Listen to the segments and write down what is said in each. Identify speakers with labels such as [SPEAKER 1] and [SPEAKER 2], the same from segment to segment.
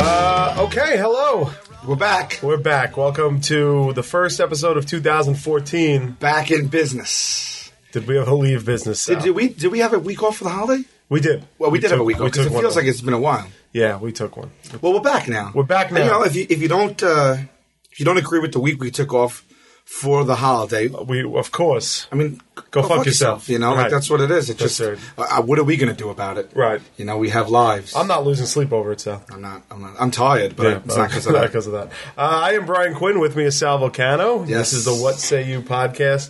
[SPEAKER 1] Uh, Okay, hello.
[SPEAKER 2] We're back.
[SPEAKER 1] We're back. Welcome to the first episode of 2014.
[SPEAKER 2] Back in business.
[SPEAKER 1] Did we ever leave business?
[SPEAKER 2] Did,
[SPEAKER 1] Sal?
[SPEAKER 2] did we did we have a week off for the holiday?
[SPEAKER 1] We did.
[SPEAKER 2] Well, we, did have a
[SPEAKER 1] took-
[SPEAKER 2] week off
[SPEAKER 1] we
[SPEAKER 2] because
[SPEAKER 1] took
[SPEAKER 2] it
[SPEAKER 1] one
[SPEAKER 2] feels
[SPEAKER 1] off.
[SPEAKER 2] like it's been a while.
[SPEAKER 1] Yeah, we took one.
[SPEAKER 2] Well, we're back now.
[SPEAKER 1] We're back
[SPEAKER 2] And, you
[SPEAKER 1] now.
[SPEAKER 2] know, if you if you don't uh, if you don't agree with the week we took off for the holiday,
[SPEAKER 1] We, of course.
[SPEAKER 2] I mean,
[SPEAKER 1] Go fuck yourself.
[SPEAKER 2] You know,
[SPEAKER 1] Right.
[SPEAKER 2] like that's what it is. It's
[SPEAKER 1] That's
[SPEAKER 2] just
[SPEAKER 1] right.
[SPEAKER 2] uh, uh, what are we going to do about it?
[SPEAKER 1] Right.
[SPEAKER 2] You know, we have lives.
[SPEAKER 1] I'm not losing sleep over it, Sal. Uh,
[SPEAKER 2] I'm not. I'm not. I'm tired, but it's not because of
[SPEAKER 1] not
[SPEAKER 2] that.
[SPEAKER 1] 'cause of that. Uh, I am Brian Quinn. With me is Sal Volcano. This
[SPEAKER 2] Yes.
[SPEAKER 1] is the What Say You podcast.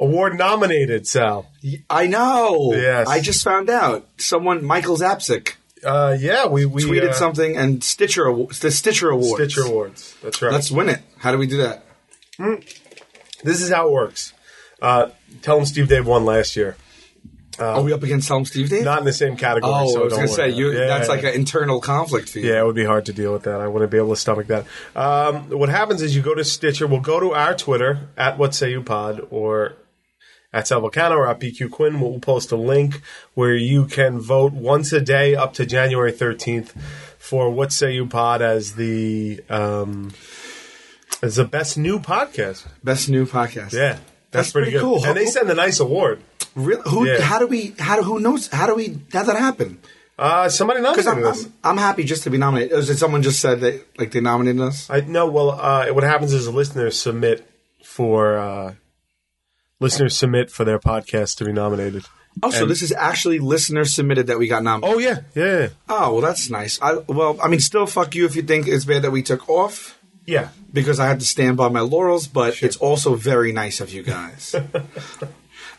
[SPEAKER 1] Award nominated, Sal.
[SPEAKER 2] I know.
[SPEAKER 1] Yes.
[SPEAKER 2] I just found out someone Michael Zapsik
[SPEAKER 1] Uh, yeah, we, we
[SPEAKER 2] tweeted
[SPEAKER 1] uh,
[SPEAKER 2] something and Stitcher Awa- the Stitcher Awards.
[SPEAKER 1] Stitcher Awards. That's right.
[SPEAKER 2] Let's win it. How do we do that?
[SPEAKER 1] this is how it works. Uh, tell them Steve Dave won last year.
[SPEAKER 2] Are we up against Tom Steve Dave?
[SPEAKER 1] Uh, Not in the same category.
[SPEAKER 2] oh,
[SPEAKER 1] so
[SPEAKER 2] I was
[SPEAKER 1] going
[SPEAKER 2] gonna
[SPEAKER 1] to
[SPEAKER 2] say you.
[SPEAKER 1] Yeah,
[SPEAKER 2] that's like an internal conflict for you.
[SPEAKER 1] Yeah, it would be hard to deal with that. I wouldn't be able to stomach that. Um, what happens is you go to Stitcher. We'll go to our Twitter at What Say You Pod or at Sal Volcano or at PQ Quinn. We'll post a link where you can vote once a day up to January thirteenth for What Say You Pod as the um, as the best new podcast.
[SPEAKER 2] Best new podcast.
[SPEAKER 1] Yeah, that's,
[SPEAKER 2] That's
[SPEAKER 1] pretty,
[SPEAKER 2] pretty
[SPEAKER 1] good.
[SPEAKER 2] cool.
[SPEAKER 1] And they send a nice award.
[SPEAKER 2] Really? Who?
[SPEAKER 1] Yeah.
[SPEAKER 2] How do we? How do? Who knows? How do we? How did that happen?
[SPEAKER 1] Uh, somebody
[SPEAKER 2] Because
[SPEAKER 1] nominated
[SPEAKER 2] I'm,
[SPEAKER 1] us.
[SPEAKER 2] I'm, I'm happy just to be nominated. Is it someone just said that like they nominated us?
[SPEAKER 1] I no. Well, uh, what happens is listeners submit for uh, listeners submit for their podcast to be nominated.
[SPEAKER 2] Oh, so
[SPEAKER 1] And-
[SPEAKER 2] this is actually listener submitted that we got nominated.
[SPEAKER 1] Oh yeah, yeah,
[SPEAKER 2] Oh, well, that's nice. I well, I mean, still fuck you if you think it's bad that we took off
[SPEAKER 1] yeah.
[SPEAKER 2] because I had to stand by my laurels, but it's also very nice of you guys.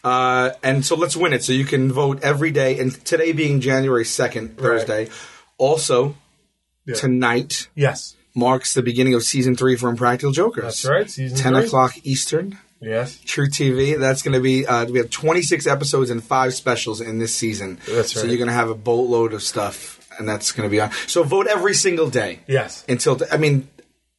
[SPEAKER 2] uh, and so let's win it. So you can vote every day, and today being January second, Thursday. Also, tonight
[SPEAKER 1] Yes,
[SPEAKER 2] marks the beginning of season three for Impractical Jokers.
[SPEAKER 1] That's right, season
[SPEAKER 2] ten
[SPEAKER 1] three.
[SPEAKER 2] o'clock Eastern.
[SPEAKER 1] yes.
[SPEAKER 2] True TV. That's going to be. Uh, we have 26 episodes and five specials in this season.
[SPEAKER 1] That's
[SPEAKER 2] So
[SPEAKER 1] right.
[SPEAKER 2] you're going to have a boatload of stuff, and that's going to be on. So vote every single day.
[SPEAKER 1] Yes.
[SPEAKER 2] Until I mean,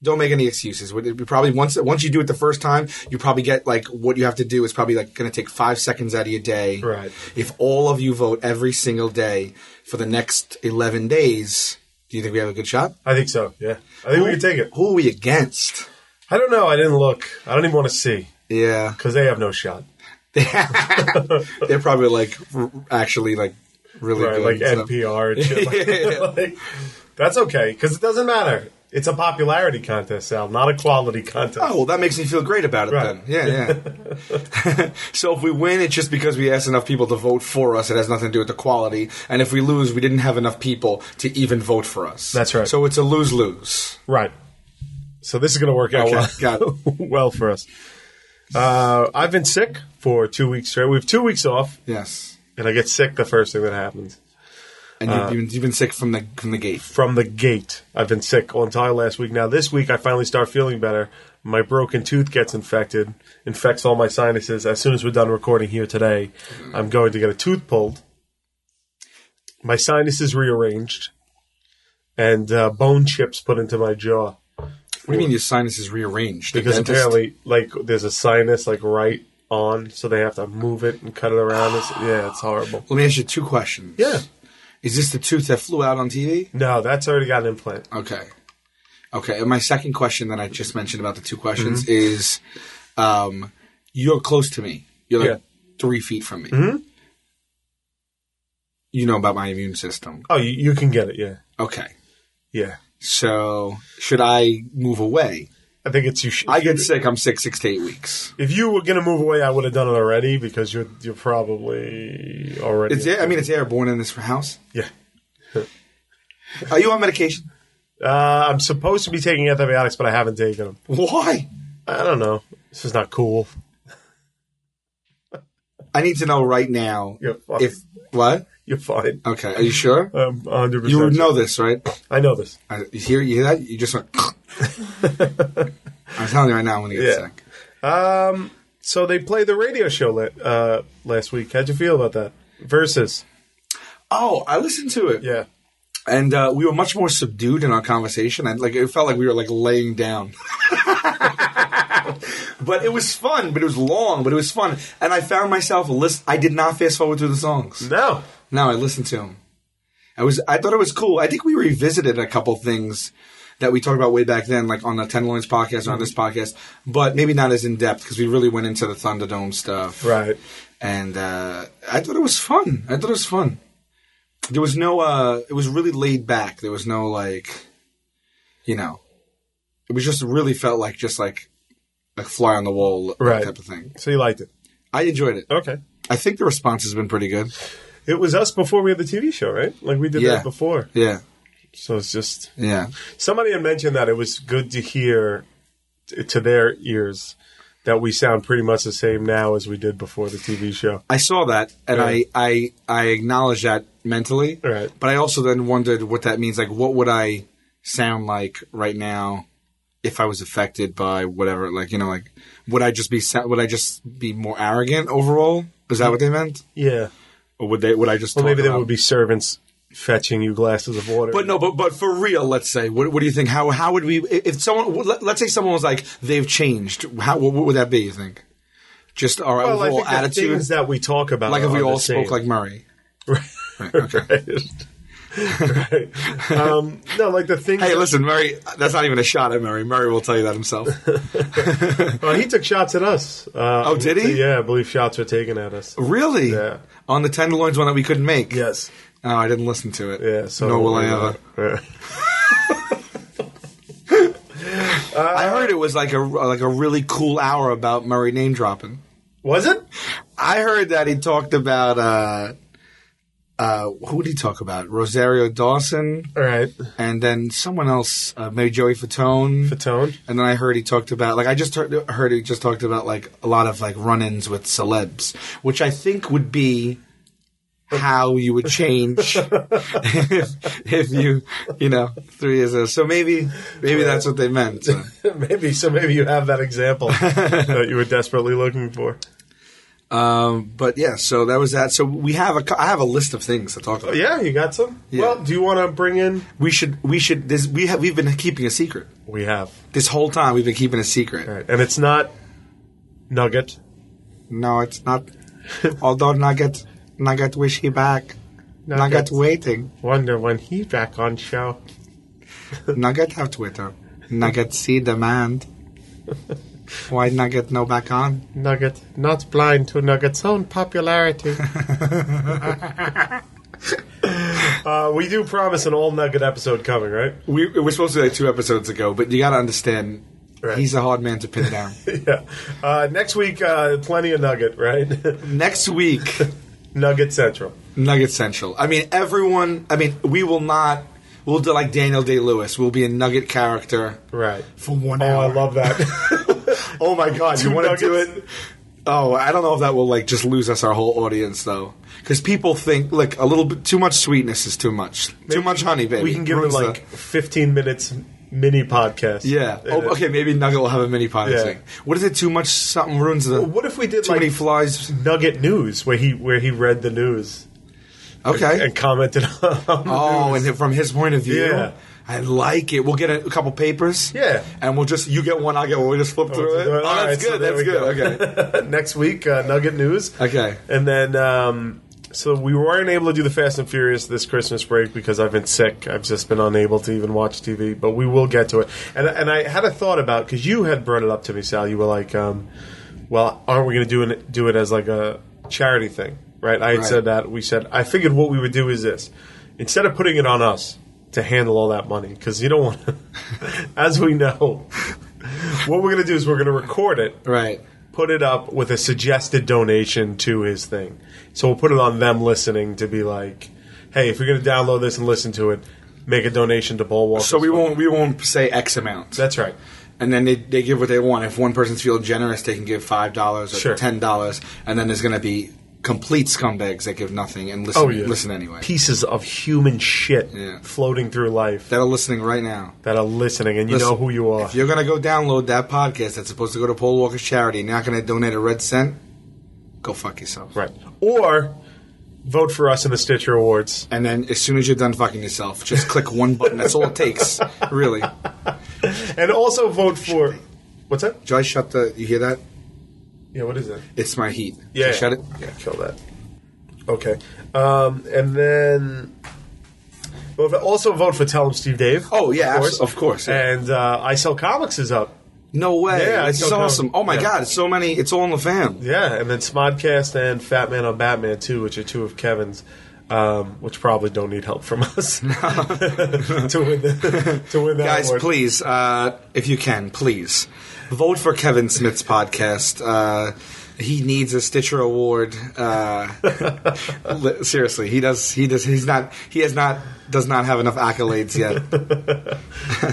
[SPEAKER 2] don't make any excuses. We we probably once once you do it the first time, you probably get like what you have to do is probably like going to take five seconds out of your day.
[SPEAKER 1] Right.
[SPEAKER 2] If all of you vote every single day for the next 11 days, do you think we have a good shot?
[SPEAKER 1] I think so. Yeah, I think we can take it.
[SPEAKER 2] Who are we against?
[SPEAKER 1] I don't know. I didn't look. I don't even want to see
[SPEAKER 2] Yeah.
[SPEAKER 1] because they have no shot.
[SPEAKER 2] They're probably like r- actually like really
[SPEAKER 1] Right,
[SPEAKER 2] good.
[SPEAKER 1] like
[SPEAKER 2] and stuff.
[SPEAKER 1] NPR. And shit like, that. Like, that's okay because it doesn't matter. It's a popularity contest, Sal, not a quality contest.
[SPEAKER 2] Oh well, that makes me feel great about it
[SPEAKER 1] Right.
[SPEAKER 2] then. Yeah, yeah. so if we win, it's just because we asked enough people to vote for us. It has nothing to do with the quality. And if we lose, we didn't have enough people to even vote for us.
[SPEAKER 1] That's right.
[SPEAKER 2] So it's a lose lose.
[SPEAKER 1] Right. So this is going to work out
[SPEAKER 2] Okay,
[SPEAKER 1] well,
[SPEAKER 2] got it.
[SPEAKER 1] well for us. Uh, I've been sick for two weeks straight. We have two weeks off,
[SPEAKER 2] Yes.
[SPEAKER 1] and I get sick the first thing that happens.
[SPEAKER 2] And
[SPEAKER 1] Uh,
[SPEAKER 2] you've, been, you've been sick from the from the gate.
[SPEAKER 1] From the gate, I've been sick all entire last week. Now this week, I finally start feeling better. My broken tooth gets infected, infects all my sinuses. As soon as we're done recording here today, I'm going to get a tooth pulled. My sinuses rearranged, and uh, bone chips put into my jaw.
[SPEAKER 2] What do you mean your sinus is rearranged? The
[SPEAKER 1] because
[SPEAKER 2] dentist-
[SPEAKER 1] apparently, like, there's a sinus like right on, so they have to move it and cut it around. It's, yeah, it's horrible.
[SPEAKER 2] Let me ask you two questions.
[SPEAKER 1] Yeah,
[SPEAKER 2] Is this the tooth that flew out on TV?
[SPEAKER 1] no, that's already got an implant.
[SPEAKER 2] Okay. Okay. And my second question that I just mentioned about the two questions is um, you're close to me. You're like
[SPEAKER 1] Yeah.
[SPEAKER 2] three feet from me. You know about my immune system.
[SPEAKER 1] Oh, you, you can get it. Yeah,
[SPEAKER 2] Okay.
[SPEAKER 1] yeah.
[SPEAKER 2] So should I move away?
[SPEAKER 1] I think it's you. Sh-
[SPEAKER 2] I get sick. I'm sick six to eight weeks.
[SPEAKER 1] If you were gonna move away, I would have done it already because you're you're probably already.
[SPEAKER 2] It's air, I mean, it's airborne in this house.
[SPEAKER 1] yeah.
[SPEAKER 2] Are you on medication?
[SPEAKER 1] Uh, I'm supposed to be taking antibiotics, but I haven't taken them.
[SPEAKER 2] Why?
[SPEAKER 1] I don't know. This is not cool.
[SPEAKER 2] I need to know right now
[SPEAKER 1] You're fine.
[SPEAKER 2] if what?
[SPEAKER 1] You're fine.
[SPEAKER 2] Okay. Are you sure?
[SPEAKER 1] Um, 100.
[SPEAKER 2] You would know this, right?
[SPEAKER 1] I know this.
[SPEAKER 2] I, you hear you hear that? You just went. I'm telling you right now, I'm gonna get
[SPEAKER 1] Yeah.
[SPEAKER 2] sick.
[SPEAKER 1] Um, so they played the radio show la- uh, last week. How'd you feel about that? Versus.
[SPEAKER 2] Oh, I listened to it,
[SPEAKER 1] Yeah.
[SPEAKER 2] and uh, we were much more subdued in our conversation. I, like it felt like we were like laying down. but it was fun. But it was long. But it was fun, and I found myself a list. I did not fast forward through the songs.
[SPEAKER 1] No.
[SPEAKER 2] No, I listened to them. I was I thought it was cool. I think we revisited a couple things that we talked about way back then, like on the Tenderloins podcast
[SPEAKER 1] Mm-hmm.
[SPEAKER 2] or on this podcast, but maybe not as in depth because we really went into the Thunderdome stuff.
[SPEAKER 1] Right.
[SPEAKER 2] And uh, I thought it was fun. I thought it was fun. There was no. uh It was really laid back. There was no like, you know, it was just really felt like just like a fly on the wall
[SPEAKER 1] Right.
[SPEAKER 2] type of thing.
[SPEAKER 1] So you liked it.
[SPEAKER 2] I enjoyed it.
[SPEAKER 1] Okay.
[SPEAKER 2] I think the response has been pretty good.
[SPEAKER 1] It was us before we had the TV show, right? Like we did
[SPEAKER 2] Yeah.
[SPEAKER 1] that before.
[SPEAKER 2] Yeah.
[SPEAKER 1] So it's just
[SPEAKER 2] Yeah.
[SPEAKER 1] somebody had mentioned that it was good to hear t- to their ears that we sound pretty much the same now as we did before the TV show.
[SPEAKER 2] I saw that, and
[SPEAKER 1] Right.
[SPEAKER 2] I, I I acknowledge that mentally.
[SPEAKER 1] Right.
[SPEAKER 2] But I also then wondered what that means. Like, what would I sound like right now if I was affected by whatever? Like, you know, like would I just be sa- would I just be more arrogant overall? Is that what they meant?
[SPEAKER 1] Yeah.
[SPEAKER 2] Or would they would I just?
[SPEAKER 1] Well,
[SPEAKER 2] talk
[SPEAKER 1] maybe there
[SPEAKER 2] about-
[SPEAKER 1] would be servants fetching you glasses of water.
[SPEAKER 2] But no, but but for real, let's say, what, what do you think? How how would we if if someone let, let's say someone was like they've changed? How what, what would that be? You think? Just our
[SPEAKER 1] well, I
[SPEAKER 2] overall
[SPEAKER 1] think the
[SPEAKER 2] attitude,
[SPEAKER 1] things that we talk about,
[SPEAKER 2] like if we
[SPEAKER 1] are
[SPEAKER 2] all
[SPEAKER 1] the
[SPEAKER 2] spoke
[SPEAKER 1] same.
[SPEAKER 2] like Murray.
[SPEAKER 1] right, Right. Um, no, like the things.
[SPEAKER 2] Hey, listen, Murray. That's not even a shot at Murray. Murray will tell you that himself.
[SPEAKER 1] Well, Oh, he took shots at us. Uh,
[SPEAKER 2] Oh, did he?
[SPEAKER 1] Yeah, I believe shots were taken at us.
[SPEAKER 2] really?
[SPEAKER 1] Yeah.
[SPEAKER 2] On the tenderloins one that we couldn't make.
[SPEAKER 1] Yes.
[SPEAKER 2] Oh, I didn't listen to it.
[SPEAKER 1] Yeah. So uh,
[SPEAKER 2] Nor will I ever.
[SPEAKER 1] Yeah.
[SPEAKER 2] I heard it was like a like a really cool hour about Murray name dropping.
[SPEAKER 1] Was it?
[SPEAKER 2] I heard that he talked about uh, uh, who did he talk about? Rosario Dawson,
[SPEAKER 1] All right.
[SPEAKER 2] and then someone else, uh, maybe Joey Fatone.
[SPEAKER 1] The tone.
[SPEAKER 2] And then I heard he talked about like I just heard, heard he just talked about like a lot of like run-ins with celebs, which I think would be how you would change if, if you you know three years ago. So maybe maybe that's what they meant. So,
[SPEAKER 1] maybe so. Maybe you have that example that you were desperately looking for.
[SPEAKER 2] um, but yeah, so that was that. So we have a cou- I have a list of things to talk about.
[SPEAKER 1] Oh, Yeah, you got some.
[SPEAKER 2] Yeah.
[SPEAKER 1] Well, do you want to bring in?
[SPEAKER 2] We should we should this we have we've been keeping a secret
[SPEAKER 1] We have.
[SPEAKER 2] this whole time. We've been keeping a secret.
[SPEAKER 1] All right, and it's not nugget.
[SPEAKER 2] No, it's not. Although Nugget Nugget wish he back. Nugget waiting.
[SPEAKER 1] Wonder when he's back on show.
[SPEAKER 2] Nugget have Twitter. uh, Nugget see demand. Why Nugget no back on?
[SPEAKER 1] Nugget, not blind to Nugget's own popularity. uh, we do promise an all Nugget episode coming, right?
[SPEAKER 2] We it was supposed to be like two episodes ago, but you got to understand,
[SPEAKER 1] Right.
[SPEAKER 2] he's a hard man to pin down.
[SPEAKER 1] yeah. Uh, next week, uh, plenty of Nugget, right?
[SPEAKER 2] Next week,
[SPEAKER 1] nugget Central.
[SPEAKER 2] Nugget Central. I mean, everyone. I mean, we will not. We'll do like Daniel Day Lewis. We'll be a Nugget character
[SPEAKER 1] Right.
[SPEAKER 2] for one
[SPEAKER 1] Oh,
[SPEAKER 2] hour.
[SPEAKER 1] I love that.
[SPEAKER 2] Oh my god, you
[SPEAKER 1] Two
[SPEAKER 2] want to do
[SPEAKER 1] nuggets.
[SPEAKER 2] it? Oh, I don't know if that will like just lose us our whole audience though, because people think like a little bit too much sweetness is too much, too much honey, baby.
[SPEAKER 1] we can give it
[SPEAKER 2] Ruins the-
[SPEAKER 1] like 15 minutes mini podcast.
[SPEAKER 2] yeah.
[SPEAKER 1] And,
[SPEAKER 2] Oh,
[SPEAKER 1] uh,
[SPEAKER 2] okay, maybe Nugget will have a mini pie
[SPEAKER 1] Yeah.
[SPEAKER 2] thing. What is it? Too much something ruins the.
[SPEAKER 1] What if we did
[SPEAKER 2] too
[SPEAKER 1] like
[SPEAKER 2] many flies?
[SPEAKER 1] Nugget News, where he where he read the news
[SPEAKER 2] Okay.
[SPEAKER 1] and commented on the
[SPEAKER 2] Oh,
[SPEAKER 1] news?
[SPEAKER 2] and then from his point of view,
[SPEAKER 1] Yeah.
[SPEAKER 2] I like it. We'll get a, a couple papers.
[SPEAKER 1] Yeah.
[SPEAKER 2] and we'll just you get one, I get one. We just flip through it. Oh,
[SPEAKER 1] All right,
[SPEAKER 2] that's
[SPEAKER 1] so
[SPEAKER 2] good.
[SPEAKER 1] there
[SPEAKER 2] that's
[SPEAKER 1] we
[SPEAKER 2] good. Okay.
[SPEAKER 1] go. Next week, uh, Nugget News.
[SPEAKER 2] Okay.
[SPEAKER 1] And then, um, so we weren't able to do the Fast and Furious this Christmas break because I've been sick. I've just been unable to even watch TV, but we will get to it. And, and I had a thought about because you had brought it up to me, Sal. You were like, um, "Well, aren't we going to do it, do it as like a charity thing?" Right? I had
[SPEAKER 2] Right.
[SPEAKER 1] said that. We said I figured what we would do is this: instead of putting it on us to handle all that money, because you don't want, to, as we know, what we're going to do is we're going to record it
[SPEAKER 2] Right.
[SPEAKER 1] put it up with a suggested donation to his thing. So we'll put it on them listening to be like, hey, if you're going to download this and listen to it, make a donation to Bullwalker.
[SPEAKER 2] So we won't we won't say X amount.
[SPEAKER 1] That's right.
[SPEAKER 2] and then they, they give what they want. If one person's feeling generous, they can give five dollars or
[SPEAKER 1] Sure.
[SPEAKER 2] ten dollars, and then there's going to be complete scumbags that give nothing and
[SPEAKER 1] Oh,
[SPEAKER 2] listen, Oh, listen anyway.
[SPEAKER 1] Pieces of human shit
[SPEAKER 2] Yeah.
[SPEAKER 1] floating through life
[SPEAKER 2] That are listening right now.
[SPEAKER 1] that are listening, and you
[SPEAKER 2] Listen,
[SPEAKER 1] know who you are.
[SPEAKER 2] If you're going to go download that podcast that's supposed to go to Paul Walker's charity, and you're not going to donate a red cent. Go fuck yourself.
[SPEAKER 1] Right. Or vote for us in the Stitcher Awards.
[SPEAKER 2] And then as soon as you're done fucking yourself, just click one button. That's all it takes, really.
[SPEAKER 1] And also vote for. What's that?
[SPEAKER 2] Do I shut the? You hear that?
[SPEAKER 1] Yeah, what is that?
[SPEAKER 2] It's my heat. Should I
[SPEAKER 1] Yeah.
[SPEAKER 2] shut it.
[SPEAKER 1] Yeah, kill that. Okay. Um, and then But also vote for Tell Him Steve Dave.
[SPEAKER 2] Oh, yeah, abso- of course, yeah.
[SPEAKER 1] And uh, I Sell Comics is up.
[SPEAKER 2] No way.
[SPEAKER 1] Yeah,
[SPEAKER 2] it's
[SPEAKER 1] I don't know.
[SPEAKER 2] awesome. Oh my
[SPEAKER 1] Yeah.
[SPEAKER 2] god, it's so many. It's all in the fam.
[SPEAKER 1] Yeah, and then Smodcast and Fat Man on Batman too, which are two of Kevin's, um, which probably don't need help from us to win the, to win that
[SPEAKER 2] Guys,
[SPEAKER 1] award.
[SPEAKER 2] please, uh, if you can, please vote for Kevin Smith's podcast. Uh, he needs a Stitcher Award. Uh, li- seriously, he does. He does. He's not. He has not. Does not have enough accolades yet.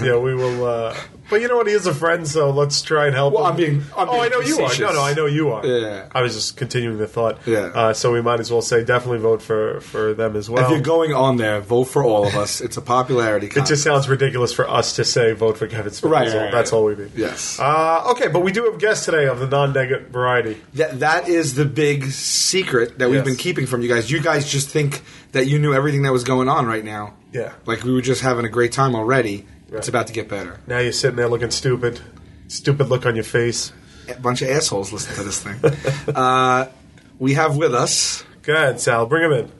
[SPEAKER 1] yeah, we will. Uh, but you know what? He is a friend, so let's try and help.
[SPEAKER 2] Well,
[SPEAKER 1] him.
[SPEAKER 2] I'm being- I'm
[SPEAKER 1] oh,
[SPEAKER 2] being
[SPEAKER 1] I know you are.
[SPEAKER 2] facetious.
[SPEAKER 1] No, no, I know you are.
[SPEAKER 2] Yeah.
[SPEAKER 1] I was just continuing the thought.
[SPEAKER 2] Yeah.
[SPEAKER 1] Uh, so we might as well say definitely vote for for them as well.
[SPEAKER 2] if you're going on there, vote for all of us. It's a popularity.
[SPEAKER 1] it
[SPEAKER 2] contest.
[SPEAKER 1] just sounds ridiculous for us to say vote for Kevin Smith.
[SPEAKER 2] Right,
[SPEAKER 1] That's
[SPEAKER 2] right,
[SPEAKER 1] all-
[SPEAKER 2] right.
[SPEAKER 1] That's all we mean.
[SPEAKER 2] Yes.
[SPEAKER 1] Uh, okay, but we do have guests today of the non-negative variety.
[SPEAKER 2] That that is the big secret that we've
[SPEAKER 1] Yes.
[SPEAKER 2] been keeping from you guys. You guys just think that you knew everything that was going on right now.
[SPEAKER 1] Yeah.
[SPEAKER 2] Like we were just having a great time already.
[SPEAKER 1] Right.
[SPEAKER 2] It's about to get better.
[SPEAKER 1] Now you're sitting there looking stupid, stupid look on your face.
[SPEAKER 2] A bunch of assholes listen to this thing. uh, we have with us
[SPEAKER 1] Go ahead, Sal. Bring him in.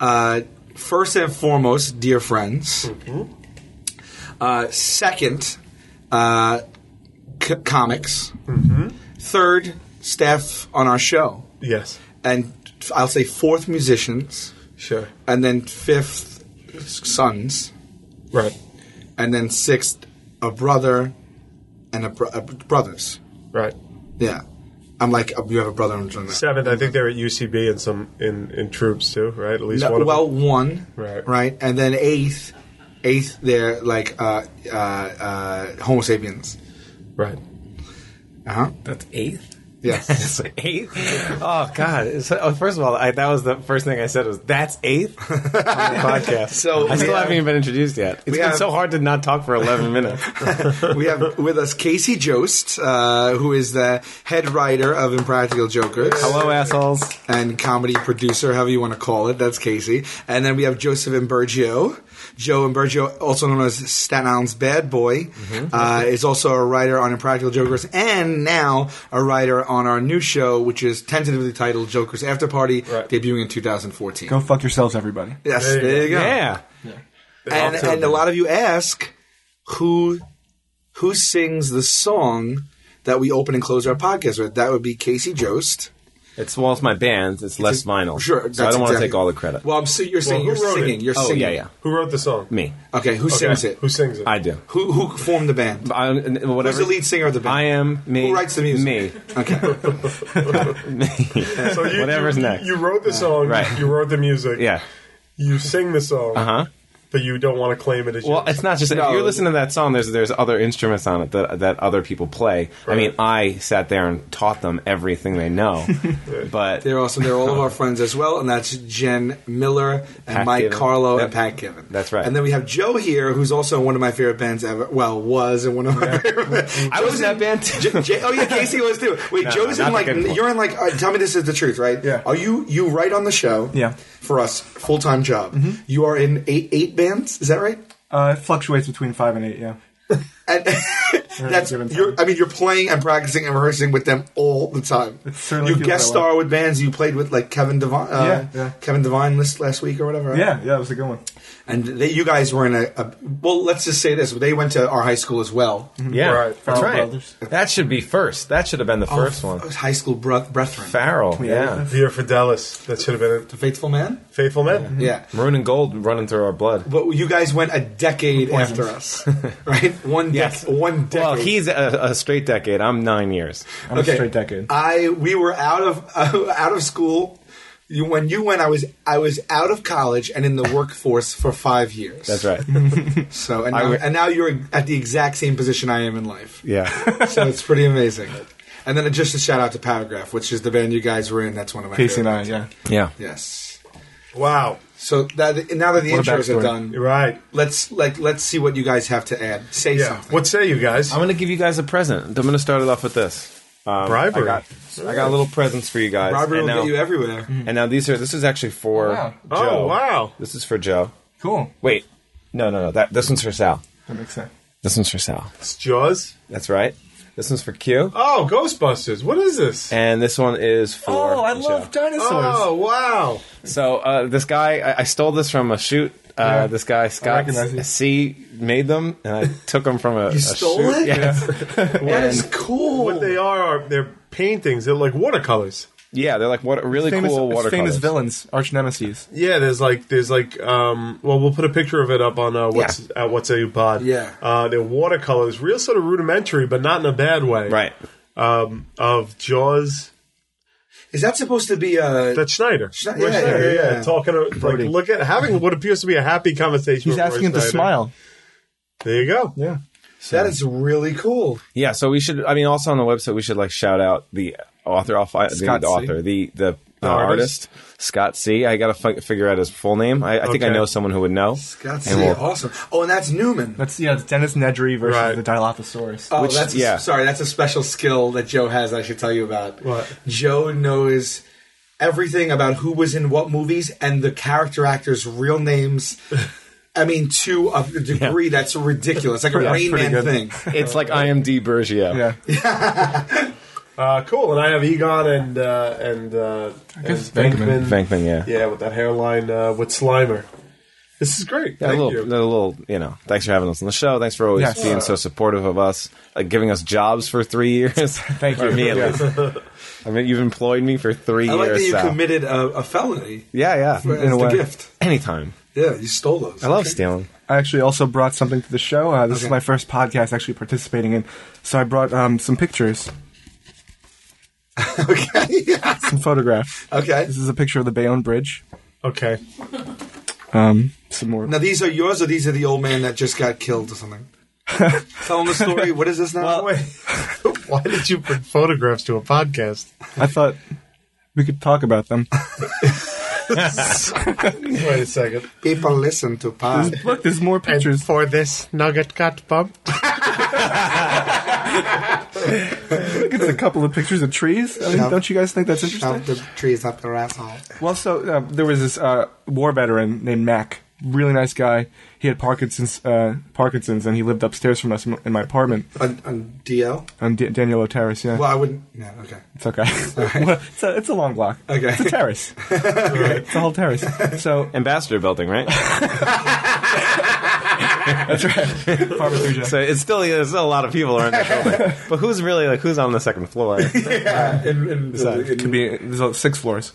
[SPEAKER 2] uh, first and foremost, dear friends. Uh, second, uh, c- comics. Third, staff on our show,
[SPEAKER 1] Yes.
[SPEAKER 2] and f- I'll say fourth, musicians.
[SPEAKER 1] Sure.
[SPEAKER 2] and then fifth sons,
[SPEAKER 1] Right.
[SPEAKER 2] and then sixth a brother and a, bro- a brothers.
[SPEAKER 1] Right.
[SPEAKER 2] Yeah, I'm like uh, you have a brother and a sister.
[SPEAKER 1] Seventh, I think they're at UCB and some in in troops too, right? At least
[SPEAKER 2] No,
[SPEAKER 1] one of
[SPEAKER 2] well,
[SPEAKER 1] them.
[SPEAKER 2] one
[SPEAKER 1] Right.
[SPEAKER 2] right, and then eighth, eighth they're like uh, uh, uh, Homo sapiens.
[SPEAKER 1] Right.
[SPEAKER 2] Uh huh.
[SPEAKER 3] That's eighth.
[SPEAKER 2] Yes.
[SPEAKER 3] That's eighth. Oh God! It's- oh, first of all, I, that was the first thing I said was that's eighth on the podcast.
[SPEAKER 2] So
[SPEAKER 3] I
[SPEAKER 2] we
[SPEAKER 3] still
[SPEAKER 2] have-
[SPEAKER 3] haven't even been introduced yet. It's been
[SPEAKER 2] have-
[SPEAKER 3] so hard to not talk for eleven minutes.
[SPEAKER 2] we have with us Casey Jost, uh, who is the head writer of Impractical Jokers.
[SPEAKER 3] Hello, assholes.
[SPEAKER 2] and comedy producer, however you want to call it. That's Casey. And then we have Joseph Imbergio. Joe Imbergio, also known as Staten Island's Bad Boy,
[SPEAKER 1] Mm-hmm.
[SPEAKER 2] uh, is also a writer on Impractical Jokers and now a writer on our new show, which is tentatively titled Jokers After Party,
[SPEAKER 1] Right.
[SPEAKER 2] debuting in 2014.
[SPEAKER 4] Go fuck yourselves, everybody.
[SPEAKER 2] Yes,
[SPEAKER 1] There
[SPEAKER 2] there
[SPEAKER 1] you
[SPEAKER 2] you,
[SPEAKER 3] Yeah.
[SPEAKER 2] go. And,
[SPEAKER 1] Awesome.
[SPEAKER 2] and a lot of you ask who who sings the song that we open and close our podcast with. That would be Casey Jost.
[SPEAKER 3] It's well, it's my band. It's less vinyl.
[SPEAKER 2] Sure,
[SPEAKER 3] So I
[SPEAKER 2] that's
[SPEAKER 3] don't want to
[SPEAKER 2] exactly-
[SPEAKER 3] take all the credit.
[SPEAKER 2] Well, I'm si- you're singing.
[SPEAKER 1] who
[SPEAKER 2] you're
[SPEAKER 1] wrote
[SPEAKER 2] singing.
[SPEAKER 1] it?
[SPEAKER 2] You're
[SPEAKER 3] Oh,
[SPEAKER 2] singing.
[SPEAKER 3] yeah, yeah.
[SPEAKER 1] Who wrote the song?
[SPEAKER 3] Me,
[SPEAKER 2] Okay, who
[SPEAKER 1] Okay.
[SPEAKER 2] sings it?
[SPEAKER 1] Who sings it?
[SPEAKER 3] I do.
[SPEAKER 2] Who who formed the band?
[SPEAKER 3] I, and whatever.
[SPEAKER 2] Who's the lead singer of the band?
[SPEAKER 3] I am me.
[SPEAKER 2] Who writes the music?
[SPEAKER 3] Me.
[SPEAKER 2] Okay.
[SPEAKER 3] me.
[SPEAKER 1] So you,
[SPEAKER 3] Whatever's
[SPEAKER 1] you,
[SPEAKER 3] next.
[SPEAKER 1] You wrote the song.
[SPEAKER 3] right.
[SPEAKER 1] You wrote the music.
[SPEAKER 3] yeah.
[SPEAKER 1] You sing the song.
[SPEAKER 3] Uh huh.
[SPEAKER 1] But you don't want to claim it as
[SPEAKER 3] Well,
[SPEAKER 1] yours.
[SPEAKER 3] it's not just
[SPEAKER 2] No.
[SPEAKER 3] if you're listening to that song. There's there's other instruments on it that that other people play. I mean, I sat there and taught them everything they know, but
[SPEAKER 2] They're awesome. They're all of our friends as well, and that's Jen Miller and
[SPEAKER 3] Pat
[SPEAKER 2] Mike
[SPEAKER 3] Given.
[SPEAKER 2] Carlo
[SPEAKER 3] Yep.
[SPEAKER 2] and Pat Given.
[SPEAKER 3] That's right.
[SPEAKER 2] And then we have Joe here, who's also in one of my favorite bands ever. Well, was in one of my favorite bands.
[SPEAKER 3] I was in that band too.
[SPEAKER 2] J- J- oh yeah, Casey was too. Wait, Joe's in
[SPEAKER 3] not the
[SPEAKER 2] like
[SPEAKER 3] good one.
[SPEAKER 2] you're in like. Uh, tell me this is the truth, right?
[SPEAKER 4] Yeah.
[SPEAKER 2] Are you you write on the show?
[SPEAKER 4] Yeah. Mm-hmm.
[SPEAKER 2] For us, full time job. You are in eight eight bands. Is that right?
[SPEAKER 4] Uh, it fluctuates between five and eight. Yeah.
[SPEAKER 2] And that's
[SPEAKER 4] given time.
[SPEAKER 2] you're, I mean, you're playing and practicing and rehearsing with them all the time.
[SPEAKER 4] certainly
[SPEAKER 2] You
[SPEAKER 4] feels
[SPEAKER 2] guest
[SPEAKER 4] that way.
[SPEAKER 2] star with bands. You played with like Kevin Devine, uh,
[SPEAKER 4] Yeah, yeah.
[SPEAKER 2] Kevin Devine list last week or whatever. right?
[SPEAKER 4] Yeah, yeah, that was a good one.
[SPEAKER 2] And they, you guys were in a, a well. Let's just say this: they went to our high school as well.
[SPEAKER 4] Mm-hmm.
[SPEAKER 3] Yeah,
[SPEAKER 1] Right.
[SPEAKER 3] that's
[SPEAKER 4] Farrell
[SPEAKER 3] right.
[SPEAKER 4] Brothers.
[SPEAKER 3] That should be first. That should have been the first
[SPEAKER 2] Our
[SPEAKER 3] one.
[SPEAKER 2] Oh, f- High school breth- brethren,
[SPEAKER 3] Farrell, yeah.
[SPEAKER 1] Dear Fidelis. That should have been
[SPEAKER 2] the faithful man.
[SPEAKER 1] it.
[SPEAKER 4] Mm-hmm.
[SPEAKER 1] Faithful Men.
[SPEAKER 2] Yeah.
[SPEAKER 3] Maroon and gold running through our blood.
[SPEAKER 2] But you guys went a decade after us, right? One dec-
[SPEAKER 3] Yes.
[SPEAKER 2] one decade.
[SPEAKER 3] Well, he's a, a straight decade. I'm nine years.
[SPEAKER 4] I'm a straight decade.
[SPEAKER 2] I we were out of out of school. You, when you went, I was I was out of college and in the workforce for five years.
[SPEAKER 3] That's right.
[SPEAKER 2] So and
[SPEAKER 3] I
[SPEAKER 2] now,
[SPEAKER 3] re-
[SPEAKER 2] and now you're at the exact same position I am in life.
[SPEAKER 3] Yeah.
[SPEAKER 2] So it's pretty amazing. And then just a shout out to Paragraph, which is the band you guys were in. That's one of my
[SPEAKER 4] Casey and I.
[SPEAKER 2] favorites.
[SPEAKER 4] Yeah.
[SPEAKER 3] yeah.
[SPEAKER 2] Yes.
[SPEAKER 1] Mm-hmm. Wow.
[SPEAKER 2] So that now that the
[SPEAKER 4] What a
[SPEAKER 2] intros are
[SPEAKER 4] backstory.
[SPEAKER 2] done,
[SPEAKER 1] Right.
[SPEAKER 2] let's like let's see what you guys have to add. Say
[SPEAKER 1] Yeah.
[SPEAKER 2] something.
[SPEAKER 1] What say you guys?
[SPEAKER 3] I'm going to give you guys a present. I'm going to start it off with this. Um,
[SPEAKER 1] Bribery.
[SPEAKER 3] I got, I got little presents for you guys.
[SPEAKER 2] Robert
[SPEAKER 3] and
[SPEAKER 2] will
[SPEAKER 3] now,
[SPEAKER 2] get you everywhere.
[SPEAKER 3] And now these are, this is actually for
[SPEAKER 4] Oh, wow.
[SPEAKER 1] Oh,
[SPEAKER 3] Joe.
[SPEAKER 1] wow.
[SPEAKER 3] This is for Joe.
[SPEAKER 4] Cool.
[SPEAKER 3] Wait. No, no, no. That, this one's for Sal.
[SPEAKER 4] That makes sense.
[SPEAKER 3] This one's for Sal.
[SPEAKER 1] It's Jaws.
[SPEAKER 3] That's right. This one's for Q.
[SPEAKER 1] Oh, Ghostbusters. What is this?
[SPEAKER 3] And this one is for.
[SPEAKER 4] Oh,
[SPEAKER 3] Joe.
[SPEAKER 4] dinosaurs.
[SPEAKER 1] Oh, wow.
[SPEAKER 3] So uh, this guy, I, I stole this from a shoot uh,
[SPEAKER 4] Yeah.
[SPEAKER 3] this guy Scott
[SPEAKER 4] recognize you.
[SPEAKER 3] C made them, and I took them from a. you
[SPEAKER 2] stole it?
[SPEAKER 3] Yes.
[SPEAKER 2] That is
[SPEAKER 3] And-
[SPEAKER 2] cool.
[SPEAKER 1] What they are are they're paintings. They're like watercolors.
[SPEAKER 3] yeah, they're like what really
[SPEAKER 4] famous,
[SPEAKER 3] cool
[SPEAKER 4] it's
[SPEAKER 3] watercolors.
[SPEAKER 4] famous villains, arch nemesis.
[SPEAKER 1] Yeah, there's like there's like um well we'll put a picture of it up on uh what's at what's a pod.
[SPEAKER 2] Yeah.
[SPEAKER 1] Uh they're watercolors, real sort of rudimentary, but not in a bad way.
[SPEAKER 3] right?
[SPEAKER 1] Um of Jaws
[SPEAKER 2] Is that supposed to be uh, a?
[SPEAKER 1] that's Schneider.
[SPEAKER 2] Schne-
[SPEAKER 1] Roy
[SPEAKER 2] yeah,
[SPEAKER 1] Schneider,
[SPEAKER 2] yeah, yeah.
[SPEAKER 1] Talking to, like
[SPEAKER 4] Brody.
[SPEAKER 1] look at having what appears to be a happy conversation. with
[SPEAKER 4] He's
[SPEAKER 1] Roy
[SPEAKER 4] asking him to
[SPEAKER 1] Schneider.
[SPEAKER 4] smile.
[SPEAKER 1] There you go.
[SPEAKER 4] Yeah.
[SPEAKER 2] that is really cool.
[SPEAKER 3] Yeah, so we should. I mean, also on the website, we should like shout out the author. I'll find
[SPEAKER 4] Scott
[SPEAKER 3] the
[SPEAKER 4] C.
[SPEAKER 3] author, the the, uh,
[SPEAKER 1] artist?
[SPEAKER 3] artist. Scott C. I gotta fi- figure out his full name. I, I think I
[SPEAKER 1] Okay.
[SPEAKER 3] know someone who would know.
[SPEAKER 2] God, see,
[SPEAKER 3] And we'll-
[SPEAKER 2] awesome. Oh, and that's Newman.
[SPEAKER 4] That's yeah, it's Dennis Nedry versus
[SPEAKER 1] Right. Uh,
[SPEAKER 4] the Dilophosaurus.
[SPEAKER 2] Oh,
[SPEAKER 3] Which-
[SPEAKER 2] that's a-
[SPEAKER 3] yeah.
[SPEAKER 2] sorry. That's a special skill that Joe has. That I should tell you about.
[SPEAKER 1] What?
[SPEAKER 2] Joe knows everything about who was in what movies and the character actors' real names. I mean, to a degree that's ridiculous, like a Rain Man
[SPEAKER 4] pretty good.
[SPEAKER 2] thing.
[SPEAKER 3] It's like IMD Bergio.
[SPEAKER 4] yeah.
[SPEAKER 1] Uh, cool. And I have Egon and uh, and uh, and
[SPEAKER 4] guess Venkman.
[SPEAKER 3] Venkman, yeah.
[SPEAKER 1] Yeah, with that hairline uh, with Slimer. This is great.
[SPEAKER 3] Yeah, a
[SPEAKER 1] Thank
[SPEAKER 3] little,
[SPEAKER 1] you.
[SPEAKER 3] a little, you know. Thanks for having us on the show. Thanks for always
[SPEAKER 4] Yes.
[SPEAKER 3] being so supportive of us, like giving us jobs for three years.
[SPEAKER 4] Thank
[SPEAKER 3] Or
[SPEAKER 4] you.
[SPEAKER 3] me at
[SPEAKER 4] Yeah.
[SPEAKER 3] least. I mean, you've employed me for three
[SPEAKER 2] I like
[SPEAKER 3] years.
[SPEAKER 2] that you
[SPEAKER 3] Sal.
[SPEAKER 2] committed a, a felony.
[SPEAKER 3] yeah, yeah.
[SPEAKER 2] For-
[SPEAKER 3] in a
[SPEAKER 2] as the
[SPEAKER 3] way.
[SPEAKER 2] gift.
[SPEAKER 3] Anytime.
[SPEAKER 2] Yeah, you stole those.
[SPEAKER 3] I love stealing.
[SPEAKER 4] I actually also brought something to the show. Uh, this is
[SPEAKER 2] Okay.
[SPEAKER 4] my first podcast actually participating in, so I brought um, some pictures,
[SPEAKER 2] Okay.
[SPEAKER 4] some photographs.
[SPEAKER 2] okay.
[SPEAKER 4] This is a picture of the Bayonne Bridge.
[SPEAKER 1] Okay.
[SPEAKER 4] Um, some more.
[SPEAKER 2] Now these are yours, or these are the old man that just got killed or something. Tell him the story. What is this now?
[SPEAKER 1] Wait, why did you bring photographs to a podcast?
[SPEAKER 4] I thought we could talk about them.
[SPEAKER 1] Wait a second.
[SPEAKER 2] People listen to pod.
[SPEAKER 4] Look, there's more
[SPEAKER 1] And
[SPEAKER 4] pictures.
[SPEAKER 1] for this, Nugget got bumped.
[SPEAKER 4] Look, it's a couple of pictures of trees. I mean,
[SPEAKER 2] Yeah.
[SPEAKER 4] don't you guys think that's interesting?
[SPEAKER 2] Shove the trees up their asshole.
[SPEAKER 4] Well, so uh, there was this uh, war veteran named Mac, really nice guy. He had Parkinson's, uh, Parkinson's, and he lived upstairs from us in in my apartment
[SPEAKER 2] On, on DL?
[SPEAKER 4] on D- Daniel Terrace. Yeah,
[SPEAKER 2] Well, I wouldn't. No, okay.
[SPEAKER 4] it's okay. Well, it's, a, it's a long block.
[SPEAKER 2] Okay.
[SPEAKER 4] it's a terrace. It's a whole terrace. So
[SPEAKER 3] Ambassador building, right?
[SPEAKER 4] that's right. Apartment three, Jack.
[SPEAKER 3] so it's still, there's still a lot of people around that building. But who's really, like, who's on the second floor? the
[SPEAKER 2] Uh, In, in,
[SPEAKER 4] So it could be there's uh, six floors.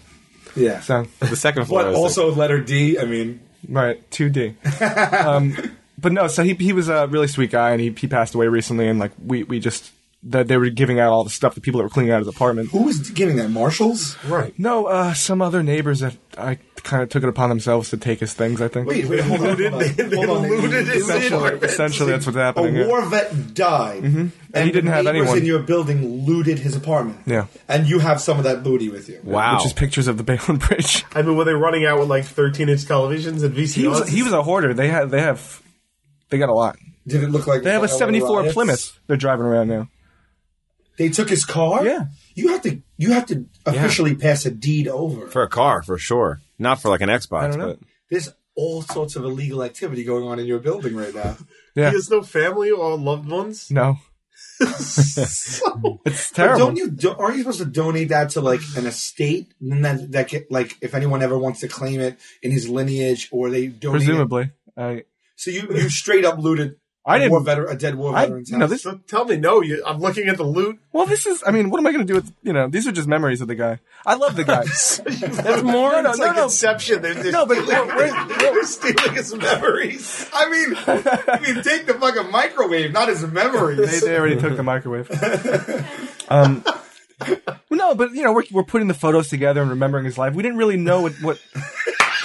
[SPEAKER 2] yeah.
[SPEAKER 4] So
[SPEAKER 3] second floor is, like,
[SPEAKER 2] letter D? I mean,
[SPEAKER 4] Right, two D. um, but no, so he he was a really sweet guy, and he he passed away recently, and like we we just that they were giving out all the stuff to people that were cleaning out his apartment.
[SPEAKER 2] who was giving that? Marshalls?
[SPEAKER 1] Right.
[SPEAKER 4] No, uh, some other neighbors that I kind of took it upon themselves to take his things. I think.
[SPEAKER 2] Wait, wait, hold on.
[SPEAKER 1] Looted-
[SPEAKER 2] hold on.
[SPEAKER 1] they- they
[SPEAKER 2] Hold on,
[SPEAKER 1] looted his
[SPEAKER 4] essentially,
[SPEAKER 1] apartment.
[SPEAKER 4] essentially that's what's
[SPEAKER 2] A
[SPEAKER 4] happening. yeah. Mm-hmm.
[SPEAKER 2] war vet died, and,
[SPEAKER 4] he didn't
[SPEAKER 2] the
[SPEAKER 4] have
[SPEAKER 2] neighbors
[SPEAKER 4] anyone.
[SPEAKER 2] in your building looted his apartment.
[SPEAKER 4] Yeah.
[SPEAKER 2] and you have some of that booty with you.
[SPEAKER 3] wow.
[SPEAKER 4] Which is pictures of the Bayonne Bridge.
[SPEAKER 1] I mean, were they running out with like 13 inch televisions and VCRs?
[SPEAKER 4] He was he was a hoarder. They had they have they got a lot.
[SPEAKER 2] Did it look like
[SPEAKER 4] They have a
[SPEAKER 2] like
[SPEAKER 4] '74
[SPEAKER 2] riots?
[SPEAKER 4] Plymouth. They're driving around now.
[SPEAKER 2] They took his car.
[SPEAKER 4] Yeah.
[SPEAKER 2] you have to you have to officially pass a deed over.
[SPEAKER 3] for a car, for sure. Not for, like, an Xbox,
[SPEAKER 4] don't know.
[SPEAKER 3] but.
[SPEAKER 2] There's all sorts of illegal activity going on in your building right now.
[SPEAKER 4] Yeah.
[SPEAKER 1] He has no family or loved ones.
[SPEAKER 4] No,
[SPEAKER 1] So-
[SPEAKER 4] it's
[SPEAKER 2] But
[SPEAKER 4] terrible.
[SPEAKER 2] Don't you? do aren't you supposed to donate that to like an estate? And that that get like if anyone ever wants to claim it in his lineage, or they donate. it-
[SPEAKER 4] Presumably, I
[SPEAKER 2] So you you straight up looted.
[SPEAKER 4] I
[SPEAKER 2] a war
[SPEAKER 4] didn't.
[SPEAKER 2] veteran, a dead war
[SPEAKER 4] I,
[SPEAKER 2] veteran's
[SPEAKER 4] no,
[SPEAKER 2] house.
[SPEAKER 4] this
[SPEAKER 1] so tell me, no, you, I'm looking at the loot.
[SPEAKER 4] Well, this is. I mean, what am I going to do with you know? These are just memories of the guy. I love the guy.
[SPEAKER 1] That's
[SPEAKER 4] more-
[SPEAKER 1] No, no,
[SPEAKER 4] no,
[SPEAKER 1] like
[SPEAKER 4] no.
[SPEAKER 1] Inception. They're, they're
[SPEAKER 4] No, but
[SPEAKER 1] stealing,
[SPEAKER 4] we're- we're-
[SPEAKER 1] they're stealing his memories.
[SPEAKER 2] I mean, I mean, take the fucking microwave, not his memories.
[SPEAKER 4] they, they already took the microwave. Um, no, but you know, we're we're putting the photos together and remembering his life. We didn't really know what. what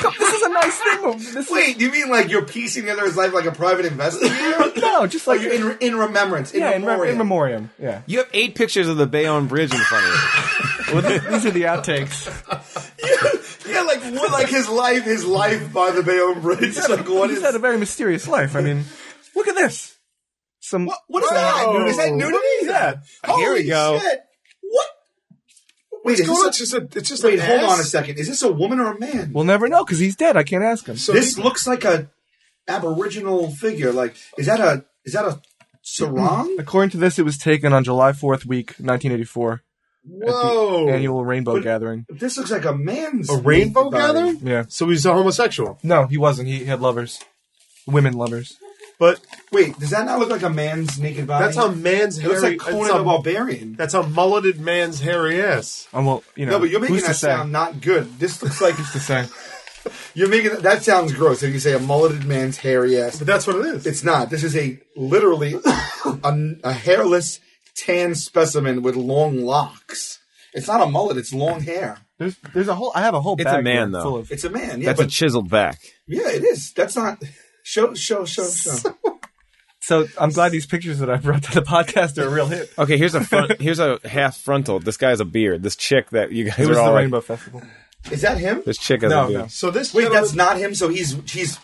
[SPEAKER 4] this is a nice thing. This is,
[SPEAKER 2] Wait, you mean like you're piecing together his life like a private investigator?
[SPEAKER 4] no, just like
[SPEAKER 2] Like Oh, in in remembrance, in
[SPEAKER 4] yeah, in, mem-
[SPEAKER 2] memoriam.
[SPEAKER 4] in memoriam. Yeah,
[SPEAKER 3] You have eight pictures of the Bayonne Bridge in front of you.
[SPEAKER 4] these are the outtakes.
[SPEAKER 2] yeah, like what, like his life, his life by the Bayonne Bridge. Like what
[SPEAKER 4] He's
[SPEAKER 2] is
[SPEAKER 4] had a very mysterious life. I mean, look at this. Some
[SPEAKER 2] What, what is that?
[SPEAKER 1] Whoa.
[SPEAKER 2] Is that nudity?
[SPEAKER 1] What is that?
[SPEAKER 2] Holy
[SPEAKER 3] Here we go.
[SPEAKER 2] Shit. What? Wait, is
[SPEAKER 1] It's,
[SPEAKER 2] this
[SPEAKER 1] going,
[SPEAKER 2] a-
[SPEAKER 1] it's just a. It's just
[SPEAKER 2] wait,
[SPEAKER 1] an
[SPEAKER 2] hold
[SPEAKER 1] ass.
[SPEAKER 2] on a second. Is this a woman or a man?
[SPEAKER 4] we'll never know because he's dead. I can't ask him.
[SPEAKER 1] So
[SPEAKER 2] this looks like a aboriginal figure. Like, is that a is that a sarong?
[SPEAKER 4] Mm-hmm. According to this, it was taken on July Fourth, week nineteen eighty four.
[SPEAKER 1] Whoa.
[SPEAKER 4] annual rainbow
[SPEAKER 2] Oh. But-
[SPEAKER 4] gathering.
[SPEAKER 2] This looks like a man's
[SPEAKER 1] a rainbow
[SPEAKER 2] naked body.
[SPEAKER 1] gathering?
[SPEAKER 4] Yeah.
[SPEAKER 1] So he's a homosexual.
[SPEAKER 4] No, he wasn't. He had lovers, women lovers.
[SPEAKER 1] But
[SPEAKER 2] Wait, does that not look like a man's naked body?
[SPEAKER 1] that's how man's
[SPEAKER 2] it looks
[SPEAKER 1] hairy.
[SPEAKER 2] like Conan
[SPEAKER 1] that's, how,
[SPEAKER 2] the Barbarian.
[SPEAKER 1] that's how mulleted man's hairy ass.
[SPEAKER 4] Oh well, you know.
[SPEAKER 2] No, but you're making
[SPEAKER 4] who's to
[SPEAKER 2] that
[SPEAKER 4] say?
[SPEAKER 2] sound not good. This looks like
[SPEAKER 4] Who's to say?
[SPEAKER 2] you're making that sounds gross. If you say a mulleted man's hairy ass,
[SPEAKER 1] But that's what it is.
[SPEAKER 2] it's not. This is a literally a, a hairless tan specimen with long locks. It's not a mullet. It's long hair.
[SPEAKER 4] There's, there's a whole. I have a whole.
[SPEAKER 3] It's
[SPEAKER 4] bag
[SPEAKER 3] a man,
[SPEAKER 4] here
[SPEAKER 3] though.
[SPEAKER 4] Full of,
[SPEAKER 2] It's a man. Yeah,
[SPEAKER 3] That's
[SPEAKER 2] but
[SPEAKER 3] a chiseled back.
[SPEAKER 2] yeah, it is. That's not. Show, show, show, show.
[SPEAKER 4] so I'm glad these pictures that I brought to the podcast are a real hit.
[SPEAKER 3] Okay, here's a front, here's a half frontal. This guy's a beard. This chick that you guys
[SPEAKER 4] It
[SPEAKER 3] are
[SPEAKER 4] was
[SPEAKER 3] all
[SPEAKER 4] the
[SPEAKER 3] like,
[SPEAKER 4] Rainbow Festival.
[SPEAKER 2] Is that him?
[SPEAKER 3] this chick has
[SPEAKER 4] No,
[SPEAKER 3] a beard.
[SPEAKER 4] no.
[SPEAKER 1] so this
[SPEAKER 2] Wait,
[SPEAKER 1] gentleman-
[SPEAKER 2] that's not him. So he's he's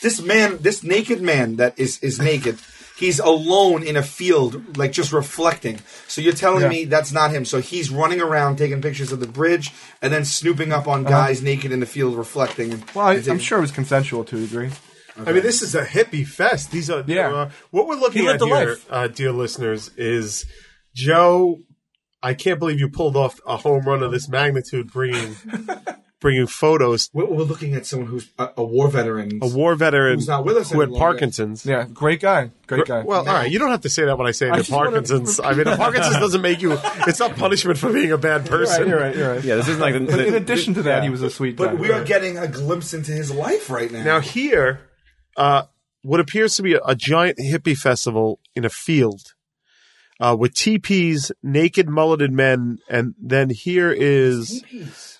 [SPEAKER 2] this man, this naked man that is is naked. He's alone in a field, like just reflecting. So you're telling
[SPEAKER 4] Yeah.
[SPEAKER 2] me that's not him. So he's running around taking pictures of the bridge and then snooping up
[SPEAKER 1] Uh-huh.
[SPEAKER 2] on guys naked in the field reflecting. and-
[SPEAKER 4] Well, I,
[SPEAKER 2] and taking-
[SPEAKER 4] I'm sure it was consensual to a degree.
[SPEAKER 1] I mean, this is a hippie fest. These are
[SPEAKER 4] Yeah.
[SPEAKER 1] uh, what we're looking
[SPEAKER 4] He
[SPEAKER 1] at
[SPEAKER 4] lived the
[SPEAKER 1] here,
[SPEAKER 4] life.
[SPEAKER 1] uh, dear listeners, is Joe. I can't believe you pulled off a home run of this magnitude, bringing bringing photos.
[SPEAKER 2] We're, we're looking at someone who's a, a war veteran.
[SPEAKER 1] A war veteran
[SPEAKER 2] Who's not with us
[SPEAKER 1] who had
[SPEAKER 2] any longer.
[SPEAKER 1] Parkinson's.
[SPEAKER 4] Yeah, great guy, great guy.
[SPEAKER 1] Well, all right. You don't have to say that when I say the
[SPEAKER 4] just wanna
[SPEAKER 1] Parkinson's. I mean, the Parkinson's doesn't make you. It's not punishment for being a bad
[SPEAKER 4] you're right,
[SPEAKER 1] person.
[SPEAKER 4] you're right, you're right.
[SPEAKER 3] Yeah, this isn't like the, the-
[SPEAKER 4] In addition to that,
[SPEAKER 3] yeah.
[SPEAKER 4] he was a sweet guy.
[SPEAKER 2] but we are getting a glimpse into his life right now.
[SPEAKER 1] Now here, uh, what appears to be a, a giant hippie festival in a field, uh, with teepees, naked mulleted men, and then here is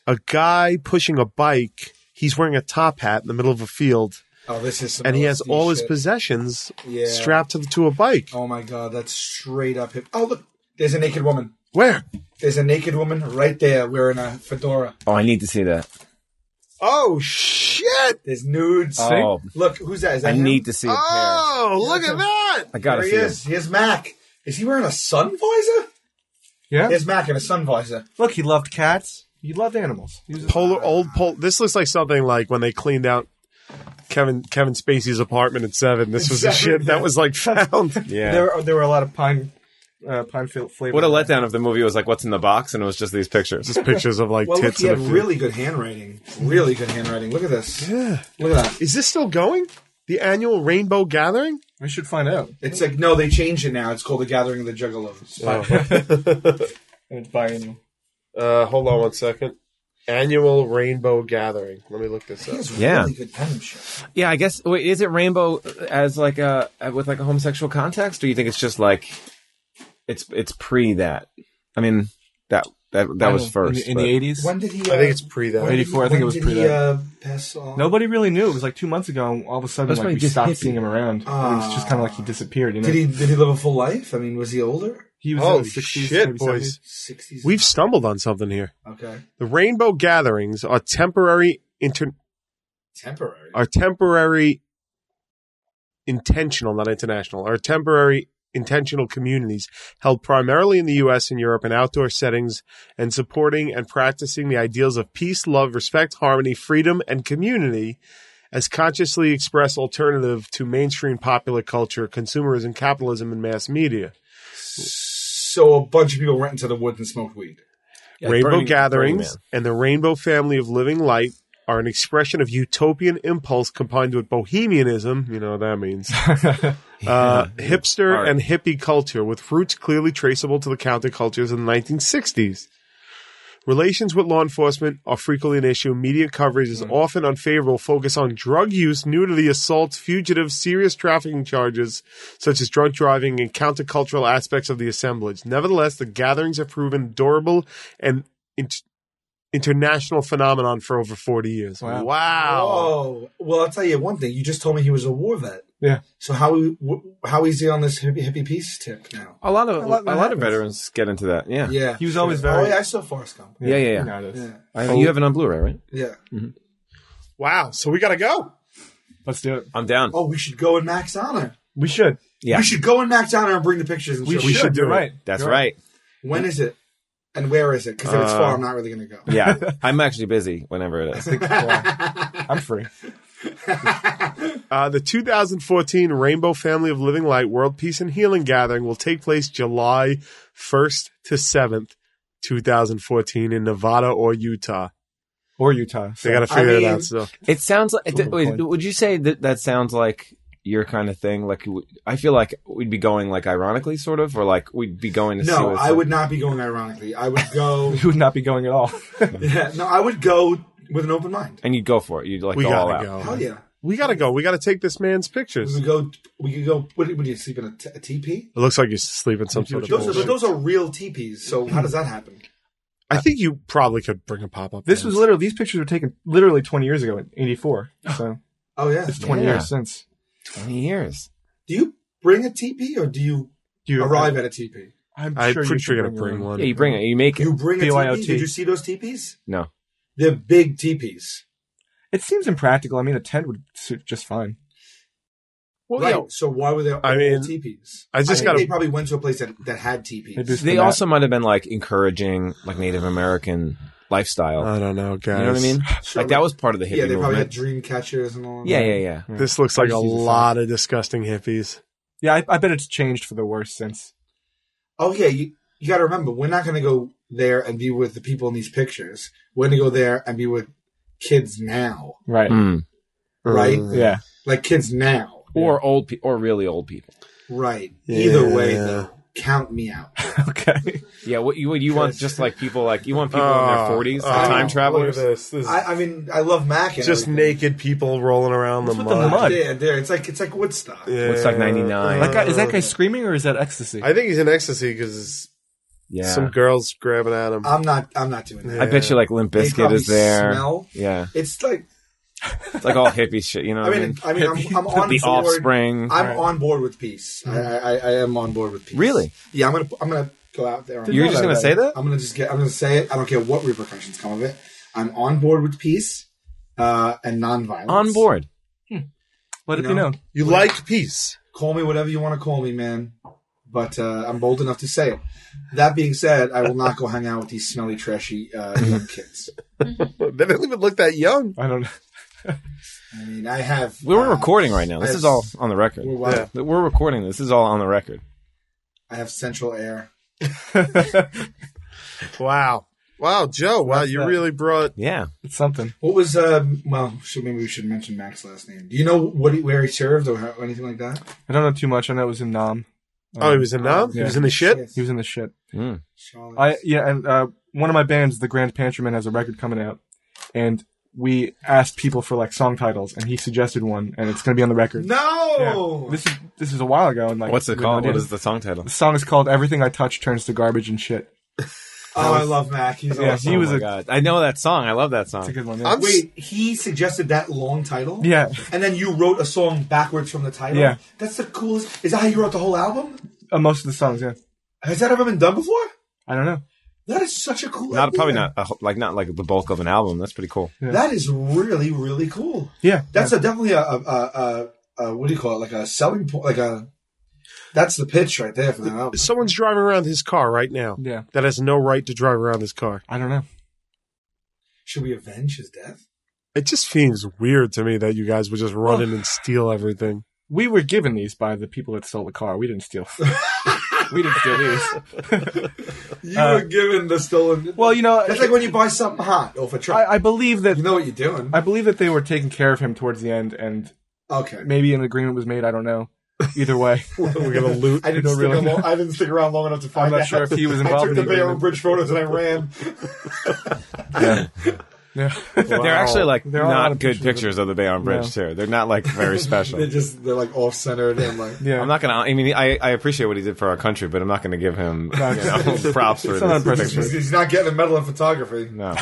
[SPEAKER 1] a guy pushing a bike. He's wearing a top hat in the middle of a field,
[SPEAKER 2] oh, this is some
[SPEAKER 1] and he has
[SPEAKER 2] LSD
[SPEAKER 1] all his
[SPEAKER 2] shit.
[SPEAKER 1] possessions
[SPEAKER 2] Yeah.
[SPEAKER 1] strapped to, the, to a bike.
[SPEAKER 2] Oh my god, that's straight up hip. Oh look, there's a naked woman.
[SPEAKER 1] Where?
[SPEAKER 2] There's a naked woman right there wearing a fedora.
[SPEAKER 3] Oh, I need to see that.
[SPEAKER 1] Oh shit!
[SPEAKER 2] There's nudes.
[SPEAKER 3] Oh,
[SPEAKER 2] Look, who's that? Is that
[SPEAKER 3] I
[SPEAKER 2] him?
[SPEAKER 3] need to see a pair.
[SPEAKER 1] Oh, look at that!
[SPEAKER 3] I gotta
[SPEAKER 2] There
[SPEAKER 3] see
[SPEAKER 2] he
[SPEAKER 3] it.
[SPEAKER 2] is. Here's Mac. Is he wearing a sun visor?
[SPEAKER 4] yeah.
[SPEAKER 2] There's Mac in a sun visor.
[SPEAKER 4] Look, he loved cats. He loved animals. He was a-
[SPEAKER 1] Polar old pol. This looks like something like when they cleaned out Kevin Kevin Spacey's apartment at Seven. This was the
[SPEAKER 2] Seven,
[SPEAKER 1] shit that was like found.
[SPEAKER 3] Yeah.
[SPEAKER 4] There, there were a lot of pine, uh, pine fil- flavor.
[SPEAKER 3] what a letdown if the movie was like, "What's in the box?" and it was just these pictures.
[SPEAKER 1] Just pictures of like
[SPEAKER 2] Well, look,
[SPEAKER 1] tits
[SPEAKER 2] he had
[SPEAKER 1] and a
[SPEAKER 2] really good handwriting. Really good handwriting. Look at this.
[SPEAKER 1] Yeah.
[SPEAKER 2] Look at that.
[SPEAKER 1] Is this still going? The annual Rainbow Gathering?
[SPEAKER 4] We should find out.
[SPEAKER 2] It's like no, they changed it now. It's called the Gathering of the Juggalos.
[SPEAKER 4] And it's biannual.
[SPEAKER 1] Uh, hold on one second. Annual Rainbow Gathering. Let me look this
[SPEAKER 2] He has
[SPEAKER 3] Yeah.
[SPEAKER 2] really good denim shit.
[SPEAKER 3] Yeah, I guess. Wait, is it rainbow as like a with like a homosexual context, or you think it's just like it's it's pre that? I mean that that that was first.
[SPEAKER 4] in,
[SPEAKER 3] but-
[SPEAKER 4] the eighties.
[SPEAKER 2] When did he? Uh,
[SPEAKER 1] I think it's pre
[SPEAKER 2] when did
[SPEAKER 1] that.
[SPEAKER 2] he-
[SPEAKER 4] 84, I think it
[SPEAKER 2] when
[SPEAKER 4] was
[SPEAKER 2] did
[SPEAKER 4] pre
[SPEAKER 2] he,
[SPEAKER 4] that.
[SPEAKER 2] uh, pass on?
[SPEAKER 4] Nobody really knew. It was like two months ago. And all of a sudden,
[SPEAKER 3] That's
[SPEAKER 4] like
[SPEAKER 3] why
[SPEAKER 4] we
[SPEAKER 3] he's
[SPEAKER 4] stopped
[SPEAKER 3] hippie.
[SPEAKER 4] seeing him around. it was just kind of like he disappeared. You know,
[SPEAKER 2] Did he? Did he live a full life? I mean, was he older?
[SPEAKER 4] He was in
[SPEAKER 1] Oh
[SPEAKER 4] his 60s,
[SPEAKER 1] shit,
[SPEAKER 4] maybe
[SPEAKER 1] boys.
[SPEAKER 4] 70s.
[SPEAKER 2] Sixties.
[SPEAKER 1] We've stumbled on something here.
[SPEAKER 2] okay.
[SPEAKER 1] The Rainbow Gatherings are temporary inter-
[SPEAKER 2] Temporary.
[SPEAKER 1] are temporary intentional, not international, are temporary intentional communities held primarily in the US and Europe in outdoor settings and supporting and practicing the ideals of peace, love, respect, harmony, freedom, and community as consciously expressed alternative to mainstream popular culture, consumerism, capitalism, and mass media.
[SPEAKER 2] So a bunch of people went into the woods and smoked weed.
[SPEAKER 1] Rainbow
[SPEAKER 3] Yeah, Burning- Burning
[SPEAKER 1] Gatherings
[SPEAKER 3] Man.
[SPEAKER 1] and the Rainbow Family of Living Light are an expression of utopian impulse combined with bohemianism, you know what that means, uh, hipster
[SPEAKER 3] Art.
[SPEAKER 1] and hippie culture with roots clearly traceable to the countercultures in the 1960s. Relations with law enforcement are frequently an issue. Media coverage is often unfavorable, focus on drug use, nudity, assaults, fugitives, serious trafficking charges, such as drunk driving and countercultural aspects of the assemblage. Nevertheless, the gatherings have proven durable and int- international phenomenon for over 40 years. Wow.
[SPEAKER 4] Wow.
[SPEAKER 2] Oh, well, I'll tell you one thing. You just told me he was a war vet.
[SPEAKER 4] Yeah.
[SPEAKER 2] So how w- how easy on this hippie, hippie peace tip now?
[SPEAKER 3] A lot of a
[SPEAKER 4] lot
[SPEAKER 3] lot,
[SPEAKER 4] that
[SPEAKER 3] of
[SPEAKER 4] happens.
[SPEAKER 3] veterans get into that. Yeah.
[SPEAKER 2] Yeah,
[SPEAKER 4] He was always
[SPEAKER 2] sure.
[SPEAKER 4] very-
[SPEAKER 2] Oh, yeah, I saw Forrest Gump.
[SPEAKER 3] Yeah, yeah, yeah.
[SPEAKER 4] You know, it is.
[SPEAKER 2] Yeah,
[SPEAKER 3] I- you have it on Blu-ray, right?
[SPEAKER 2] yeah.
[SPEAKER 1] Wow. So we got to go.
[SPEAKER 4] Let's do it.
[SPEAKER 3] I'm down.
[SPEAKER 2] Oh, we should go in Max Honor.
[SPEAKER 4] We should.
[SPEAKER 3] Yeah.
[SPEAKER 2] We should go in Max Honor and bring the pictures. And
[SPEAKER 4] We,
[SPEAKER 2] show
[SPEAKER 4] should.
[SPEAKER 1] should do
[SPEAKER 4] You're
[SPEAKER 1] it.
[SPEAKER 4] right.
[SPEAKER 3] That's
[SPEAKER 4] You're
[SPEAKER 3] right.
[SPEAKER 2] When is it? And where is it? Because if it's far, I'm not really going to go.
[SPEAKER 3] Yeah, I'm actually busy whenever it is.
[SPEAKER 4] Yeah. I'm free.
[SPEAKER 1] Uh, the 2014 Rainbow Family of Living Light World Peace and Healing Gathering will take place July 1st to 7th, 2014 in Nevada or Utah.
[SPEAKER 4] or Utah.
[SPEAKER 1] They got to
[SPEAKER 2] I
[SPEAKER 1] figure it
[SPEAKER 2] mean-
[SPEAKER 1] out. So
[SPEAKER 3] It sounds like.
[SPEAKER 4] Ooh,
[SPEAKER 3] wait,
[SPEAKER 4] point.
[SPEAKER 3] would you say that that sounds like your kind of thing? Like, w- I feel like we'd be going like ironically, sort of, or like we'd be going to see.
[SPEAKER 2] No,
[SPEAKER 3] what's
[SPEAKER 2] I
[SPEAKER 3] up.
[SPEAKER 2] would not be going ironically. I would go.
[SPEAKER 4] You would not be going at all.
[SPEAKER 2] yeah, no, I would go with an open mind.
[SPEAKER 3] and you'd go for it. You'd like
[SPEAKER 1] we
[SPEAKER 3] go all
[SPEAKER 1] gotta
[SPEAKER 3] out.
[SPEAKER 1] go.
[SPEAKER 2] Hell yeah. Mm-hmm.
[SPEAKER 1] We gotta go. We gotta take this man's
[SPEAKER 2] We
[SPEAKER 1] pictures.
[SPEAKER 2] could go. We could go. What would you sleep in a, t- a teepee?
[SPEAKER 1] It looks like you're sleeping some sort of
[SPEAKER 2] Those are, but
[SPEAKER 1] bullshit.
[SPEAKER 2] those are real teepees. So how does that happen?
[SPEAKER 1] I think you probably could bring a pop up.
[SPEAKER 4] This was literally these pictures were taken literally 20 years ago in '84. So
[SPEAKER 2] Oh yeah.
[SPEAKER 4] it's 20
[SPEAKER 3] Yeah.
[SPEAKER 4] years since.
[SPEAKER 3] Twenty years.
[SPEAKER 2] Do you bring a teepee or do you
[SPEAKER 4] Do you
[SPEAKER 2] arrive at a teepee?
[SPEAKER 4] I'm
[SPEAKER 1] I'm
[SPEAKER 4] sure
[SPEAKER 1] pretty
[SPEAKER 4] you
[SPEAKER 1] sure
[SPEAKER 4] could
[SPEAKER 1] you're gonna bring
[SPEAKER 4] your own.
[SPEAKER 1] one.
[SPEAKER 3] Yeah, you bring it. You make it.
[SPEAKER 2] You bring a teepee.
[SPEAKER 4] BYOT.
[SPEAKER 2] Did you see those teepees?
[SPEAKER 3] No.
[SPEAKER 2] They're big teepees.
[SPEAKER 4] It seems impractical. I mean, a tent would suit just fine.
[SPEAKER 1] Well,
[SPEAKER 2] right.
[SPEAKER 1] yeah,
[SPEAKER 2] So why were there
[SPEAKER 1] Oh, I
[SPEAKER 2] all
[SPEAKER 1] mean,
[SPEAKER 2] teepees?
[SPEAKER 1] I just
[SPEAKER 2] think
[SPEAKER 1] gotta-
[SPEAKER 2] They probably went to a place that, that had
[SPEAKER 4] They
[SPEAKER 2] teepees.
[SPEAKER 4] do-
[SPEAKER 3] They
[SPEAKER 4] Matt.
[SPEAKER 3] also might have been like encouraging like Native American lifestyle.
[SPEAKER 1] I don't know, guys.
[SPEAKER 3] you know what I mean?
[SPEAKER 2] Oh, Sure,
[SPEAKER 3] Like that was part of the hippie
[SPEAKER 2] Yeah, they probably had
[SPEAKER 3] movement.
[SPEAKER 2] dream catchers and all.
[SPEAKER 3] Yeah,
[SPEAKER 2] that.
[SPEAKER 3] yeah, yeah.
[SPEAKER 1] This looks like a
[SPEAKER 4] I just use the
[SPEAKER 1] lot of disgusting hippies.
[SPEAKER 4] Yeah, I, I bet it's changed for the worse since.
[SPEAKER 2] Oh yeah. You, you got to remember, we're not going to go there and be with the people in these pictures. We're going to go there and be with kids now,
[SPEAKER 4] Right.
[SPEAKER 3] Mm.
[SPEAKER 2] Right.
[SPEAKER 1] Mm.
[SPEAKER 4] Yeah.
[SPEAKER 2] like kids now.
[SPEAKER 3] Or old pe- or really old people.
[SPEAKER 2] Right. Either way,
[SPEAKER 1] Yeah.
[SPEAKER 2] though, count me out.
[SPEAKER 4] okay.
[SPEAKER 3] Yeah, what you what you want just like people like you want people in
[SPEAKER 2] Ah,
[SPEAKER 3] their
[SPEAKER 1] Oh,
[SPEAKER 3] forties,
[SPEAKER 1] oh,
[SPEAKER 3] like time travelers.
[SPEAKER 1] Look at this. This is
[SPEAKER 2] I, I mean, I love Mac. And
[SPEAKER 1] just
[SPEAKER 2] everything.
[SPEAKER 1] naked people rolling around the
[SPEAKER 4] What's
[SPEAKER 1] mud.
[SPEAKER 4] with the mud?
[SPEAKER 2] There, there. It's like it's like Woodstock.
[SPEAKER 1] Yeah.
[SPEAKER 3] What's like 99?
[SPEAKER 4] That guy, is that
[SPEAKER 1] Uh,
[SPEAKER 4] guy screaming or is that ecstasy?
[SPEAKER 1] I think he's in ecstasy because
[SPEAKER 3] Yeah,
[SPEAKER 1] some girls grabbing at him.
[SPEAKER 2] I'm not. I'm not doing that.
[SPEAKER 3] I bet you like Limp
[SPEAKER 2] They
[SPEAKER 3] Bizkit
[SPEAKER 2] probably
[SPEAKER 3] is there.
[SPEAKER 2] Smell.
[SPEAKER 3] Yeah,
[SPEAKER 2] It's like
[SPEAKER 3] it's like all hippie shit. You know
[SPEAKER 2] I
[SPEAKER 3] what
[SPEAKER 2] mean, I mean, I'm, I'm on
[SPEAKER 3] the
[SPEAKER 2] board.
[SPEAKER 3] Offspring.
[SPEAKER 2] I'm on board with peace. I, I, I am on board with peace.
[SPEAKER 3] Mm-hmm. Really?
[SPEAKER 2] Yeah, I'm gonna I'm gonna go out there.
[SPEAKER 3] You're just gonna say that?
[SPEAKER 2] I'm gonna just get. I'm gonna say it. I don't care what repercussions come of it. I'm on board with peace uh, and nonviolence.
[SPEAKER 3] on board.
[SPEAKER 4] Let it
[SPEAKER 2] you
[SPEAKER 4] be
[SPEAKER 2] know.
[SPEAKER 4] known.
[SPEAKER 1] you like peace.
[SPEAKER 2] Call me whatever you want to call me, man. But uh, I'm bold enough to say it. That being said, I will not go hang out with these smelly, trashy uh, young kids.
[SPEAKER 1] They don't even look that young.
[SPEAKER 4] I don't know.
[SPEAKER 2] I mean, I have.
[SPEAKER 3] We're
[SPEAKER 2] uh,
[SPEAKER 3] recording right now. This
[SPEAKER 2] I
[SPEAKER 3] is
[SPEAKER 2] have-
[SPEAKER 3] all on the record.
[SPEAKER 2] We're wild.
[SPEAKER 1] Yeah.
[SPEAKER 3] We're recording. This is all on the record.
[SPEAKER 2] I have central air.
[SPEAKER 1] Wow. Wow, Joe. Wow, you
[SPEAKER 4] that?
[SPEAKER 1] really brought.
[SPEAKER 3] Yeah.
[SPEAKER 4] It's something.
[SPEAKER 2] What was um? Well, should, maybe we should mention Mac's last name. Do you know what he, where he served or how, anything like that?
[SPEAKER 4] I don't know too much. I know it was in Nam.
[SPEAKER 1] Oh, he was in now? He
[SPEAKER 4] yeah.
[SPEAKER 1] was in the shit?
[SPEAKER 4] He was in the shit.
[SPEAKER 3] Mm.
[SPEAKER 2] Charlotte.
[SPEAKER 4] I yeah, and uh, one of my bands, the Grand Pantryman, has a record coming out, and we asked people for like song titles, and he suggested one, and it's gonna be on the record.
[SPEAKER 2] no. Oh,
[SPEAKER 4] Yeah. This is this is a while ago, and like
[SPEAKER 3] What's it
[SPEAKER 4] we had no
[SPEAKER 3] called?
[SPEAKER 4] idea.
[SPEAKER 3] What is the song title?
[SPEAKER 4] the song is called "Everything I Touch Turns to Garbage and Shit."
[SPEAKER 2] oh, I love Mac. He's
[SPEAKER 4] Yeah,
[SPEAKER 2] awesome.
[SPEAKER 4] he was
[SPEAKER 3] my
[SPEAKER 4] a-
[SPEAKER 3] God. I know that song. I love that
[SPEAKER 4] It's a
[SPEAKER 3] song.
[SPEAKER 4] good one. yeah.
[SPEAKER 1] I'm-
[SPEAKER 2] Wait, he suggested that long title.
[SPEAKER 4] Yeah.
[SPEAKER 2] And then you wrote a song backwards from the title.
[SPEAKER 4] Yeah.
[SPEAKER 2] That's the coolest. Is that how you wrote the whole album?
[SPEAKER 4] Uh, most of the songs, yeah.
[SPEAKER 2] Has that ever been done before?
[SPEAKER 4] I don't know.
[SPEAKER 2] That is such a cool.
[SPEAKER 3] Not
[SPEAKER 2] idea.
[SPEAKER 3] probably not a, like not like the bulk of an album. That's pretty cool.
[SPEAKER 2] That is really really cool.
[SPEAKER 4] Yeah,
[SPEAKER 2] That's a, definitely a, a, a, a, a what do you call it? Like a selling point. Like a. That's the pitch right there for that album.
[SPEAKER 1] Someone's driving around his car right now
[SPEAKER 4] yeah. Yeah.
[SPEAKER 1] that has no right to drive around his car.
[SPEAKER 4] I don't know.
[SPEAKER 2] Should we avenge his death?
[SPEAKER 1] It just seems weird to me that you guys would just run in and steal everything.
[SPEAKER 4] We were given these by the people that stole the car. We didn't steal. we didn't steal these.
[SPEAKER 2] You
[SPEAKER 4] Uh,
[SPEAKER 2] were given the stolen.
[SPEAKER 4] Well, you know,
[SPEAKER 2] that's like when you buy something hot off a truck.
[SPEAKER 4] I, I believe that
[SPEAKER 2] you know what you're doing.
[SPEAKER 4] I believe that they were taking care of him towards the end, and
[SPEAKER 2] okay.
[SPEAKER 4] maybe an agreement was made. I don't know. Either way,
[SPEAKER 1] We're going to loot.
[SPEAKER 2] I didn't,
[SPEAKER 4] don't
[SPEAKER 2] stick
[SPEAKER 4] really
[SPEAKER 2] along, I didn't stick around long enough to find
[SPEAKER 4] I'm not
[SPEAKER 2] out.
[SPEAKER 4] sure if he
[SPEAKER 2] I
[SPEAKER 4] was involved
[SPEAKER 2] took
[SPEAKER 4] in
[SPEAKER 2] the
[SPEAKER 4] the
[SPEAKER 2] Bayonne
[SPEAKER 4] agreement.
[SPEAKER 2] Bridge photos and I ran.
[SPEAKER 4] Yeah. yeah.
[SPEAKER 3] They're actually like
[SPEAKER 4] There are a lot
[SPEAKER 3] not
[SPEAKER 4] of
[SPEAKER 3] good
[SPEAKER 4] pictures of
[SPEAKER 3] pictures of the Bayonne Bridge too. They're not like very
[SPEAKER 2] they're
[SPEAKER 3] special.
[SPEAKER 2] just they're like off centered and like
[SPEAKER 4] Yeah.
[SPEAKER 3] I'm not gonna. I mean, I, I appreciate what he did for our country, but I'm not gonna give him you know, props for
[SPEAKER 4] It's
[SPEAKER 3] this
[SPEAKER 4] not impressive.
[SPEAKER 3] picture.
[SPEAKER 2] he's, he's not getting a medal in photography.
[SPEAKER 3] No,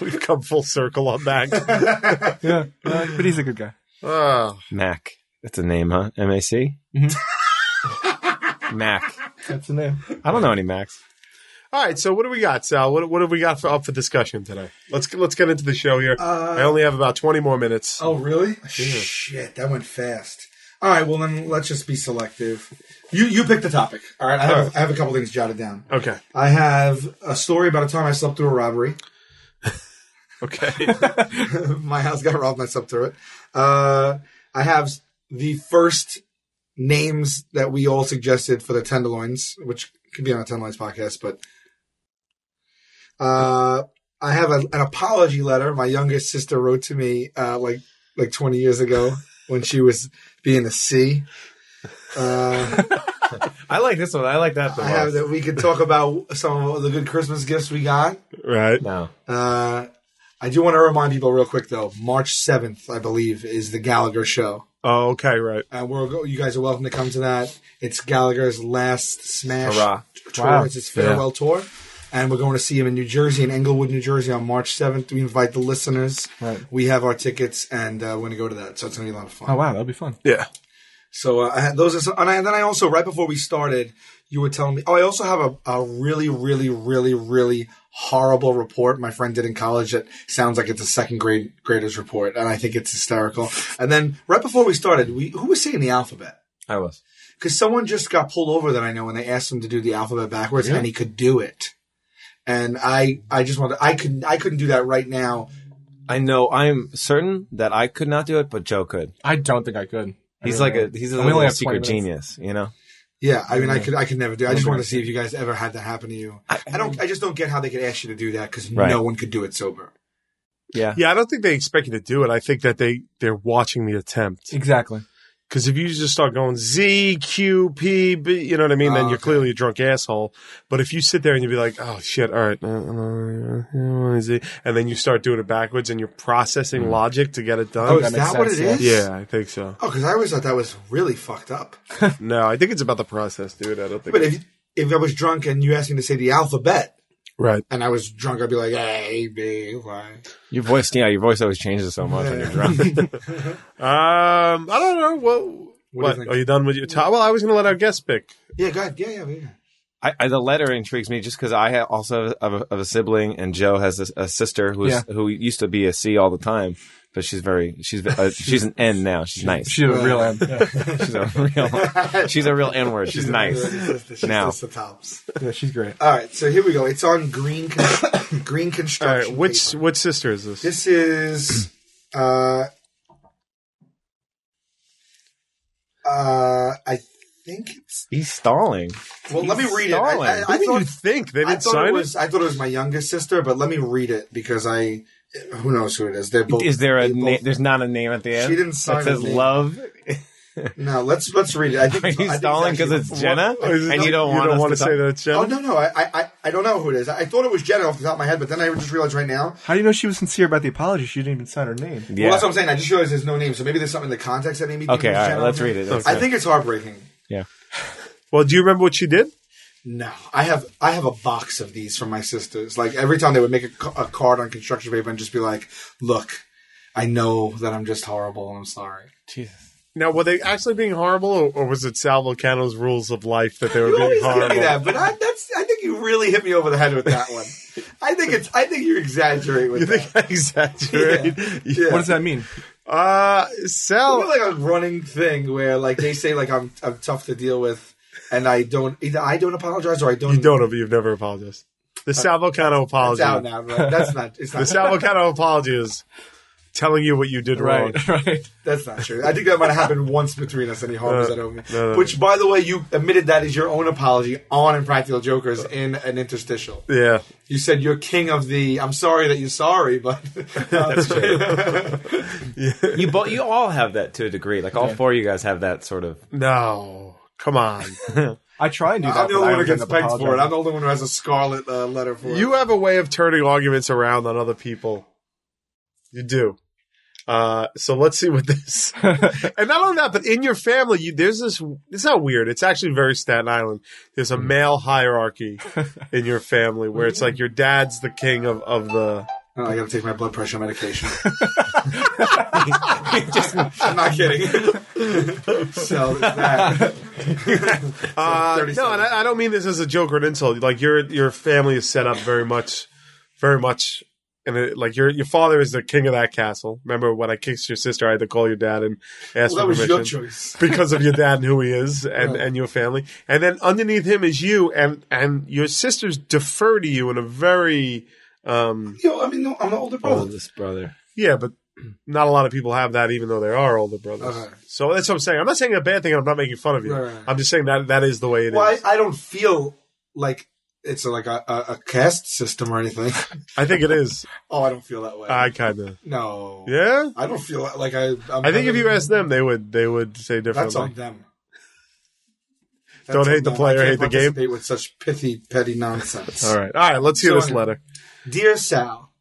[SPEAKER 1] We've come full circle on that.
[SPEAKER 4] yeah. Uh, but he's a good guy.
[SPEAKER 1] oh,
[SPEAKER 3] Mac. That's a name, huh? M A C.
[SPEAKER 4] Mm-hmm.
[SPEAKER 3] Mac.
[SPEAKER 4] That's the name.
[SPEAKER 3] I don't know any Macs.
[SPEAKER 1] All right, so what do we got, Sal? What, what have we got for, up for discussion today? Let's let's get into the show here. I only have about twenty more minutes.
[SPEAKER 2] Uh, Oh really? Shit, that went fast. All right, well then let's just be selective. You you pick the topic. All right, I have, I have a couple things jotted down.
[SPEAKER 1] Okay,
[SPEAKER 2] I have a story about a time I slept through a robbery.
[SPEAKER 1] okay.
[SPEAKER 2] my house got robbed and I slept through it. Uh, I have the first names that we all suggested for the tenderloins, which could be on a tenderloins podcast. But uh, I have a, an apology letter my youngest sister wrote to me uh, like like 20 years ago when she was being a C. Uh,
[SPEAKER 3] I like this one. I like that the
[SPEAKER 2] I have
[SPEAKER 3] most.
[SPEAKER 2] that we could talk about some of the good Christmas gifts we got.
[SPEAKER 1] Right.
[SPEAKER 3] No.
[SPEAKER 2] Uh, I do want to remind people real quick though. March 7th, I believe, is the Gallagher show.
[SPEAKER 1] Oh, okay, right.
[SPEAKER 2] Uh, we're go- you guys are welcome to come to that. It's Gallagher's last smash
[SPEAKER 3] Hurrah.
[SPEAKER 2] tour.
[SPEAKER 4] Wow.
[SPEAKER 2] It's his farewell tour. And we're going to see him in New Jersey, in Englewood, New Jersey on March 7th. We invite the listeners.
[SPEAKER 4] Right.
[SPEAKER 2] We have our tickets and uh, we're going to go to that. So it's going to be a lot of fun.
[SPEAKER 4] Oh wow, that'd be fun.
[SPEAKER 1] Yeah.
[SPEAKER 2] So uh, I had those are some, and, I, and then I also right before we started, you were telling me. Oh, I also have a, a really, really, really, really horrible report my friend did in college that sounds like it's a second grade grader's report, and I think it's hysterical. And then right before we started, we who was saying the alphabet
[SPEAKER 3] I was.
[SPEAKER 2] because someone just got pulled over that I know, and they asked him to do the alphabet backwards, and he could do it. And I, I just wanted, I could, I couldn't do that right now.
[SPEAKER 3] I know. I'm certain that I could not do it, but Joe could.
[SPEAKER 4] I don't think I could. I
[SPEAKER 3] He's
[SPEAKER 4] really
[SPEAKER 3] like a
[SPEAKER 4] don't.
[SPEAKER 3] he's
[SPEAKER 4] And
[SPEAKER 3] a
[SPEAKER 4] we only
[SPEAKER 3] little
[SPEAKER 4] have 20
[SPEAKER 3] secret
[SPEAKER 4] minutes.
[SPEAKER 3] genius, you know.
[SPEAKER 2] Yeah, I mean, I could, I could never do. It. I just wanted to see if you guys ever had that happen to you. I, don't, I just don't get how they could ask you to do that because
[SPEAKER 3] Right.
[SPEAKER 2] no one could do it sober.
[SPEAKER 3] Yeah.
[SPEAKER 1] Yeah, I don't think they expect you to do it. I think that they they're watching the attempt.
[SPEAKER 4] Exactly.
[SPEAKER 1] Because if you just start going Z Q P B, you know what I mean, then
[SPEAKER 2] Oh,
[SPEAKER 1] you're
[SPEAKER 2] okay.
[SPEAKER 1] clearly a drunk asshole. But if you sit there and you be like, "Oh shit, all right," uh, uh, uh, Z," and then you start doing it backwards and you're processing logic to get it done.
[SPEAKER 2] Mm. Oh, is
[SPEAKER 4] that
[SPEAKER 2] that
[SPEAKER 4] makes
[SPEAKER 2] what it
[SPEAKER 4] sense,
[SPEAKER 2] is?
[SPEAKER 1] yeah, I think so.
[SPEAKER 2] Oh, because I always thought that was really fucked up.
[SPEAKER 1] No, I think it's about the process, dude. I don't think.
[SPEAKER 2] But if if I was drunk and you asked me to say the alphabet
[SPEAKER 1] right.
[SPEAKER 2] and I was drunk, I'd be like A B Y.
[SPEAKER 3] Your voice, yeah, your voice always changes so much when you're drunk.
[SPEAKER 1] Um, I don't know. What?
[SPEAKER 2] you
[SPEAKER 1] What?
[SPEAKER 2] think?
[SPEAKER 1] Are you done with your top? Well, I was going to let our guest pick.
[SPEAKER 2] Yeah, God, yeah, yeah, yeah.
[SPEAKER 3] I, I, the letter intrigues me just because I ha- also have a, have a sibling, and Joe has a, a sister who's
[SPEAKER 4] Yeah.
[SPEAKER 3] who used to be a C all the time, but she's very she's uh, she's an N now. She's nice.
[SPEAKER 4] She's a real end. Yeah.
[SPEAKER 3] She's a real she's a real N word. She's nice.
[SPEAKER 2] It's just- it's just
[SPEAKER 3] Now.
[SPEAKER 2] the tops.
[SPEAKER 4] Yeah, she's great.
[SPEAKER 2] All right, so here we go. It's on green con-
[SPEAKER 1] All
[SPEAKER 2] green
[SPEAKER 1] right.
[SPEAKER 2] construction.
[SPEAKER 1] Which
[SPEAKER 2] paper.
[SPEAKER 1] which sister is this?
[SPEAKER 2] This is uh uh I think it's
[SPEAKER 3] He's stalling.
[SPEAKER 2] well let me read
[SPEAKER 3] stalling.
[SPEAKER 2] it. I, I, I
[SPEAKER 1] Who do
[SPEAKER 2] thought
[SPEAKER 1] you think they
[SPEAKER 2] I
[SPEAKER 1] didn't
[SPEAKER 2] thought
[SPEAKER 1] sign
[SPEAKER 2] it
[SPEAKER 1] it?
[SPEAKER 2] was I thought it was my youngest sister, but let me read it because I who knows who it is. They're both
[SPEAKER 3] Is there a
[SPEAKER 2] they both-
[SPEAKER 3] name? There's not a name at the end.
[SPEAKER 2] didn't sign
[SPEAKER 3] It says
[SPEAKER 2] a name.
[SPEAKER 3] love.
[SPEAKER 2] No, let's let's read it. I think
[SPEAKER 3] Are
[SPEAKER 2] it's-
[SPEAKER 3] you
[SPEAKER 2] I think
[SPEAKER 3] stalling because
[SPEAKER 2] actually-
[SPEAKER 3] it's Jenna
[SPEAKER 1] Or is it-
[SPEAKER 3] and you don't want us
[SPEAKER 1] wanna
[SPEAKER 3] to
[SPEAKER 1] say
[SPEAKER 3] talk-
[SPEAKER 1] that, it's Jenna?
[SPEAKER 2] Oh no no I, I I- I don't know who it is. I thought it was Jenna off the top of my head, but then I just realized right now
[SPEAKER 4] How do you know she was sincere about the apology? She didn't even sign her name.
[SPEAKER 3] Yeah.
[SPEAKER 2] Well, that's what I'm saying. I just realized there's no name, so maybe there's something in the context that made me. think
[SPEAKER 3] Okay,
[SPEAKER 2] it was
[SPEAKER 3] all right,
[SPEAKER 2] Jenna.
[SPEAKER 3] let's read it. Let's
[SPEAKER 2] I
[SPEAKER 3] do it.
[SPEAKER 2] think it's heartbreaking.
[SPEAKER 3] yeah.
[SPEAKER 1] Well, do you remember what she did?
[SPEAKER 2] No, I have I have a box of these from my sisters. Like every time they would make a, ca- a card on construction paper and just be like, "Look, I know that I'm just horrible, and I'm sorry."
[SPEAKER 1] Now, were they actually being horrible, or, or was it Sal Volcano's rules of life that they were
[SPEAKER 2] You
[SPEAKER 1] being
[SPEAKER 2] always give
[SPEAKER 1] horrible?
[SPEAKER 2] me that, but I, that's I think you really hit me over the head with that one. I think it's I think you exaggerate with
[SPEAKER 1] You
[SPEAKER 2] that.
[SPEAKER 1] think I exaggerate?
[SPEAKER 2] Yeah.
[SPEAKER 4] What does that mean?
[SPEAKER 1] Uh,
[SPEAKER 2] I feel
[SPEAKER 1] Sal,
[SPEAKER 2] like a running thing where like they say like I'm I'm tough to deal with, and I don't either I don't apologize or I don't
[SPEAKER 1] you don't. You've never apologized. The Sal Volcano
[SPEAKER 2] Uh, It's out
[SPEAKER 1] apology.
[SPEAKER 2] now. Right? That's not. It's
[SPEAKER 1] The
[SPEAKER 2] not.
[SPEAKER 1] Sal Volcano apology is telling you what you did wrong.
[SPEAKER 4] right.
[SPEAKER 2] that's not true. I think that might have happened once between us, and he harbors that over me.
[SPEAKER 1] no, no.
[SPEAKER 2] Which, by the way, you admitted that is your own apology on Impractical Jokers in an interstitial.
[SPEAKER 1] Yeah.
[SPEAKER 2] You said you're king of the. I'm sorry that you're sorry, but uh, that's true.
[SPEAKER 3] You both, you all have that to a degree. Like all four of you guys have that sort of.
[SPEAKER 1] No. Come on.
[SPEAKER 4] I try and do that.
[SPEAKER 2] I'm the
[SPEAKER 4] but I
[SPEAKER 2] only one who
[SPEAKER 4] don't
[SPEAKER 2] gets
[SPEAKER 4] end up
[SPEAKER 2] pegged for it. I'm
[SPEAKER 4] apologizing.
[SPEAKER 2] the only one who has a scarlet uh, letter for it.
[SPEAKER 1] you have a way of turning arguments around on other people. You do. Uh, so let's see what this. and not only that, but in your family, you, there's this. It's not weird. It's actually very Staten Island. There's a male hierarchy in your family where it's like your dad's the king of of the.
[SPEAKER 2] Oh, I gotta take my blood pressure medication. I'm not kidding. so it's that.
[SPEAKER 1] Uh,
[SPEAKER 2] Thirty
[SPEAKER 1] no,
[SPEAKER 2] seconds.
[SPEAKER 1] and I, I don't mean this as a joke or an insult. Like your your family is set up very much, very much, and it, like your your father is the king of that castle. Remember when I kissed your sister, I had to call your dad and ask
[SPEAKER 2] Well, that
[SPEAKER 1] for
[SPEAKER 2] was
[SPEAKER 1] permission.
[SPEAKER 2] your choice.
[SPEAKER 1] because of your dad and who he is and, and your family. And then underneath him is you and, and your sisters defer to you in a very, um, Oh,
[SPEAKER 2] You know, I mean, no, I'm the older brother.
[SPEAKER 3] Oh, brother.
[SPEAKER 1] yeah, but not a lot of people have that, even though they are older brothers.
[SPEAKER 2] Okay.
[SPEAKER 1] So that's what I'm saying. I'm not saying a bad thing. and I'm not making fun of you.
[SPEAKER 2] Right, right.
[SPEAKER 1] I'm just saying that that is the way it is.
[SPEAKER 2] Well, I, I don't feel like it's like a, a, a caste system or anything.
[SPEAKER 1] I, think it is.
[SPEAKER 2] oh, I don't feel that way.
[SPEAKER 1] I kind of.
[SPEAKER 2] no.
[SPEAKER 1] Yeah.
[SPEAKER 2] I don't feel like I. I'm
[SPEAKER 1] I think if you ask them, they would they would say
[SPEAKER 2] that's on
[SPEAKER 1] differently.
[SPEAKER 2] them.
[SPEAKER 1] Don't hate the
[SPEAKER 2] on them.
[SPEAKER 1] player,
[SPEAKER 2] I can't
[SPEAKER 1] hate the game.
[SPEAKER 2] participate With such pithy, petty nonsense.
[SPEAKER 1] All right. All right. Let's hear
[SPEAKER 2] So
[SPEAKER 1] this
[SPEAKER 2] I-
[SPEAKER 1] letter.
[SPEAKER 2] Dear Sal,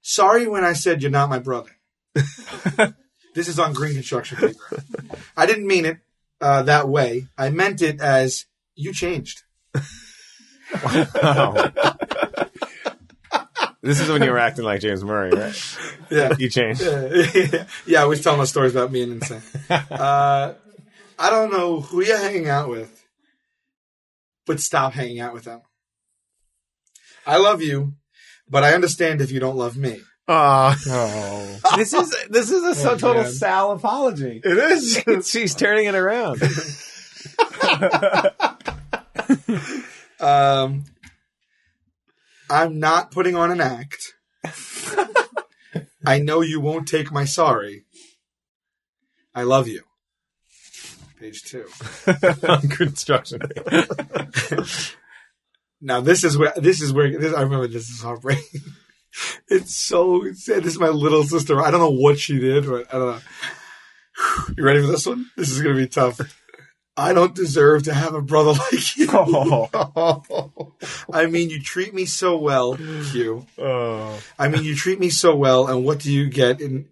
[SPEAKER 2] sorry when I said you're not my brother. this is on green construction paper. I didn't mean it uh, that way. I meant it as you changed.
[SPEAKER 3] this is when you were acting like James Murray, right?
[SPEAKER 2] Yeah.
[SPEAKER 3] You changed.
[SPEAKER 2] yeah, yeah, I was telling us stories about me and insane. Uh, I don't know who you're hanging out with, but stop hanging out with them. I love you, but I understand if you don't love me.
[SPEAKER 1] Ah,
[SPEAKER 3] this is this is a so total
[SPEAKER 2] man.
[SPEAKER 3] Sal apology.
[SPEAKER 1] it is.
[SPEAKER 3] She's turning it around.
[SPEAKER 2] Um, I'm not putting on an act. I know you won't take my sorry. I love you. Page two.
[SPEAKER 1] Construction.
[SPEAKER 2] Now this is where this is where this, I remember this is heartbreaking. It's so sad. This is my little sister. I don't know what she did, but I don't know. You ready for this one? This is gonna be tough. I don't deserve to have a brother like you. I mean, you treat me so well, Q.
[SPEAKER 1] Oh.
[SPEAKER 2] I mean, you treat me so well, and what do you get in?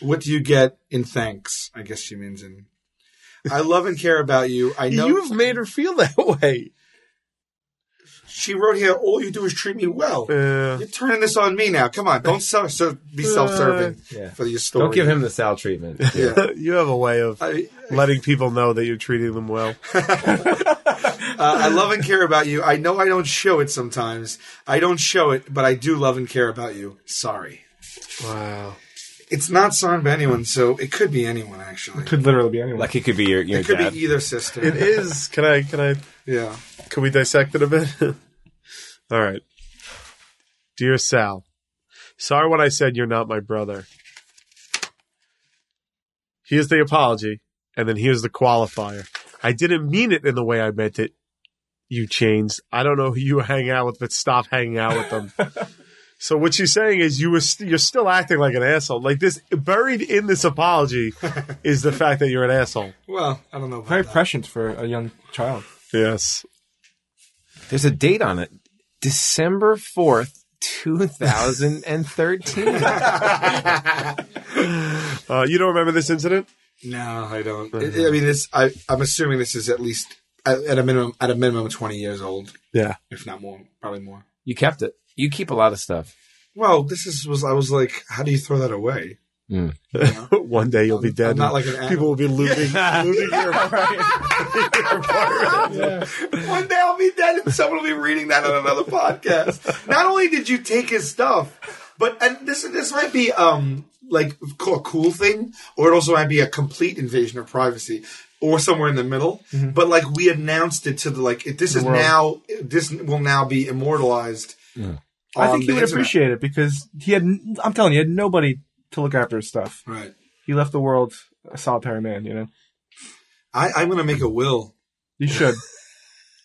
[SPEAKER 2] What do you get in thanks? I guess she means in. I love and care about you. I know
[SPEAKER 1] You've made her feel that way.
[SPEAKER 2] she wrote here. All you do is treat me well.
[SPEAKER 1] Yeah.
[SPEAKER 2] You're turning this on me now. Come on, don't self, so be self-serving
[SPEAKER 3] Uh, yeah.
[SPEAKER 2] for your story.
[SPEAKER 3] Don't give him the Sal treatment.
[SPEAKER 2] Yeah.
[SPEAKER 1] You have a way of
[SPEAKER 2] I,
[SPEAKER 1] letting people know that you're treating them well.
[SPEAKER 2] uh, I love and care about you. I know I don't show it sometimes. I don't show it, but I do love and care about you. Sorry.
[SPEAKER 1] Wow.
[SPEAKER 2] It's not signed by anyone, so it could be anyone actually.
[SPEAKER 4] Could literally be anyone.
[SPEAKER 3] Like it could be your your
[SPEAKER 2] It could
[SPEAKER 3] dad.
[SPEAKER 2] be either sister.
[SPEAKER 1] It is. Can I? Can I?
[SPEAKER 2] Yeah.
[SPEAKER 1] Can we dissect it a bit? All right. Dear Sal, sorry when I said you're not my brother. Here's the apology, and then here's the qualifier. I didn't mean it in the way I meant it. You changed. I don't know who you hang out with, but stop hanging out with them. so what she's saying is you were st- you're still acting like an asshole. Like this buried in this apology is the fact that you're an asshole.
[SPEAKER 2] Well, I don't know. About
[SPEAKER 4] Very
[SPEAKER 2] that.
[SPEAKER 4] prescient for a young child.
[SPEAKER 1] Yes.
[SPEAKER 3] There's a date on it. December 4th, 2013.
[SPEAKER 1] Uh, you don't remember this incident?
[SPEAKER 2] No, I don't. I- I mean, this. I, I'm assuming this is at least at, at a minimum at a minimum 20 years old,
[SPEAKER 1] Yeah.
[SPEAKER 2] if not more, probably more.
[SPEAKER 3] you kept it. You keep a lot of stuff.
[SPEAKER 2] Well, this is was I was like, how do you throw that away?
[SPEAKER 1] One day you'll be dead.
[SPEAKER 2] I'm
[SPEAKER 1] and
[SPEAKER 2] not like an animal.
[SPEAKER 1] people will be looting, looting your
[SPEAKER 2] One day I'll be dead, and someone will be reading that on another podcast. Not only did you take his stuff, but and this this might be um like a cool thing, or it also might be a complete invasion of privacy, or somewhere in the middle.
[SPEAKER 4] Mm-hmm.
[SPEAKER 2] But like we announced it to the like it, this is now this will now be immortalized.
[SPEAKER 4] I
[SPEAKER 2] on
[SPEAKER 4] think he
[SPEAKER 2] the
[SPEAKER 4] would
[SPEAKER 2] internet.
[SPEAKER 4] appreciate it because he had. I'm telling you, he had nobody to look after his stuff.
[SPEAKER 2] Right.
[SPEAKER 4] He left the world a solitary man. You know,
[SPEAKER 2] I, I'm gonna make a will.
[SPEAKER 4] you should.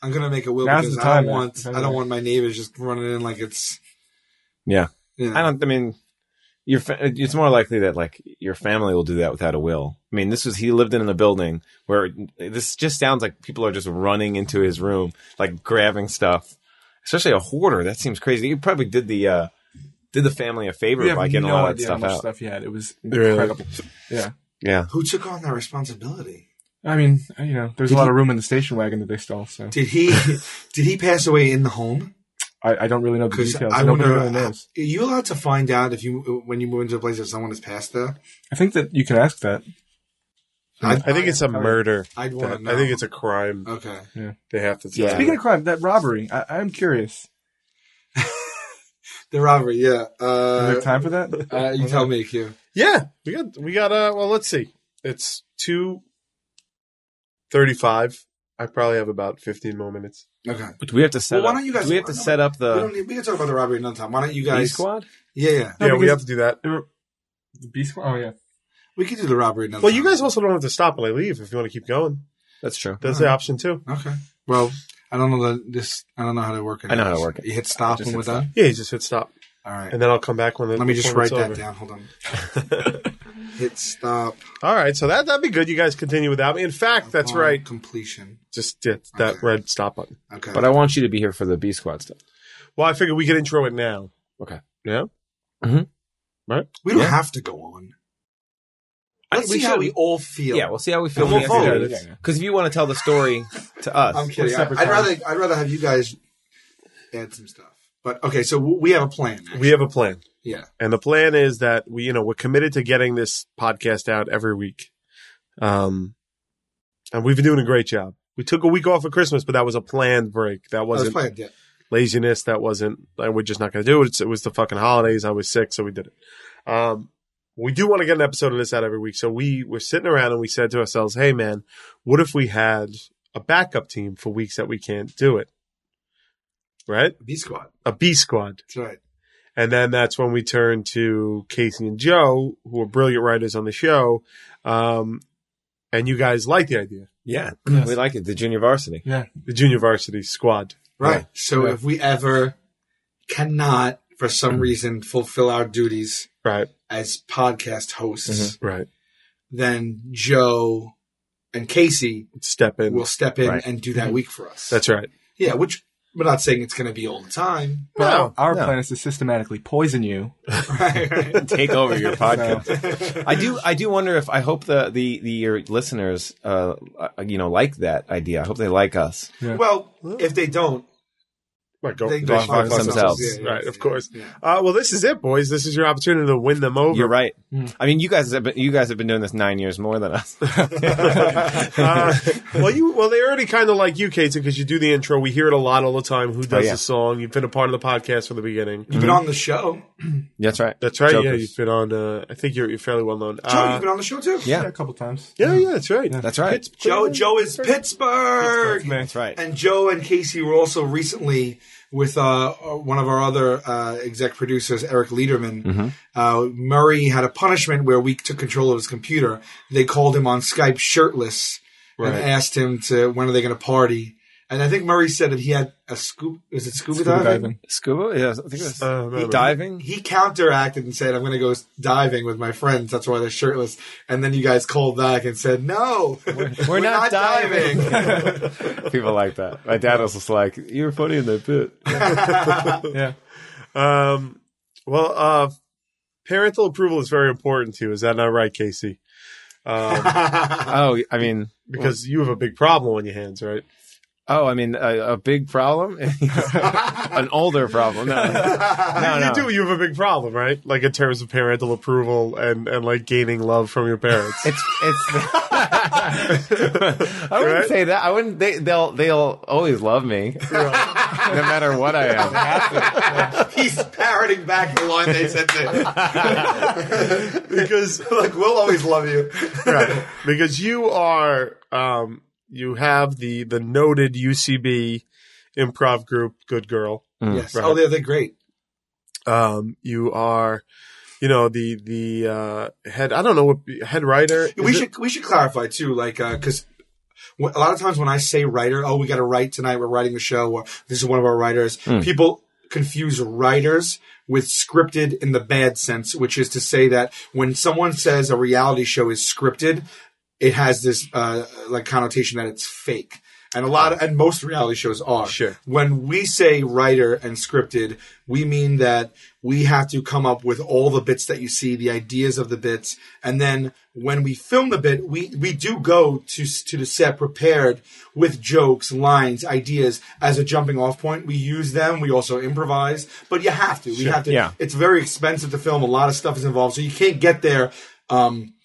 [SPEAKER 2] I'm gonna make a will
[SPEAKER 4] Now's
[SPEAKER 2] because
[SPEAKER 4] the
[SPEAKER 2] I
[SPEAKER 4] time,
[SPEAKER 2] don't
[SPEAKER 4] man.
[SPEAKER 2] want I don't want my neighbors just running in like it's
[SPEAKER 3] Yeah.
[SPEAKER 2] you know.
[SPEAKER 3] I don't, I mean, your fa- it's more likely that like your family will do that without a will. I mean, this was he lived in a building where this just sounds like people are just running into his room, like grabbing stuff. Especially a hoarder, that seems crazy. He probably did the uh did the family a favor
[SPEAKER 4] You have
[SPEAKER 3] by getting
[SPEAKER 4] no
[SPEAKER 3] all that
[SPEAKER 4] idea
[SPEAKER 3] stuff
[SPEAKER 4] how much
[SPEAKER 3] out.
[SPEAKER 4] stuff he had. It was
[SPEAKER 1] Really?
[SPEAKER 4] incredible. Yeah.
[SPEAKER 3] Yeah.
[SPEAKER 2] Who took on that responsibility?
[SPEAKER 4] I mean, you know, there's a lot of room in the station wagon that they stole, so
[SPEAKER 2] Did he did he pass away in the home?
[SPEAKER 4] I, I don't really know the
[SPEAKER 2] Because
[SPEAKER 4] details.
[SPEAKER 2] I
[SPEAKER 4] Nobody
[SPEAKER 2] wonder,
[SPEAKER 4] really knows.
[SPEAKER 2] are you allowed to find out if you when you move into a place if someone has passed there?
[SPEAKER 4] I think that you can ask that.
[SPEAKER 1] I think it's a murder.
[SPEAKER 2] I'd want to know.
[SPEAKER 1] I think it's a crime.
[SPEAKER 2] okay.
[SPEAKER 1] They have to tell.
[SPEAKER 3] Yeah.
[SPEAKER 1] you.
[SPEAKER 4] Speaking of crime, that robbery, I, I'm curious.
[SPEAKER 2] The robbery, yeah.
[SPEAKER 4] Is
[SPEAKER 2] Uh,
[SPEAKER 4] there time for that?
[SPEAKER 2] uh, you tell me, Q.
[SPEAKER 1] Yeah, we got we got uh well let's see. It's two thirty five. I probably have about fifteen more minutes.
[SPEAKER 2] Okay.
[SPEAKER 3] But do we have to set
[SPEAKER 2] Well, why
[SPEAKER 3] up
[SPEAKER 2] don't you guys-
[SPEAKER 3] do we have to set up
[SPEAKER 2] we
[SPEAKER 3] the
[SPEAKER 4] Uh,
[SPEAKER 2] don't need, we can talk about the robbery another time. Why don't you
[SPEAKER 3] B
[SPEAKER 2] guys?
[SPEAKER 3] squad?
[SPEAKER 2] Yeah, yeah.
[SPEAKER 1] yeah, we
[SPEAKER 4] because-
[SPEAKER 1] have to do that.
[SPEAKER 4] There were- The B squad. Oh yeah.
[SPEAKER 2] We could do the robbery another
[SPEAKER 1] Well, you
[SPEAKER 2] time.
[SPEAKER 1] guys also don't have to stop when I leave if you want to keep going.
[SPEAKER 3] That's true.
[SPEAKER 1] That's the option too.
[SPEAKER 2] Okay. Well, I don't know the this. I don't know how to work it.
[SPEAKER 3] I know how to work it.
[SPEAKER 2] You hit stop
[SPEAKER 3] just
[SPEAKER 2] and
[SPEAKER 3] hit
[SPEAKER 2] we're done.
[SPEAKER 1] Yeah, you just hit stop,
[SPEAKER 2] All right.
[SPEAKER 1] and then I'll come back when.
[SPEAKER 2] Let me just write that down. Hold on. hit stop.
[SPEAKER 1] All right, so that that'd be good. You guys continue without me. In fact, that's
[SPEAKER 2] upon
[SPEAKER 1] right.
[SPEAKER 2] Completion.
[SPEAKER 1] Just hit that
[SPEAKER 2] Okay.
[SPEAKER 1] red stop button.
[SPEAKER 2] Okay.
[SPEAKER 3] But I want you to be here for the B squad stuff.
[SPEAKER 1] Well, I figured we could intro it now.
[SPEAKER 3] Okay.
[SPEAKER 1] Yeah.
[SPEAKER 2] we don't
[SPEAKER 3] Yeah.
[SPEAKER 2] have to go on.
[SPEAKER 3] I-
[SPEAKER 2] Let's
[SPEAKER 3] we
[SPEAKER 2] see how
[SPEAKER 3] should.
[SPEAKER 2] we all feel.
[SPEAKER 3] Yeah, we'll see how we feel.
[SPEAKER 1] We'll vote.
[SPEAKER 3] Because if you want to tell the story to us,
[SPEAKER 2] I'm kidding.
[SPEAKER 1] We're
[SPEAKER 2] I, would
[SPEAKER 1] separate
[SPEAKER 2] rather I'd rather have you guys add some stuff. But okay, so w- we have a plan.
[SPEAKER 1] We have a plan,
[SPEAKER 2] yeah.
[SPEAKER 1] and the plan is that we, you know, we're committed to getting this podcast out every week. Um, and we've been doing a great job. We took a week off of Christmas, but that was a planned break. That
[SPEAKER 2] Was
[SPEAKER 1] wasn't
[SPEAKER 2] planned. Yeah.
[SPEAKER 1] laziness. That wasn't, like, we're just not going to do it. It's, it was the fucking holidays. I was sick, so we did it. Um, we do want to get an episode of this out every week. So we were sitting around and we said to ourselves, hey, man, what if we had a backup team for weeks that we can't do it? Right?
[SPEAKER 2] B squad.
[SPEAKER 1] A B squad.
[SPEAKER 2] That's right.
[SPEAKER 1] And then that's when we turned to Casey and Joe, who are brilliant writers on the show. Um, and you guys like the idea,
[SPEAKER 3] yeah,
[SPEAKER 4] Yes.
[SPEAKER 3] we like it. The junior varsity.
[SPEAKER 4] Yeah.
[SPEAKER 1] the junior varsity squad.
[SPEAKER 2] Right.
[SPEAKER 3] Yeah. Mm-hmm.
[SPEAKER 2] So
[SPEAKER 1] Yeah.
[SPEAKER 2] if we ever cannot, for some reason, fulfill our duties
[SPEAKER 1] Right,
[SPEAKER 2] as podcast hosts,
[SPEAKER 3] Mm-hmm.
[SPEAKER 1] right.
[SPEAKER 2] then Joe and Casey
[SPEAKER 1] Step in.
[SPEAKER 2] will step in
[SPEAKER 3] Right.
[SPEAKER 2] and do that week for us.
[SPEAKER 1] that's right.
[SPEAKER 2] yeah. Which we're not saying it's going to be all the time.
[SPEAKER 4] But
[SPEAKER 1] No,
[SPEAKER 4] our, our
[SPEAKER 3] no.
[SPEAKER 4] plan is to systematically poison you.
[SPEAKER 2] right, right.
[SPEAKER 3] Take over your podcast.
[SPEAKER 4] So,
[SPEAKER 3] I do. I do wonder if I hope the the, the your listeners, uh, uh, you know, like that idea. I hope they like us.
[SPEAKER 2] Well, if they don't,
[SPEAKER 1] Right, go,
[SPEAKER 2] they
[SPEAKER 1] go
[SPEAKER 2] go
[SPEAKER 1] fuck
[SPEAKER 3] fuck
[SPEAKER 1] themselves.
[SPEAKER 3] themselves.
[SPEAKER 2] Yeah, yeah,
[SPEAKER 1] right,
[SPEAKER 2] yeah.
[SPEAKER 1] of course.
[SPEAKER 2] Yeah.
[SPEAKER 1] Uh, well, this is it, boys. This is your opportunity to win them over.
[SPEAKER 3] You're right.
[SPEAKER 4] Mm.
[SPEAKER 3] I mean, you guys have been you guys have been doing this nine years more than us.
[SPEAKER 1] uh, well, you well they already kind of like you, Katie, because you do the intro. We hear it a lot all the time. Who does
[SPEAKER 3] yeah.
[SPEAKER 1] the song? You've been a part of the podcast from the beginning.
[SPEAKER 2] You've been on the show.
[SPEAKER 3] That's right.
[SPEAKER 1] That's right. Yeah,
[SPEAKER 3] Jokers.
[SPEAKER 1] you've been on. Uh, I think you're, you're fairly well known.
[SPEAKER 2] Joe,
[SPEAKER 1] Uh,
[SPEAKER 2] you've been on the show too.
[SPEAKER 3] Yeah.
[SPEAKER 4] yeah, a couple times.
[SPEAKER 1] yeah, yeah, that's right.
[SPEAKER 3] That's right.
[SPEAKER 1] Pitts-
[SPEAKER 2] Joe, Joe is Pittsburgh.
[SPEAKER 3] That's right.
[SPEAKER 2] And Joe and Casey were also recently with uh, one of our other uh, exec producers, Eric Lederman. Uh, Murray had a punishment where we took control of his computer. They called him on Skype shirtless
[SPEAKER 1] Right.
[SPEAKER 2] and asked him to when are they going to party. And I think Murray said that he had a scoop. Was it scuba,
[SPEAKER 4] Scuba
[SPEAKER 2] diving?
[SPEAKER 4] diving.
[SPEAKER 3] Scuba. Yeah, I think it was
[SPEAKER 1] Uh, no, no.
[SPEAKER 3] diving.
[SPEAKER 2] He counteracted and said, "I'm going to go diving with my friends. That's why they're shirtless." And then you guys called back and said, "No, we're,
[SPEAKER 3] we're not
[SPEAKER 2] diving.
[SPEAKER 3] People like that. My dad was just like, "You're funny in that bit."
[SPEAKER 4] Yeah.
[SPEAKER 1] Um, well, uh, parental approval is very important to you. Is that not right, Casey? Um,
[SPEAKER 3] Oh, I mean,
[SPEAKER 1] because you have a big problem on your hands, right?
[SPEAKER 3] oh, I mean, a, a big problem, an older problem. No, no, no.
[SPEAKER 1] Uh, You do. You have a big problem, right? Like in terms of parental approval and and like gaining love from your parents.
[SPEAKER 3] It's it's. I wouldn't
[SPEAKER 1] Right?
[SPEAKER 3] say that. I wouldn't. They, they'll they'll always love me, no matter what I am.
[SPEAKER 2] He's parroting back the line they said to him.
[SPEAKER 1] because
[SPEAKER 2] Like, we'll always love you.
[SPEAKER 1] right. because you are um you have the the noted UCB improv group Good Girl.
[SPEAKER 2] Yes. Oh, they're, they're great.
[SPEAKER 1] Um you are you know the the uh head I don't know what head writer
[SPEAKER 2] We
[SPEAKER 1] Is it-
[SPEAKER 2] should we should clarify too, like, because a lot of times when I say writer, oh, we got to write tonight. We're writing a show. Or this is one of our writers. People confuse writers with scripted in the bad sense, which is to say that when someone says a reality show is scripted, it has this uh, like connotation that it's fake. And a lot of, and most reality shows are.
[SPEAKER 1] Sure.
[SPEAKER 2] When we say writer and scripted, we mean that we have to come up with all the bits that you see, the ideas of the bits, and then when we film the bit, we we do go to s- to the set prepared with jokes, lines, ideas as a jumping off point. We use them. We also improvise, but you have to. We have to.
[SPEAKER 3] yeah.
[SPEAKER 2] It's very expensive to film. A lot of stuff is involved, so you can't get there. Um,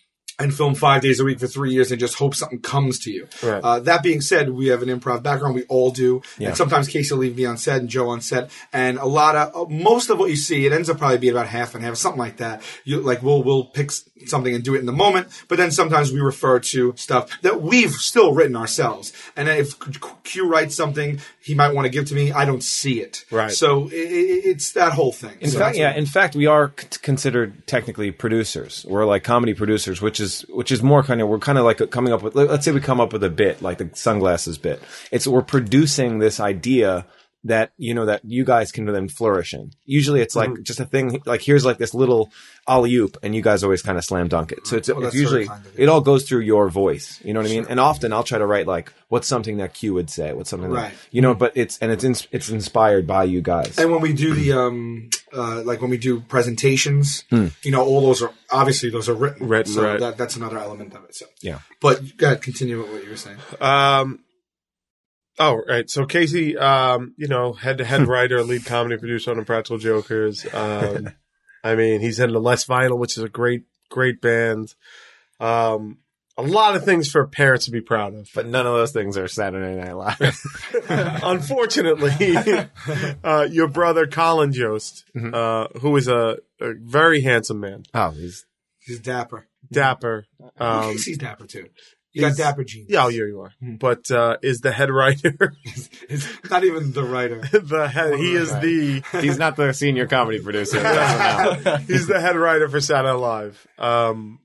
[SPEAKER 2] and film five days a week for three years and just hope something comes to you.
[SPEAKER 1] Right.
[SPEAKER 2] Uh, that being said, we have an improv background. We all do.
[SPEAKER 3] Yeah.
[SPEAKER 2] And sometimes Casey will leave me on set and Joe on set. And a lot of, uh, most of what you see, it ends up probably being about half and half, something like that. You like, we'll, we'll pick s- something and do it in the moment. But then sometimes we refer to stuff that we've still written ourselves. And then if Q- Q writes something he might want to give to me, I don't see it.
[SPEAKER 1] Right.
[SPEAKER 2] So i i it's that whole thing.
[SPEAKER 3] In fact, yeah. In fact, we are c- considered technically producers. We're like comedy producers, which is which is more kind of we're kind of like coming up with. let- Let's say we come up with a bit like the sunglasses bit. It's we're producing this idea that you know that you guys can then flourish in. Usually, it's
[SPEAKER 2] Mm-hmm.
[SPEAKER 3] like just a thing. Like here's like this little alley oop, and you guys always kind of slam dunk it. So it's, it's
[SPEAKER 2] that's very
[SPEAKER 3] usually
[SPEAKER 2] kind of you.
[SPEAKER 3] it all goes through your voice. You know what I mean? And often I'll try to write like what's something that Q would say, what's something
[SPEAKER 2] Right.
[SPEAKER 3] that, you know. But it's and it's ins- it's inspired by you guys.
[SPEAKER 2] And when we do the um, uh, like when we do presentations, you know, all those are obviously those are written.
[SPEAKER 1] Written,
[SPEAKER 2] so
[SPEAKER 1] right.
[SPEAKER 2] That, that's another element of it. So
[SPEAKER 3] Yeah.
[SPEAKER 2] but you gotta continue with what you were saying.
[SPEAKER 1] Um, oh, right. So Casey, um, you know, head to head writer, lead comedy producer on Impractical Jokers. Um, I mean, he's headed to Less Vinyl, which is a great, great band. Um, a lot of things for parents to be proud of.
[SPEAKER 3] But none of those things are Saturday Night Live.
[SPEAKER 1] Unfortunately, uh, your brother Colin Jost, uh, who is a, a very handsome man,
[SPEAKER 3] Oh, he's
[SPEAKER 2] He's dapper.
[SPEAKER 1] dapper.
[SPEAKER 2] Um,
[SPEAKER 1] Um,
[SPEAKER 2] Casey's dapper too. You got
[SPEAKER 1] he's-
[SPEAKER 2] dapper jeans.
[SPEAKER 1] yeah, oh, yeah, you are.
[SPEAKER 3] Hmm.
[SPEAKER 1] But uh, is the head writer
[SPEAKER 2] It's not even the writer.
[SPEAKER 1] the head? He is the
[SPEAKER 3] he's not the senior comedy producer.
[SPEAKER 1] He's the head writer for Saturday Night Live. Um,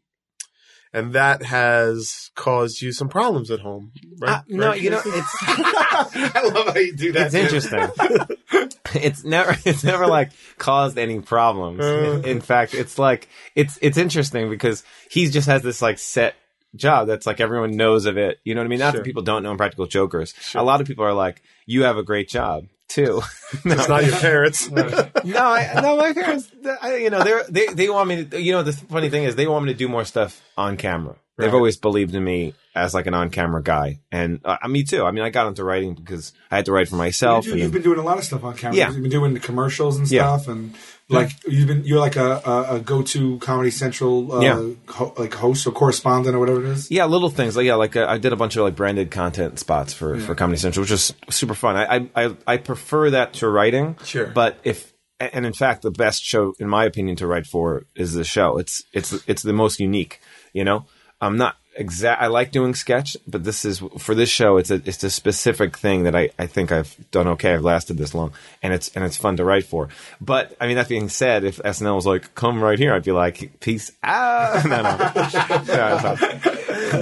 [SPEAKER 1] and that has caused you some problems at home, right?
[SPEAKER 3] Uh, no,
[SPEAKER 1] Right,
[SPEAKER 3] you know
[SPEAKER 1] Casey?
[SPEAKER 3] it's
[SPEAKER 2] I love how you do that.
[SPEAKER 3] it's
[SPEAKER 2] too.
[SPEAKER 3] interesting. it's never it's never like caused any problems. In, in fact, it's like it's it's interesting because he just has this like set job that's like everyone knows of it. You know what I mean? Not
[SPEAKER 1] Sure.
[SPEAKER 3] that people don't know Impractical Jokers. A lot of people are like, "You have a great job." Too.
[SPEAKER 1] it's not your parents.
[SPEAKER 3] no, I, no, my parents, I, you know, they're, they they want me to. You know, the funny thing is, they want me to do more stuff on camera. They've
[SPEAKER 1] Right.
[SPEAKER 3] always believed in me as like an on camera guy, and uh, I- me too. I mean, I got into writing because I had to write for
[SPEAKER 2] You
[SPEAKER 3] myself.
[SPEAKER 2] do,
[SPEAKER 3] and
[SPEAKER 2] you've been doing a lot of stuff on camera.
[SPEAKER 3] Yeah.
[SPEAKER 2] You've been doing the commercials and
[SPEAKER 3] Yeah.
[SPEAKER 2] stuff, and like you've been you're like a, a, a go to Comedy Central uh,
[SPEAKER 3] Yeah.
[SPEAKER 2] ho- like host or correspondent or whatever it is.
[SPEAKER 3] yeah, little things like yeah, like uh, I did a bunch of like branded content spots for for Comedy Central, which was super fun. I I I, I prefer that to writing,
[SPEAKER 2] Sure.
[SPEAKER 3] But if and in fact, the best show in my opinion to write for is the show. It's it's it's the most unique. You know, I'm not exact. I like doing sketch, but this is for this show. It's a it's a specific thing that I I think I've done okay. I've lasted this long, and it's and it's fun to write for. But I mean, that being said, if SNL was like, come right here, I'd be like, peace out. No, no. No, it's not.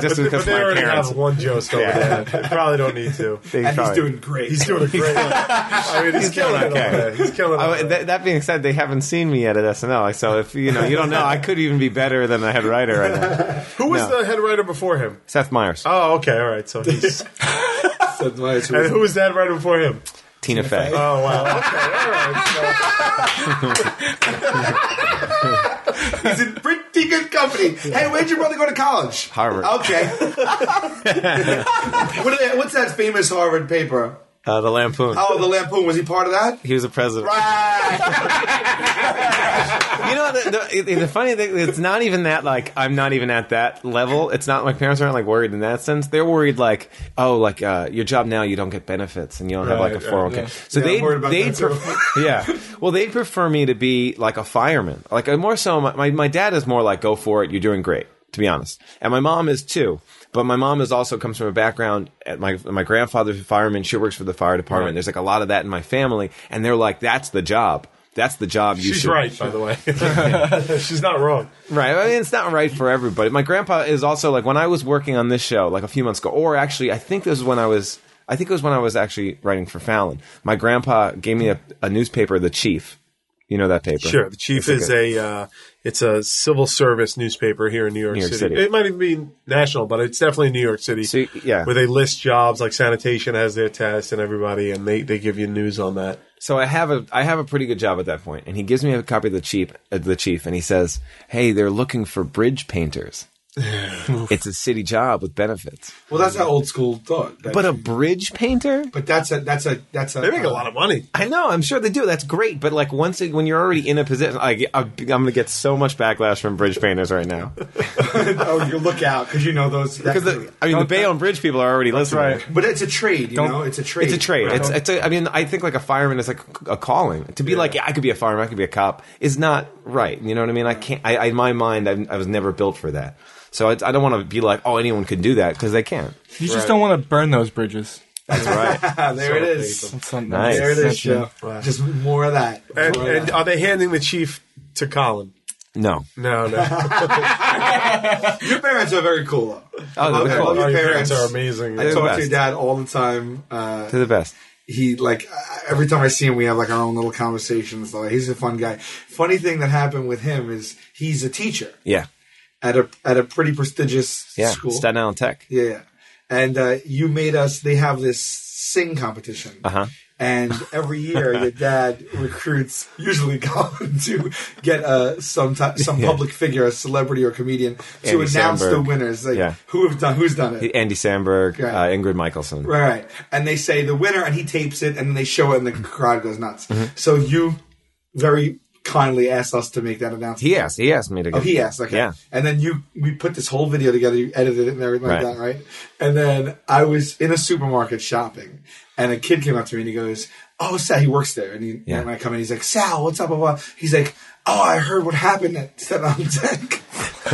[SPEAKER 3] Just
[SPEAKER 1] But
[SPEAKER 3] because
[SPEAKER 1] they
[SPEAKER 3] my
[SPEAKER 1] already
[SPEAKER 3] parents.
[SPEAKER 1] have one Jost over there. They probably don't need to.
[SPEAKER 3] they
[SPEAKER 2] And he's
[SPEAKER 3] probably-
[SPEAKER 2] doing great.
[SPEAKER 1] He's doing a great. I mean, he's, killing it.
[SPEAKER 3] okay.
[SPEAKER 1] over there. He's killing it.
[SPEAKER 3] Oh,
[SPEAKER 1] over there.
[SPEAKER 3] that, that being said, they haven't seen me yet at SNL, so if you know, you don't know, I could even be better than the head writer right now.
[SPEAKER 1] Who was
[SPEAKER 3] no.
[SPEAKER 1] the head writer before him?
[SPEAKER 3] Seth Meyers,
[SPEAKER 1] Oh, okay, all right. So he's
[SPEAKER 2] That's why it's-
[SPEAKER 1] and who was the head writer before him?
[SPEAKER 3] Tina Fey.
[SPEAKER 1] Oh, wow. Okay, all right. So-
[SPEAKER 2] He's in pretty good company. Hey, where'd your brother go to college?
[SPEAKER 3] Harvard.
[SPEAKER 2] Okay. what are they, what's that famous Harvard paper?
[SPEAKER 3] Uh, the Lampoon.
[SPEAKER 2] Oh, the Lampoon. Was he part of that?
[SPEAKER 3] He was a president.
[SPEAKER 2] Ah,
[SPEAKER 3] You know, the, the, the funny thing, it's not even that, like, I'm not even at that level. It's not, my parents aren't, like, worried in that sense. They're worried, like, oh, like, uh, your job now, you don't get benefits and you don't have, like, a
[SPEAKER 1] Right, right,
[SPEAKER 3] 401k. So
[SPEAKER 2] Yeah, I'm worried about
[SPEAKER 3] they, they,
[SPEAKER 2] that, too.
[SPEAKER 3] yeah. Well, they'd prefer me to be like a fireman. Like uh, more so, my, my, my dad is more like, go for it. You're doing great, to be honest. And my mom is too. But my mom is also comes from a background. At my my grandfather's a fireman. She works for the fire department. There's like a lot of that in my family, and they're like, that's the job. That's the job you
[SPEAKER 1] She's
[SPEAKER 3] should.
[SPEAKER 1] right, by the way. She's not wrong.
[SPEAKER 3] Right. I mean, it's not right for everybody. My grandpa is also like when I was working on this show, like a few months ago, or actually, I think this was when I was. I think it was when I was actually writing for Fallon. My grandpa gave me a, a newspaper, The Chief. You know that paper?
[SPEAKER 1] Sure, the Chief
[SPEAKER 3] It's
[SPEAKER 1] is
[SPEAKER 3] like
[SPEAKER 1] a uh, it's a civil service newspaper here in New York,
[SPEAKER 3] New York
[SPEAKER 1] City.
[SPEAKER 3] City.
[SPEAKER 1] It might even be national, but it's definitely New York City.
[SPEAKER 3] So, yeah.
[SPEAKER 1] where they list jobs like sanitation has their test and everybody, and they they give you news on that.
[SPEAKER 3] So I have a I have a pretty good job at that point, and he gives me a copy of the chief uh, the chief, and he says, "Hey, they're looking for bridge painters." it's a city job with benefits.
[SPEAKER 2] Well, that's how old school thought. That's-
[SPEAKER 3] But a bridge painter?
[SPEAKER 2] but that's a that's a that's uh, a.
[SPEAKER 1] They make a lot of money.
[SPEAKER 3] I know, I'm sure they do. That's great, but like once it, when you're already in a position, I, I, I'm going to get so much backlash from bridge painters right now
[SPEAKER 2] oh, you look out because you know those.
[SPEAKER 3] because the, I mean the Bayonne Bridge people are already listening.
[SPEAKER 4] right.
[SPEAKER 2] but it's a trade, you know. It's a trade.
[SPEAKER 3] It's a trade. It's, it's a, I mean, I think like a fireman is like a calling. To be like, yeah, I could be a fireman, I could be a cop, is not right. You know what I mean? I can't. I, I in my mind, I, I was never built for that. So I, I don't want to be like, oh, anyone could do that because they can't.
[SPEAKER 4] You just don't want to burn those bridges.
[SPEAKER 3] That's right.
[SPEAKER 2] Ah, there it is.
[SPEAKER 4] That's something.
[SPEAKER 3] Nice.
[SPEAKER 2] There it is,
[SPEAKER 4] that's-
[SPEAKER 2] Joe. Just more of that.
[SPEAKER 1] And,
[SPEAKER 2] More of
[SPEAKER 1] and
[SPEAKER 2] that.
[SPEAKER 1] are they handing the chief to Colin?
[SPEAKER 3] no.
[SPEAKER 1] No, no.
[SPEAKER 2] your parents are very cool. Though. I love-
[SPEAKER 3] they're
[SPEAKER 2] I
[SPEAKER 3] cool.
[SPEAKER 2] love
[SPEAKER 1] Oh,
[SPEAKER 2] your
[SPEAKER 1] your
[SPEAKER 2] parents.
[SPEAKER 1] parents are amazing.
[SPEAKER 2] I talk
[SPEAKER 3] the
[SPEAKER 2] to your
[SPEAKER 3] best.
[SPEAKER 2] dad all the time. Uh,
[SPEAKER 3] To the best.
[SPEAKER 2] he like I- every time I see him, we have like our own little conversations. Like he's a fun guy. Funny thing that happened with him is he's a teacher
[SPEAKER 3] Yeah.
[SPEAKER 2] at a at a pretty prestigious
[SPEAKER 3] Yeah.
[SPEAKER 2] school.
[SPEAKER 3] Staten Island Tech.
[SPEAKER 2] Yeah, yeah. And uh, you made us. They have this sing competition.
[SPEAKER 3] Uh-huh.
[SPEAKER 2] And every year, your dad recruits usually Colin to get uh, some ti- some public figure, a celebrity or comedian, to
[SPEAKER 3] Andy
[SPEAKER 2] announce the
[SPEAKER 3] Samberg.
[SPEAKER 2] winners. Like
[SPEAKER 3] Yeah.
[SPEAKER 2] who have done who's done it.
[SPEAKER 3] Andy Samberg,
[SPEAKER 2] Right.
[SPEAKER 3] uh, Ingrid Michaelson.
[SPEAKER 2] Right, right. And they say the winner, and he tapes it, and then they show it, and the crowd goes nuts.
[SPEAKER 3] Mm-hmm.
[SPEAKER 2] So you very kindly asked us to make that announcement.
[SPEAKER 3] He asked. He asked me to go.
[SPEAKER 2] Oh, he asked. Okay.
[SPEAKER 3] Yeah.
[SPEAKER 2] And then you, we put this whole video together. You edited it and everything like
[SPEAKER 3] Right.
[SPEAKER 2] that, right? And then I was in a supermarket shopping, and a kid came up to me and he goes, "Oh, Sal, he works there." And he,
[SPEAKER 3] Yeah.
[SPEAKER 2] when I come in, he's like, "Sal, what's up?" Blah, blah. He's like, "Oh, I heard what happened at Staten Island Tech."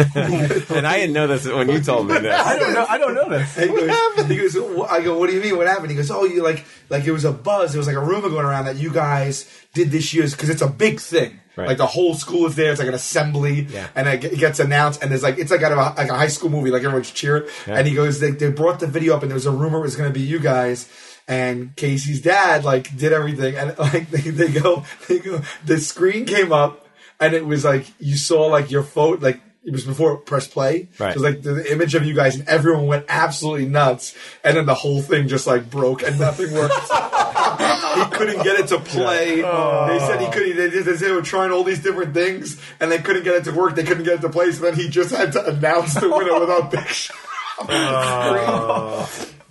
[SPEAKER 3] and I didn't know this when you told me this.
[SPEAKER 4] I don't know. I don't know this.
[SPEAKER 2] And he goes, He goes, "Wh- I go, what do you mean? What happened? He goes, oh, you like, like it was a buzz. It was like a rumor going around that you guys did this year's because it's a big thing.
[SPEAKER 3] Right.
[SPEAKER 2] Like the whole school is there. It's like an assembly, and it g- gets announced. And there's like it's like out of a, like a high school movie. Like everyone's cheering. And he goes, they, they brought the video up, and there was a rumor it was going to be you guys. And Casey's dad like did everything, and like they, they go, they go. The screen came up, and it was like you saw like your phone, like it was before press play.
[SPEAKER 3] Right.
[SPEAKER 2] It was like the, the image of you guys and everyone went absolutely nuts and then the whole thing just like broke and nothing worked he couldn't get it to play they said
[SPEAKER 3] Oh.
[SPEAKER 2] he couldn't they, they, they were trying all these different things and they couldn't get it to work they couldn't get it to play so then he just had to announce the winner without picture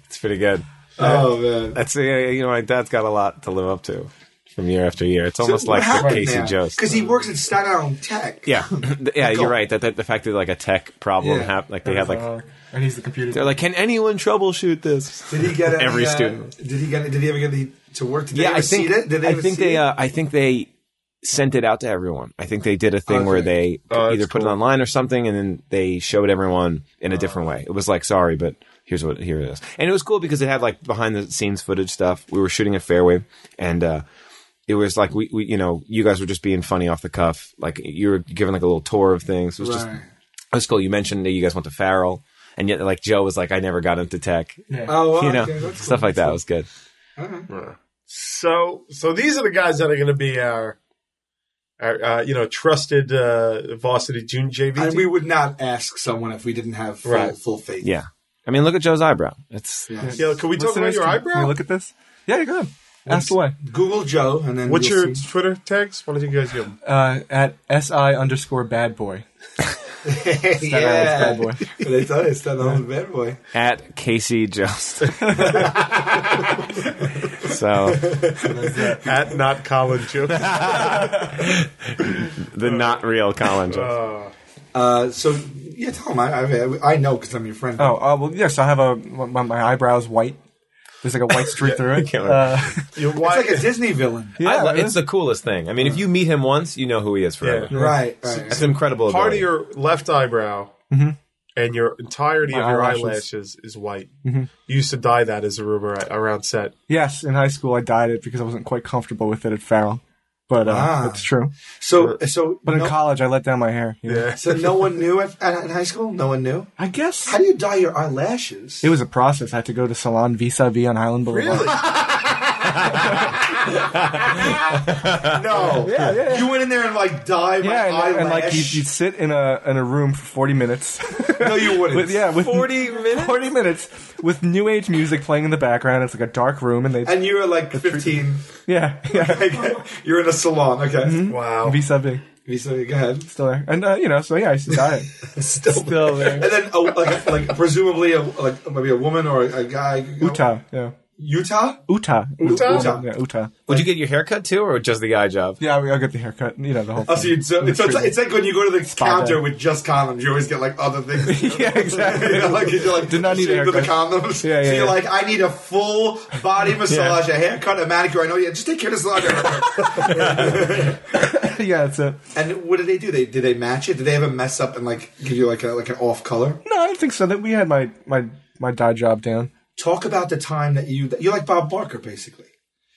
[SPEAKER 3] It's pretty good.
[SPEAKER 2] oh man
[SPEAKER 3] That's uh, you know my dad's got a lot to live up to from year after year. It's almost like the Casey Jost.
[SPEAKER 2] because he works at Staten Island Tech
[SPEAKER 3] Yeah, yeah,
[SPEAKER 2] Go.
[SPEAKER 3] you're right. That, that the fact that like a tech problem
[SPEAKER 2] Yeah. Uh-huh.
[SPEAKER 3] hap- like they had like
[SPEAKER 4] Uh, and he's the computer.
[SPEAKER 3] they're like, can anyone troubleshoot this?
[SPEAKER 2] did he get any,
[SPEAKER 3] Every
[SPEAKER 2] uh,
[SPEAKER 3] student.
[SPEAKER 2] did he get did he ever get the, to work did they
[SPEAKER 3] yeah,
[SPEAKER 2] ever
[SPEAKER 3] I think
[SPEAKER 2] see it did they
[SPEAKER 3] I
[SPEAKER 2] ever
[SPEAKER 3] think
[SPEAKER 2] see
[SPEAKER 3] they
[SPEAKER 2] it?
[SPEAKER 3] uh, I think they sent it out to everyone. I think they did a
[SPEAKER 2] Oh,
[SPEAKER 3] thing where they
[SPEAKER 1] that's
[SPEAKER 3] either put it
[SPEAKER 1] cool.
[SPEAKER 3] online or something, and then they showed everyone in
[SPEAKER 2] Oh.
[SPEAKER 3] a different way. It was like, sorry, but here's what here it is, and it was cool because it had like behind the scenes footage stuff. We were shooting at Fairway, and. uh it was like we, we, you know, you guys were just being funny off the cuff. Like you were giving like a little tour of things. It was just,
[SPEAKER 2] Right.
[SPEAKER 3] it was cool. You mentioned that you guys went to Farrell, and yet like Joe was like, I never got into tech.
[SPEAKER 2] oh wow,
[SPEAKER 3] you know,
[SPEAKER 2] okay, that's
[SPEAKER 3] stuff
[SPEAKER 2] cool.
[SPEAKER 3] like that was good.
[SPEAKER 1] So, so these are the guys that are going to be our, our uh, you know, trusted uh, varsity junior JV.
[SPEAKER 2] and
[SPEAKER 1] team.
[SPEAKER 2] we would not ask someone if we didn't have full,
[SPEAKER 1] Right.
[SPEAKER 2] full faith
[SPEAKER 3] Yeah, I mean, look at Joe's eyebrow. It's
[SPEAKER 1] yeah, can we talk about
[SPEAKER 4] Listeners,
[SPEAKER 1] your
[SPEAKER 4] can- Can we
[SPEAKER 1] eyebrow?
[SPEAKER 4] look at this? Yeah, go ahead. Ask away.
[SPEAKER 2] Google Joe, and then
[SPEAKER 1] What's
[SPEAKER 2] you'll
[SPEAKER 1] your
[SPEAKER 2] see.
[SPEAKER 1] Twitter tags? Why don't you guys give them?
[SPEAKER 4] Uh, at si underscore bad boy.
[SPEAKER 2] yeah.
[SPEAKER 4] Bad boy.
[SPEAKER 2] they thought it's that old bad boy.
[SPEAKER 3] at Casey Jost. so
[SPEAKER 1] At not Colin Joe.
[SPEAKER 3] the not real Colin Jost.
[SPEAKER 2] Uh, so yeah, tell him I I, I know because I'm your friend.
[SPEAKER 4] Oh, uh, well, yes. I have a my, my eyebrow's white. There's like a white streak through it.
[SPEAKER 3] remember.
[SPEAKER 4] Uh,
[SPEAKER 1] Your
[SPEAKER 2] it's
[SPEAKER 1] wife.
[SPEAKER 2] like a Disney villain,
[SPEAKER 4] yeah,
[SPEAKER 3] I lo-
[SPEAKER 4] it
[SPEAKER 3] it's
[SPEAKER 4] is.
[SPEAKER 3] the coolest thing. I mean, if you meet him once, you know who he is forever.
[SPEAKER 1] Yeah.
[SPEAKER 2] right? Right.
[SPEAKER 3] That's incredible.
[SPEAKER 1] part of your
[SPEAKER 3] ability.
[SPEAKER 1] left eyebrow
[SPEAKER 2] Mm-hmm.
[SPEAKER 1] and your entirety
[SPEAKER 4] My
[SPEAKER 1] of your
[SPEAKER 4] eyelashes.
[SPEAKER 1] eyelashes, is white.
[SPEAKER 2] Mm-hmm.
[SPEAKER 1] You used to dye that as a rumor a- around set.
[SPEAKER 4] yes, in high school I dyed it because I wasn't quite comfortable with it at Farrell, but uh,
[SPEAKER 2] Ah.
[SPEAKER 4] that's true.
[SPEAKER 2] So so
[SPEAKER 4] But in
[SPEAKER 2] no,
[SPEAKER 4] college I let down my hair. you know?
[SPEAKER 2] so no one knew at, at, in high school. No one knew.
[SPEAKER 4] I guess
[SPEAKER 2] How do you dye your eyelashes?
[SPEAKER 4] It was a process. I had to go to Salon Vis a Vis on Highland Boulevard.
[SPEAKER 2] no,
[SPEAKER 4] Yeah, yeah, yeah.
[SPEAKER 2] you went in there and like dye my
[SPEAKER 4] Yeah, and,
[SPEAKER 2] eyelash.
[SPEAKER 4] and like you'd, you'd sit in a in a room for forty minutes.
[SPEAKER 2] no, you wouldn't.
[SPEAKER 4] with, yeah, with
[SPEAKER 3] Forty minutes.
[SPEAKER 4] forty minutes with new age music playing in the background. It's like a dark room, and they
[SPEAKER 2] and you were like 15.
[SPEAKER 4] yeah yeah Mm-hmm.
[SPEAKER 2] Like, you're in a salon. Okay.
[SPEAKER 1] Wow.
[SPEAKER 4] vis a vis.
[SPEAKER 2] So go ahead.
[SPEAKER 4] Still there. And, uh, you know, so yeah, I used to dye it.
[SPEAKER 2] Still,
[SPEAKER 4] Still there.
[SPEAKER 2] And then, a, like, a- like presumably, a, like maybe a woman or a, a guy.
[SPEAKER 4] Utah. Yeah.
[SPEAKER 2] Utah.
[SPEAKER 4] Utah.
[SPEAKER 1] Utah?
[SPEAKER 4] Utah. Yeah, Utah.
[SPEAKER 3] Would you get your haircut too, or just the eye job?
[SPEAKER 4] Yeah, we all get the haircut. You know, the whole
[SPEAKER 2] Oh, so,
[SPEAKER 4] thing.
[SPEAKER 2] you, so it's, it's, it's like when you go to the counter
[SPEAKER 4] day.
[SPEAKER 2] with just condoms, you always get like other things.
[SPEAKER 4] yeah, exactly.
[SPEAKER 2] you know, like you're like
[SPEAKER 4] Did not need a
[SPEAKER 2] ashamed of the
[SPEAKER 4] haircut.
[SPEAKER 2] condoms.
[SPEAKER 4] Yeah, yeah,
[SPEAKER 2] so you're
[SPEAKER 4] yeah.
[SPEAKER 2] like, I need a full body massage, a haircut, a manicure. I know. Yeah, just take care of this laundry.
[SPEAKER 4] yeah, that's it.
[SPEAKER 2] and what did they do? They did they match it? Did they ever mess up and like give you like a, like an off color?
[SPEAKER 4] No, I don't think so. That we had my my my dye job down.
[SPEAKER 2] Talk about the time that you you're like Bob Barker basically.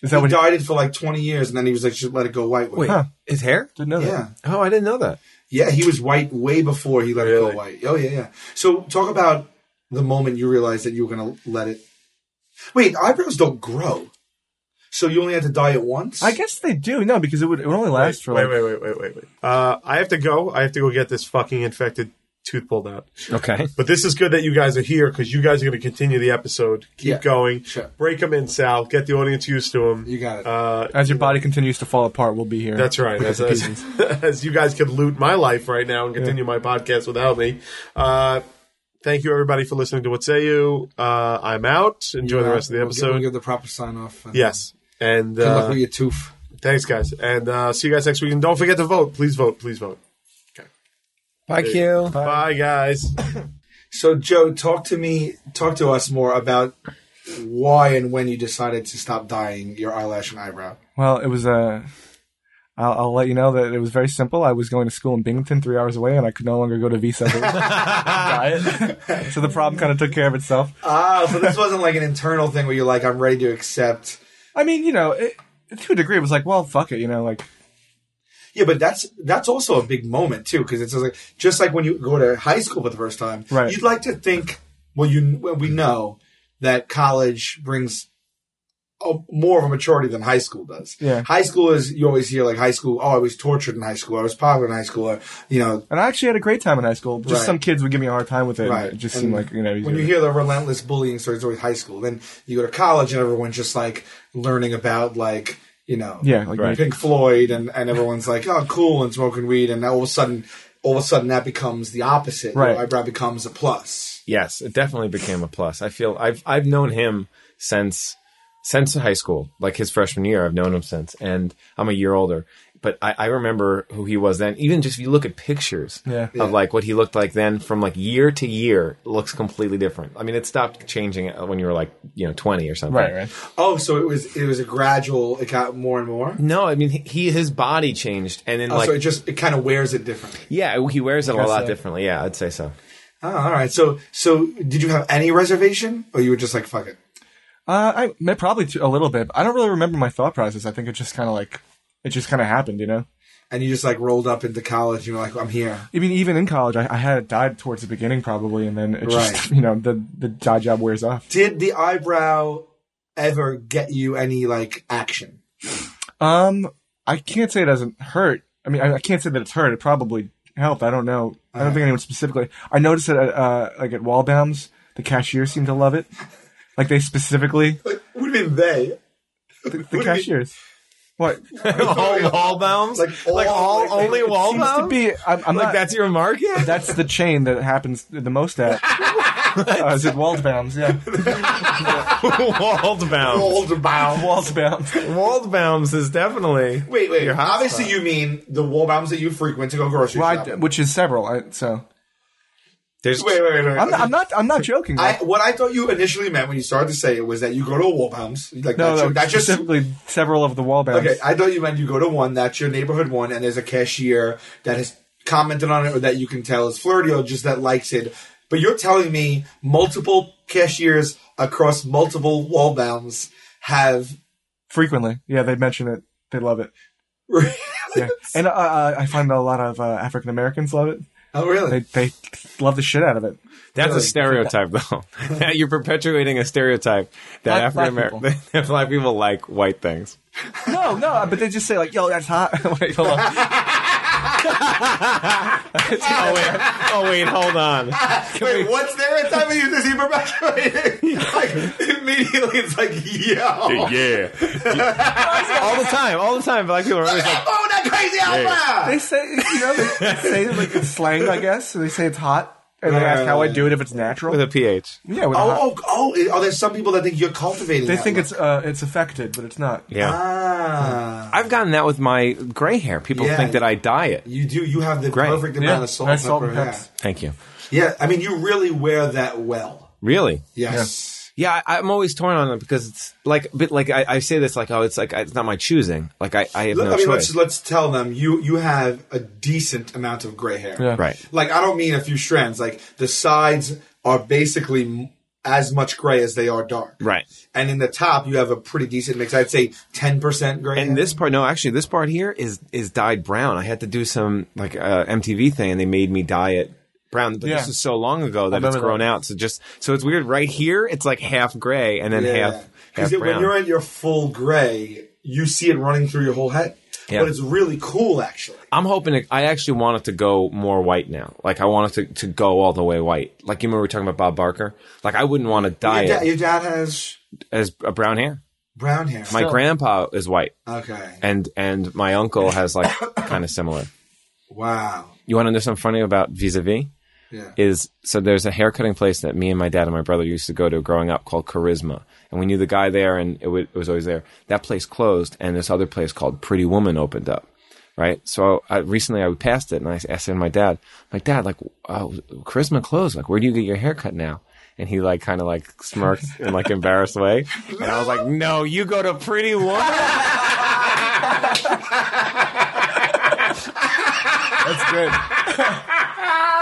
[SPEAKER 4] Is that
[SPEAKER 2] he
[SPEAKER 4] what?
[SPEAKER 2] dyed it for like 20 years, and then he was like, "Just let it go white." With
[SPEAKER 3] Wait,
[SPEAKER 2] it.
[SPEAKER 4] Huh.
[SPEAKER 3] his hair?
[SPEAKER 4] Didn't know that.
[SPEAKER 2] yeah,
[SPEAKER 3] Oh, I didn't know that.
[SPEAKER 2] yeah, he was white way before he let it
[SPEAKER 3] Really?
[SPEAKER 2] go white. Oh yeah, yeah. So talk about the moment you realized that you were gonna let it. Wait, eyebrows don't grow, so you only had to dye it once.
[SPEAKER 4] I guess they do. No, because it would it would only last for
[SPEAKER 1] Wait,
[SPEAKER 4] like.
[SPEAKER 1] wait, wait, wait, wait, wait. Uh, I have to go. I have to go get this fucking infected tooth pulled out.
[SPEAKER 3] Okay.
[SPEAKER 1] But this is good that you guys are here because you guys are going to continue the episode. Keep
[SPEAKER 2] Yeah,
[SPEAKER 1] going.
[SPEAKER 2] sure.
[SPEAKER 1] Break them in, Sal. Get the audience used to them.
[SPEAKER 2] You got it.
[SPEAKER 1] Uh,
[SPEAKER 4] As your body continues to fall apart, we'll be here.
[SPEAKER 1] that's right. As, as, as you guys could loot my life right now and continue my podcast without me. Uh, thank you, everybody, for listening to What Say You. Uh, I'm out. Enjoy the rest of the
[SPEAKER 2] We'll give- we'll
[SPEAKER 1] episode.
[SPEAKER 2] give the proper sign off. and-
[SPEAKER 1] yes. And
[SPEAKER 2] Good luck
[SPEAKER 1] uh,
[SPEAKER 2] with your tooth.
[SPEAKER 1] thanks, guys. And uh, see you guys next week. And don't forget to vote. Please vote. Please vote.
[SPEAKER 3] Bye, Q.
[SPEAKER 1] Bye guys.
[SPEAKER 2] So, Joe, talk to me, talk to us more about why and when you decided to stop dyeing your eyelash and eyebrow.
[SPEAKER 4] Well, it was Uh, I'll, I'll let you know that it was very simple. I was going to school in Binghamton, three hours away, and I could no longer go to Visa. so the problem kind of took care of itself.
[SPEAKER 2] Ah, so this wasn't like an internal thing where you're like, I'm ready to accept.
[SPEAKER 4] I mean, you know, it, to a degree, it was like, well, fuck it, you know, like
[SPEAKER 2] Yeah, but that's that's also a big moment too, because it's just like just like when you go to high school for the first time,
[SPEAKER 4] Right.
[SPEAKER 2] You'd like to think, well, you well, we know that college brings a, more of a maturity than high school does.
[SPEAKER 4] Yeah.
[SPEAKER 2] high school is you always hear like high school. Oh, I was tortured in high school. I was popular in high school. Or, you know,
[SPEAKER 4] And I actually had a great time in high school. Just
[SPEAKER 2] Right.
[SPEAKER 4] some kids would give me a hard time with it. and
[SPEAKER 2] Right.
[SPEAKER 4] It just
[SPEAKER 2] And
[SPEAKER 4] seemed like, you know,
[SPEAKER 2] when you hear the relentless bullying stories with high school, then you go to college and everyone's just like learning about like you know
[SPEAKER 4] Yeah, like Right.
[SPEAKER 2] Pink Floyd and and everyone's like oh cool and smoking weed and all of a sudden all of a sudden that becomes the opposite. Your
[SPEAKER 4] Right.
[SPEAKER 2] eyebrow becomes a plus.
[SPEAKER 3] Yes, it definitely became a plus. I feel I've I've known him since since high school, like his freshman year. I've known him since, and I'm a year older. But I, I remember who he was then. Even just if you look at pictures
[SPEAKER 4] Yeah.
[SPEAKER 3] of like what he looked like then, from like year to year, it looks completely different. I mean, it stopped changing when you were like you know 20 or something.
[SPEAKER 4] right, right.
[SPEAKER 2] Oh, so it was it was a gradual. It got more and more.
[SPEAKER 3] No, I mean he- he his body changed, and then
[SPEAKER 2] Oh,
[SPEAKER 3] like
[SPEAKER 2] so it just it kind of wears it differently.
[SPEAKER 3] yeah, he wears it a lot
[SPEAKER 4] so.
[SPEAKER 3] differently. Yeah, I'd say so.
[SPEAKER 2] Oh, all right. So so did you have any reservation or you were just like fuck it?
[SPEAKER 4] Uh, I may- probably t- a little bit. But I don't really remember my thought process. I think it just kind of like, it just kind of happened, you know?
[SPEAKER 2] And you just like rolled up into college. You were like, I'm here.
[SPEAKER 4] I mean, even in college, I, I had it died towards the beginning probably. And then it just, you know, the, the dye job wears off.
[SPEAKER 2] did the eyebrow ever get you any like action?
[SPEAKER 4] Um, I can't say it doesn't hurt. I mean, I, I can't say that it's hurt. It probably helped. I don't know. I don't think anyone specifically. I noticed that at, uh, like at Walbaum's, the cashier seemed to love it. Like they specifically,
[SPEAKER 2] Like, what do you mean they?
[SPEAKER 4] the cashiers. What?
[SPEAKER 3] all wall bounds,
[SPEAKER 2] Like,
[SPEAKER 3] like, all
[SPEAKER 2] all-
[SPEAKER 3] only wall
[SPEAKER 4] seems to
[SPEAKER 3] bounds.
[SPEAKER 4] be. I'm, I'm
[SPEAKER 3] like
[SPEAKER 4] not,
[SPEAKER 3] that's your market.
[SPEAKER 4] That's the chain that it happens the most at. uh, is it Waldbaum's? Yeah,
[SPEAKER 3] Waldbaum.
[SPEAKER 2] Waldbaum.
[SPEAKER 4] Waldbaum's.
[SPEAKER 3] Waldbaum's is definitely.
[SPEAKER 2] Wait, wait.
[SPEAKER 3] Your hotspot.
[SPEAKER 2] Obviously, you mean the Waldbaums that you frequent to go grocery
[SPEAKER 4] Well, I,
[SPEAKER 2] shopping.
[SPEAKER 4] which is several. I, so
[SPEAKER 3] There's
[SPEAKER 2] wait, wait, wait, wait.
[SPEAKER 4] I'm not. I'm not, I'm not joking.
[SPEAKER 2] I,
[SPEAKER 4] Like,
[SPEAKER 2] what I thought you initially meant when you started to say it was that you go to a Waldbaum's. Like
[SPEAKER 4] no,
[SPEAKER 2] that's,
[SPEAKER 4] no,
[SPEAKER 2] your, that's your-
[SPEAKER 4] specifically several of the Waldbaum's.
[SPEAKER 2] Okay, I thought you meant you go to one that's your neighborhood one, and there's a cashier that has commented on it, or that you can tell is flirty, or just that likes it. But you're telling me multiple cashiers across multiple wall bounds have
[SPEAKER 4] Frequently, yeah, they mention it. They love it.
[SPEAKER 2] Really?
[SPEAKER 4] Yeah, and uh, uh, I find that a lot of uh, African Americans love it.
[SPEAKER 2] Oh, really?
[SPEAKER 4] They they love the shit out of it.
[SPEAKER 3] that's a stereotype though. You're perpetuating a stereotype that
[SPEAKER 4] Black- black
[SPEAKER 3] African American that black people like white things.
[SPEAKER 4] No, no, but they just say like, "Yo, that's hot." Wait, hold on.
[SPEAKER 3] Oh wait, oh wait, hold on. Can
[SPEAKER 2] Wait,
[SPEAKER 3] we-
[SPEAKER 2] what's there at time of you to see perpetuating? like, immediately it's like, yo.
[SPEAKER 3] Yeah, all the time, all the time. Black people are always like,
[SPEAKER 2] Phone Oh, that crazy out loud.
[SPEAKER 4] They say, you know, they say it like it's slang, I guess. So they say it's hot, and they
[SPEAKER 2] Right,
[SPEAKER 4] ask how
[SPEAKER 2] right,
[SPEAKER 4] I do it if it's natural.
[SPEAKER 3] with a ph.
[SPEAKER 4] yeah, with a hot-
[SPEAKER 2] Oh, oh, oh! Are there some people that think you're cultivating?
[SPEAKER 4] they
[SPEAKER 2] that
[SPEAKER 4] think
[SPEAKER 2] look?
[SPEAKER 4] it's uh, it's affected, but it's not.
[SPEAKER 3] Yeah,
[SPEAKER 2] ah.
[SPEAKER 3] I've gotten that with my gray hair. People
[SPEAKER 2] Yeah.
[SPEAKER 3] think that I dye it.
[SPEAKER 2] You do. You have the
[SPEAKER 3] Great.
[SPEAKER 2] perfect amount of salt,
[SPEAKER 4] nice salt
[SPEAKER 2] pepper,
[SPEAKER 4] and peps.
[SPEAKER 3] Thank you.
[SPEAKER 2] Yeah. yeah, I mean, you really wear that well.
[SPEAKER 3] Really?
[SPEAKER 2] Yes.
[SPEAKER 3] Yeah, I, I'm always torn on it because it's like, but like I, I say this like, oh, it's like I, it's not my choosing. Like I, I have
[SPEAKER 2] Look,
[SPEAKER 3] no
[SPEAKER 2] I mean,
[SPEAKER 3] choice.
[SPEAKER 2] let's let's tell them you you have a decent amount of gray hair.
[SPEAKER 4] Yeah.
[SPEAKER 3] right.
[SPEAKER 2] Like I don't mean a few strands. Like the sides are basically m- as much gray as they are dark.
[SPEAKER 3] Right.
[SPEAKER 2] And in the top, you have a pretty decent mix. I'd say ten percent gray. hair.
[SPEAKER 3] And this part, no, actually, this part here is is dyed brown. I had to do some like uh, MTV thing, and they made me dye it brown. But
[SPEAKER 4] Yeah.
[SPEAKER 3] this is so long ago that it's
[SPEAKER 4] remember
[SPEAKER 3] grown
[SPEAKER 4] that.
[SPEAKER 3] out. So just so it's weird. Right here, it's like half gray and then half half
[SPEAKER 2] Because when
[SPEAKER 3] brown.
[SPEAKER 2] you're at your full gray, you see it running through your whole head.
[SPEAKER 3] Yeah.
[SPEAKER 2] But it's really cool, actually.
[SPEAKER 3] I'm hoping it, I actually want it to go more white now. Like I want it to, to go all the way white. Like you remember we were talking about Bob Barker. Like I uh, wouldn't want to dye
[SPEAKER 2] Your, da-
[SPEAKER 3] it
[SPEAKER 2] your dad has
[SPEAKER 3] as a brown hair.
[SPEAKER 2] brown hair.
[SPEAKER 3] My grandpa is white,
[SPEAKER 2] okay.
[SPEAKER 3] and and my uncle has like kind of similar.
[SPEAKER 2] Wow.
[SPEAKER 3] You want to know something funny about vis-a-vis?
[SPEAKER 2] Yeah.
[SPEAKER 3] is so there's a haircutting place that me and my dad and my brother used to go to growing up called Charisma, and we knew the guy there, and it, would, it was always there. That place closed, and this other place called Pretty Woman opened up. Right, so I, recently I passed it, and I, I said to my dad, "Like dad, like oh, Charisma closed. Like where do you get your haircut now?" And he like kind of like smirked in like embarrassed way, and I was like, "No, you go to Pretty Woman."
[SPEAKER 4] That's good.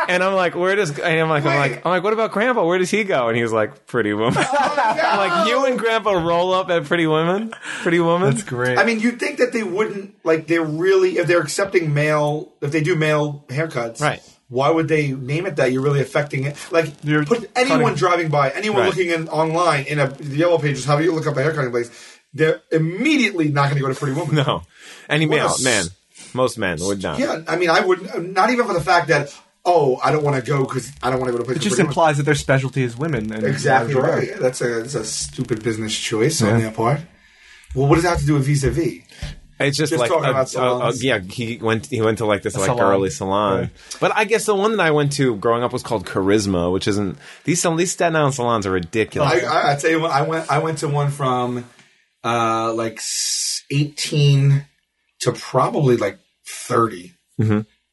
[SPEAKER 3] And I'm like, "Where does?" And I'm like, "I'm like, I'm like, what about Grandpa? Where does he go?" And he was like, "Pretty Woman."
[SPEAKER 2] Oh,
[SPEAKER 3] I'm like, "You and Grandpa roll up at Pretty Woman, Pretty Woman."
[SPEAKER 4] That's great.
[SPEAKER 2] I mean, you'd think that they wouldn't like. They're really if they're accepting male, if they do male haircuts,
[SPEAKER 3] Right.
[SPEAKER 2] Why would they name it that? You're really affecting it. Like,
[SPEAKER 4] You're
[SPEAKER 2] put anyone
[SPEAKER 4] cutting-
[SPEAKER 2] driving by, anyone
[SPEAKER 3] Right.
[SPEAKER 2] looking in online in a the yellow pages, however you look up a haircutting place, they're immediately not going to go to Pretty Woman.
[SPEAKER 3] No, any
[SPEAKER 2] What a
[SPEAKER 3] male
[SPEAKER 2] s-
[SPEAKER 3] man, most men would not.
[SPEAKER 2] Yeah, I mean, I would not even for the fact that oh, I don't want to go because I don't want to go to a place.
[SPEAKER 4] it
[SPEAKER 2] with
[SPEAKER 4] just
[SPEAKER 2] pretty women.
[SPEAKER 4] implies that their specialty is women. And
[SPEAKER 2] exactly
[SPEAKER 4] Yeah.
[SPEAKER 2] right. Yeah, that's a that's a stupid business choice on their part. Well, what does that have to do with vis a vis?
[SPEAKER 3] It's just,
[SPEAKER 2] Just
[SPEAKER 3] like,
[SPEAKER 2] talking
[SPEAKER 3] a-
[SPEAKER 2] about
[SPEAKER 3] a- a-
[SPEAKER 2] salons.
[SPEAKER 3] yeah, he went he went to like this like
[SPEAKER 4] salon.
[SPEAKER 3] early salon.
[SPEAKER 4] Right.
[SPEAKER 3] But I guess the one that I went to growing up was called Charisma, which isn't these some these Staten Island salons are ridiculous.
[SPEAKER 2] I, I, I tell you what, I went I went to one from uh, like s- eighteen to probably like 30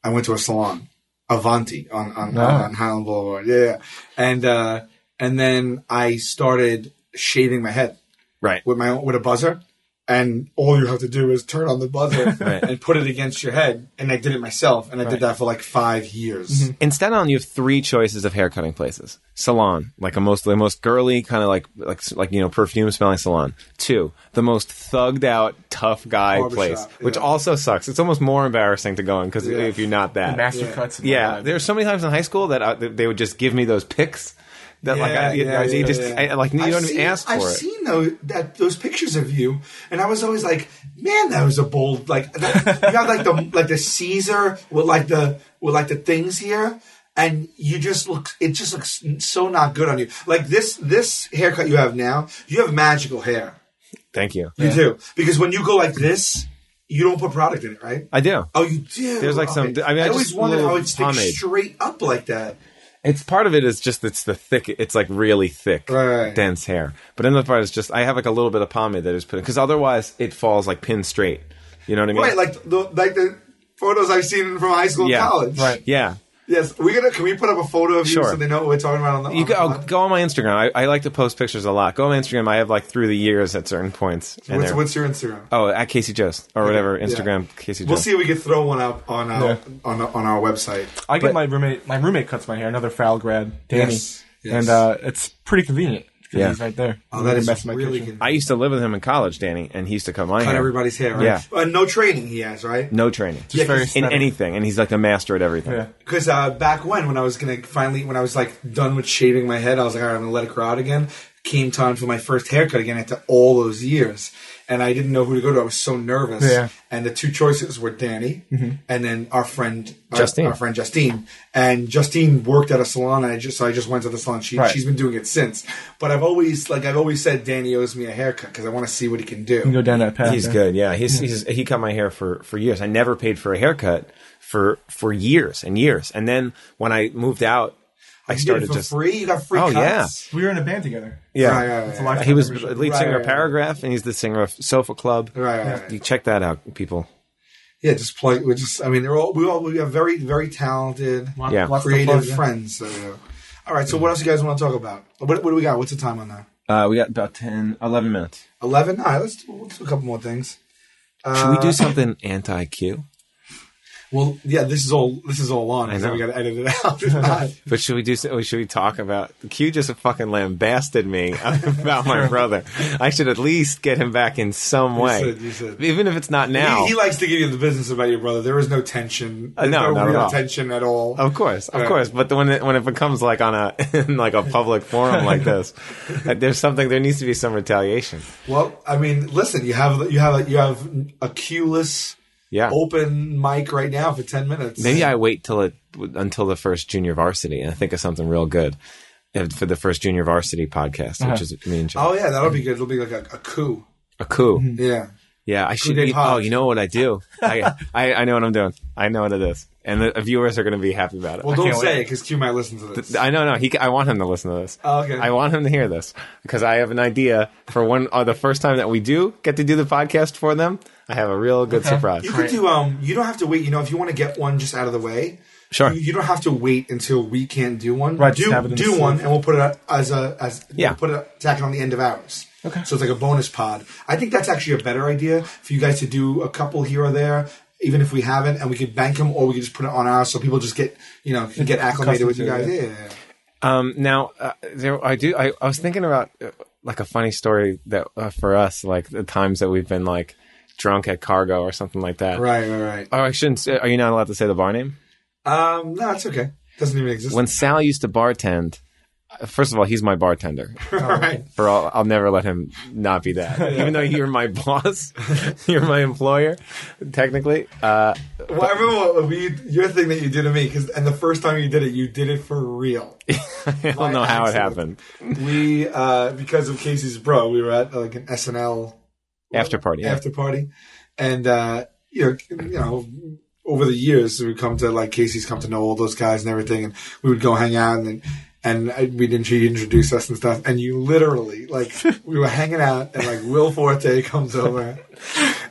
[SPEAKER 2] I went to a salon, Avanti on on, on, on Highland Boulevard. Yeah, yeah. and uh, and then I started shaving my head.
[SPEAKER 3] right.
[SPEAKER 2] with my with a buzzer, and all you have to do is turn on the buzzer and put it against your head. And I did it myself, and I did that for like five years.
[SPEAKER 3] In Staten Island, you have three choices of haircutting places: salon, like a most the most girly kind of like like like you know perfume smelling salon. Two, the most thugged out tough guy
[SPEAKER 2] Barbershop,
[SPEAKER 3] place, which
[SPEAKER 2] yeah.
[SPEAKER 3] also sucks. It's almost more embarrassing to go in because
[SPEAKER 2] Yeah.
[SPEAKER 3] if you're not that
[SPEAKER 4] Master cuts. and all
[SPEAKER 3] Yeah,
[SPEAKER 4] that.
[SPEAKER 3] there were so many times in high school that I, that they would just give me those picks that like I,
[SPEAKER 2] Yeah,
[SPEAKER 3] I-
[SPEAKER 2] yeah,
[SPEAKER 3] they
[SPEAKER 2] yeah,
[SPEAKER 3] just
[SPEAKER 2] yeah.
[SPEAKER 3] I- like you
[SPEAKER 2] I've
[SPEAKER 3] don't
[SPEAKER 2] seen-
[SPEAKER 3] even ask for
[SPEAKER 2] I've
[SPEAKER 3] it.
[SPEAKER 2] seen those that those pictures of you, and I was always like, "Man, that was a bold like." That, you have like the like the Caesar with like the with like the things here, and you just look. It just looks so not good on you. Like this this haircut you have now, you have magical hair.
[SPEAKER 3] Thank you.
[SPEAKER 2] You do because when you go like this, you don't put product in it, right?
[SPEAKER 3] I do.
[SPEAKER 2] Oh, you do.
[SPEAKER 3] There's, like, some-
[SPEAKER 2] Okay.
[SPEAKER 3] I mean, I
[SPEAKER 2] always
[SPEAKER 3] just
[SPEAKER 2] wondered
[SPEAKER 3] little
[SPEAKER 2] how it sticks
[SPEAKER 3] pomade.
[SPEAKER 2] straight up like that.
[SPEAKER 3] It's part of it is just it's the thick. It's like really thick,
[SPEAKER 2] Right.
[SPEAKER 3] dense hair. But another part is just I have like a little bit of pomade that is put in because otherwise it falls like pin straight. You know what I mean?
[SPEAKER 2] Right, like the like the photos I've seen from high school, and
[SPEAKER 3] Yeah,
[SPEAKER 2] college.
[SPEAKER 4] right.
[SPEAKER 3] yeah.
[SPEAKER 2] Yes, we gonna can we put up a photo of you
[SPEAKER 3] Sure.
[SPEAKER 2] so they know what we're talking about on the.
[SPEAKER 3] You
[SPEAKER 2] on
[SPEAKER 3] go,
[SPEAKER 2] the
[SPEAKER 3] oh,
[SPEAKER 2] pod?
[SPEAKER 3] go on my Instagram. I, I like to post pictures a lot. Go on my Instagram. I have like through the years at certain points. And
[SPEAKER 2] What's,
[SPEAKER 3] they're-
[SPEAKER 2] what's your Instagram?
[SPEAKER 3] oh, at Casey Jost or whatever
[SPEAKER 2] Yeah.
[SPEAKER 3] Instagram Casey Jost.
[SPEAKER 2] We'll see if we can throw one up on our on, our- on our website.
[SPEAKER 4] I get my roommate. My roommate cuts my hair. Another foul grad, Danny,
[SPEAKER 2] Yes, yes.
[SPEAKER 4] and uh, it's pretty convenient. 'cause
[SPEAKER 3] Yeah.
[SPEAKER 4] he's right there.
[SPEAKER 2] Oh, that is
[SPEAKER 4] Mess in my
[SPEAKER 2] really
[SPEAKER 4] kitchen.
[SPEAKER 2] good.
[SPEAKER 3] I used to live with him in college, Danny, and he used to cut my
[SPEAKER 2] Cut
[SPEAKER 3] hair.
[SPEAKER 2] everybody's hair, right?
[SPEAKER 3] Yeah.
[SPEAKER 2] Uh, no training he has, right?
[SPEAKER 3] No training.
[SPEAKER 2] Yeah,
[SPEAKER 4] very
[SPEAKER 2] 'cause-
[SPEAKER 3] in
[SPEAKER 4] Aesthetic.
[SPEAKER 3] anything, and he's like a master at everything.
[SPEAKER 4] Yeah.
[SPEAKER 2] Because uh, back when, when I was gonna finally, when I was like done with shaving my head, I was like, all right, I'm gonna let it grow out again. came time for my first haircut again after all those years, and I didn't know who to go to. I was so nervous.
[SPEAKER 4] Yeah. Mm-hmm.
[SPEAKER 2] And the two choices were Danny and then our friend our-
[SPEAKER 3] Justine.
[SPEAKER 2] Our, friend Justine. And Justine worked at a salon, and I just so I just went to the salon. She
[SPEAKER 4] Right.
[SPEAKER 2] she's been doing it since. But I've always like I've always said Danny owes me a haircut because I want to see what he can do.
[SPEAKER 4] You can go down that path.
[SPEAKER 3] He's
[SPEAKER 4] eh?
[SPEAKER 3] good. Yeah, he's, he's he cut my hair for for years. I never paid for a haircut for for years and years. And then when I moved out, I
[SPEAKER 2] you did it
[SPEAKER 3] started
[SPEAKER 2] for
[SPEAKER 3] just
[SPEAKER 2] free. You got free
[SPEAKER 3] Oh,
[SPEAKER 2] cuts.
[SPEAKER 4] We were in a band together.
[SPEAKER 3] yeah.
[SPEAKER 2] Right, right, right,
[SPEAKER 4] It's a
[SPEAKER 2] right.
[SPEAKER 4] lifetime
[SPEAKER 3] uh, He was
[SPEAKER 4] membership.
[SPEAKER 3] lead
[SPEAKER 2] Right,
[SPEAKER 3] singer
[SPEAKER 2] right,
[SPEAKER 3] of
[SPEAKER 2] right.
[SPEAKER 3] Paragraph, and he's the singer of Sofa Club.
[SPEAKER 2] Right, right, right.
[SPEAKER 3] You check that out, people.
[SPEAKER 2] Yeah, just play. We just, I mean, they're all we all we have very very talented,
[SPEAKER 4] Lot-
[SPEAKER 3] Yeah.
[SPEAKER 4] lots to plug,
[SPEAKER 2] creative
[SPEAKER 4] yeah.
[SPEAKER 2] friends. So, yeah. all right. So, what else you guys want to talk about? What, what do we got? What's the time on that?
[SPEAKER 3] Uh, we got about 10, 11 minutes.
[SPEAKER 2] Eleven. All right. Let's do, let's do a couple more things.
[SPEAKER 3] Should
[SPEAKER 2] Uh,
[SPEAKER 3] we do something anti Q?
[SPEAKER 2] Well, yeah. This is all this is all on.
[SPEAKER 3] I
[SPEAKER 2] So we
[SPEAKER 3] know.
[SPEAKER 2] got to edit it out. If not-
[SPEAKER 3] But should we do? so- Should we talk about Q? Just fucking lambasted me about my brother. I should at least get him back in some way,
[SPEAKER 2] should, you should.
[SPEAKER 3] even if it's not now. Uh,
[SPEAKER 2] he, he likes to give you the business about your brother. There is no tension. There's
[SPEAKER 3] no, not at
[SPEAKER 2] real
[SPEAKER 3] all.
[SPEAKER 2] tension at all.
[SPEAKER 3] Of course, of
[SPEAKER 2] Yeah.
[SPEAKER 3] course. But when it, when it becomes like on a in like a public forum like this, that there's something. There needs to be some retaliation.
[SPEAKER 2] Well, I mean, listen. You have you have a, you have a cueless
[SPEAKER 3] Yeah.
[SPEAKER 2] open mic right now for ten minutes.
[SPEAKER 3] Maybe I wait till it until the first junior varsity and I think of something real good uh, for the first junior varsity podcast, which is me and John.
[SPEAKER 2] Oh yeah, that'll be good. It'll be like a, a coup.
[SPEAKER 3] A coup.
[SPEAKER 2] Yeah.
[SPEAKER 3] Yeah, I should.
[SPEAKER 2] de
[SPEAKER 3] Be,
[SPEAKER 2] pas.
[SPEAKER 3] oh, you know what I do? I, I I know what I'm doing. I know what it is, and the viewers are going to be happy about it.
[SPEAKER 2] Well, don't
[SPEAKER 4] can't
[SPEAKER 2] say
[SPEAKER 4] wait.
[SPEAKER 2] it because Q might listen to this.
[SPEAKER 3] I know, no. He, I want him to listen to this.
[SPEAKER 2] Oh, okay.
[SPEAKER 3] I want him to hear this because I have an idea for when uh, the first time that we do get to do the podcast for them. I have a real good surprise.
[SPEAKER 2] You could do. Um, you don't have to wait. You know, if you want to get one just out of the way,
[SPEAKER 3] Sure.
[SPEAKER 2] You, you don't have to wait until we can't do one.
[SPEAKER 4] Right,
[SPEAKER 2] Do
[SPEAKER 4] just have it in the
[SPEAKER 2] do
[SPEAKER 4] sleeve.
[SPEAKER 2] one, and we'll put it out as a as
[SPEAKER 3] Yeah.
[SPEAKER 2] we'll put it tack it on the end of ours. Okay. So it's like a bonus pod. I think that's actually a better idea for you guys to do a couple here or there. Even if we haven't, and we could bank them, or we could just put it on ours, so people just get you know can get acclimated
[SPEAKER 4] Accustomed
[SPEAKER 2] with you
[SPEAKER 4] to
[SPEAKER 2] guys.
[SPEAKER 4] it,
[SPEAKER 2] Yeah, yeah, yeah.
[SPEAKER 3] Um, now, uh, there, I do. I, I was thinking about uh, like a funny story that uh, for us, like the times that we've been like drunk at cargo or something like that.
[SPEAKER 2] right, right,
[SPEAKER 3] Oh, I shouldn't. Say, are you not allowed to say the bar name?
[SPEAKER 2] right. Um, no, it's okay. Doesn't even exist.
[SPEAKER 3] When Sal used to bartend, uh, first of all, he's my bartender.
[SPEAKER 2] right.
[SPEAKER 3] For all, I'll never let him not be that. Even though you're my boss, you're my employer, technically. Uh,
[SPEAKER 2] Well, I remember what we, your thing that you did to me, 'cause- and the first time you did it, you did it for real.
[SPEAKER 3] I don't know how it happened.
[SPEAKER 2] We, uh, because of Casey's bro, we were at uh, like an SNL
[SPEAKER 3] After party. Yeah.
[SPEAKER 2] after party, and uh, you know, you know, over the years we come to like Casey's come to know all those guys and everything, and we would go hang out and. Then, and I, we didn't she introduced us and stuff, and you literally like we were hanging out, and like Will Forte comes over,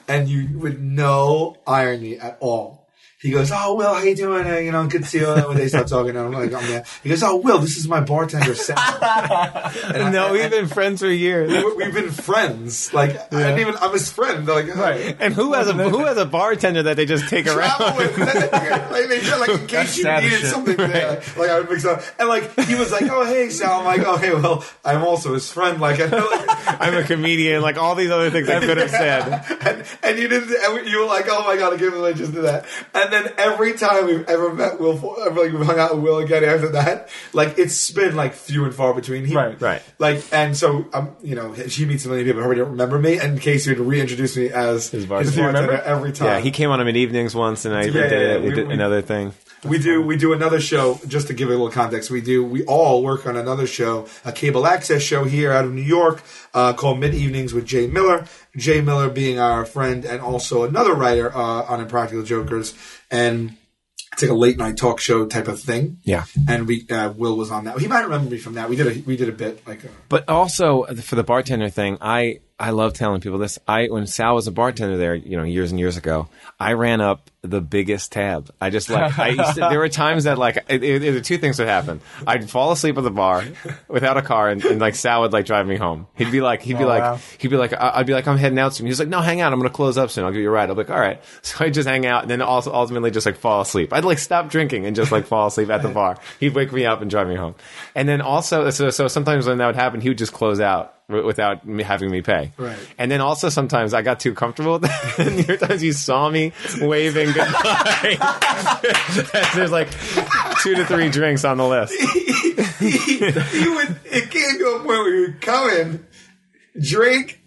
[SPEAKER 2] and you with no irony at all. He goes, "Oh, Will, how you doing? Uh, you know, good to see you." And when they start talking, I'm like, "I'm there." He goes, "Oh, Will, this is my bartender, Sam." And I-
[SPEAKER 3] No,
[SPEAKER 2] and-
[SPEAKER 3] we've been friends for years.
[SPEAKER 2] we- we've been friends. Like I didn't even I'm his friend. Like right.
[SPEAKER 3] And who has a who has a bartender that they just take around?
[SPEAKER 2] Travel with, like, they just, like in case you
[SPEAKER 4] savage
[SPEAKER 2] needed
[SPEAKER 4] shit.
[SPEAKER 2] something there, like I would mix up, and like he was like, "Oh hey, Sal," I'm like, "Okay, well, I'm also his friend." Like, I know, like
[SPEAKER 3] I'm a comedian, like all these other things I could have said.
[SPEAKER 2] and, and you didn't, and you were like, "Oh my god, I can't believe I just did that." And then every time we've ever met Will, Fo- ever like we've hung out with Will again after that, like it's been like few and far between. He,
[SPEAKER 4] Right,
[SPEAKER 3] right.
[SPEAKER 2] Like, and so um, you know, she meets a million people who already don't remember me, and Casey would reintroduce me as his
[SPEAKER 3] bartender.
[SPEAKER 2] bartender,
[SPEAKER 3] Do you remember?
[SPEAKER 2] every time.
[SPEAKER 3] Yeah, he came on him in evenings once, and I we
[SPEAKER 2] Yeah,
[SPEAKER 3] did,
[SPEAKER 2] yeah,
[SPEAKER 3] it. we
[SPEAKER 2] we-
[SPEAKER 3] did
[SPEAKER 2] we-
[SPEAKER 3] another thing.
[SPEAKER 2] We do we do another show just to give it a little context. We do we all work on another show, a cable access show here out of New York uh, called Mid Evenings with Jay Miller. Jay Miller being our friend and also another writer uh, on Impractical Jokers, and it's like a late night talk show type of thing.
[SPEAKER 3] Yeah.
[SPEAKER 2] and we uh, Will was on that. He might remember me from that. We did a we did a bit like. uh
[SPEAKER 3] But also uh, for the bartender thing, I I love telling people this. I when Sal was a bartender there, you know, years and years ago, I ran up the biggest tab. I just like I used to, there were times that like it, it, it- two things would happen. I'd fall asleep at the bar without a car, and, and like Sal would like drive me home. He'd be like he'd be
[SPEAKER 4] Oh,
[SPEAKER 3] like
[SPEAKER 4] wow.
[SPEAKER 3] he'd be like I- I'd be like I'm heading out soon. He's like No, hang out. I'm gonna close up soon. I'll give you a ride. I'm like All right. So I would just hang out, and then also ultimately just like fall asleep. I'd like stop drinking and just like fall asleep at the bar. He'd wake me up and drive me home. And then also so so sometimes when that would happen, he would just close out w- without me having me pay.
[SPEAKER 2] Right.
[SPEAKER 3] And then also sometimes I got too comfortable. with that. and there were times you saw me waving goodbye. There's like two to three drinks on the list.
[SPEAKER 2] he would it came to a point where you would come in, drink,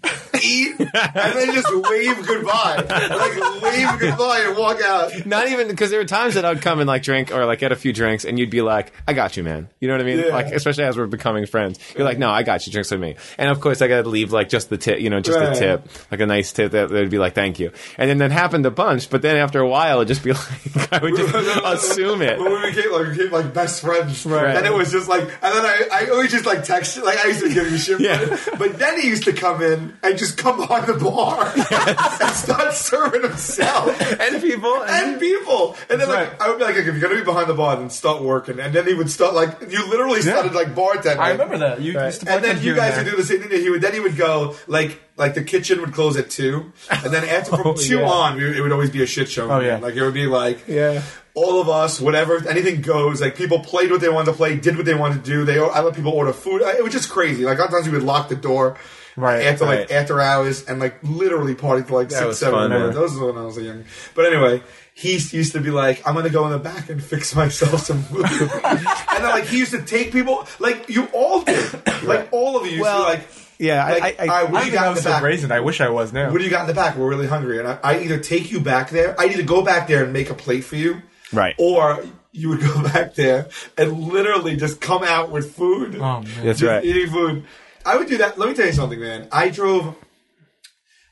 [SPEAKER 2] eat, and then just wave goodbye. Like wave goodbye and walk out.
[SPEAKER 3] Not even because there were times that I'd come and like drink or like get a few drinks, and you'd be like, "I got you, man." You know what I mean?
[SPEAKER 2] Yeah.
[SPEAKER 3] Like, especially as we're becoming friends, you're like, "No, I got you. Drinks with me." And of course, I got to leave like just the tip, you know, just
[SPEAKER 2] Right.
[SPEAKER 3] the tip, like a nice tip that would be like, "Thank you." And then that happened a bunch, but then after a while, it'd just be like, I would just assume it.
[SPEAKER 2] When we became like, we became like best friends,
[SPEAKER 3] Right.
[SPEAKER 2] and it was just like, and then I, I always just like text, like I used to give him shit.
[SPEAKER 3] Yeah.
[SPEAKER 2] Yeah. But then he used to come in and just come behind the bar and start serving himself.
[SPEAKER 3] And people,
[SPEAKER 2] And people, and then like
[SPEAKER 4] Right.
[SPEAKER 2] I would be like, if you're gonna be behind the bar, then start working. And then he would start like you literally started like bartending.
[SPEAKER 4] I remember that. You used to
[SPEAKER 2] And
[SPEAKER 4] bartend
[SPEAKER 2] then you
[SPEAKER 4] here
[SPEAKER 2] guys
[SPEAKER 4] there.
[SPEAKER 2] would do the same thing. that He would then he would go like like the kitchen would close at two, and then after from
[SPEAKER 4] Oh,
[SPEAKER 2] two
[SPEAKER 4] yeah.
[SPEAKER 2] on, we- it would always be a shit show.
[SPEAKER 4] Oh, yeah.
[SPEAKER 2] like it would be like
[SPEAKER 4] Yeah.
[SPEAKER 2] all of us, whatever, anything goes. Like people played what they wanted to play, did what they wanted to do. They I let people order food. I- It was just crazy. Like sometimes we would lock the door.
[SPEAKER 4] Right,
[SPEAKER 2] after like
[SPEAKER 3] right.
[SPEAKER 2] after hours and like literally party till like six
[SPEAKER 3] was
[SPEAKER 2] seven.
[SPEAKER 3] fun, uh,
[SPEAKER 2] in the morning.
[SPEAKER 3] man.
[SPEAKER 2] Those were when I was a young. But anyway, he used to be like, "I'm gonna go in the back and fix myself some food," and then like he used to take people. Like you all did. Like all of you used to
[SPEAKER 3] Well,
[SPEAKER 2] like.
[SPEAKER 3] yeah, I-
[SPEAKER 2] like,
[SPEAKER 3] I- I-
[SPEAKER 2] "All right,
[SPEAKER 4] I
[SPEAKER 2] what do you
[SPEAKER 4] think
[SPEAKER 2] got
[SPEAKER 4] I
[SPEAKER 2] in
[SPEAKER 4] was
[SPEAKER 2] the
[SPEAKER 4] so
[SPEAKER 2] back?
[SPEAKER 4] brazen. I wish I was now.
[SPEAKER 2] What do you got in the back? We're really hungry, and I, I either take you back there. I either go back there and make a plate for you,
[SPEAKER 3] Right.
[SPEAKER 2] Or you would go back there and literally just come out with food.
[SPEAKER 4] Oh, man.
[SPEAKER 3] That's
[SPEAKER 2] Just
[SPEAKER 3] right.
[SPEAKER 2] Eating food. I would do that. Let me tell you something, man. I drove.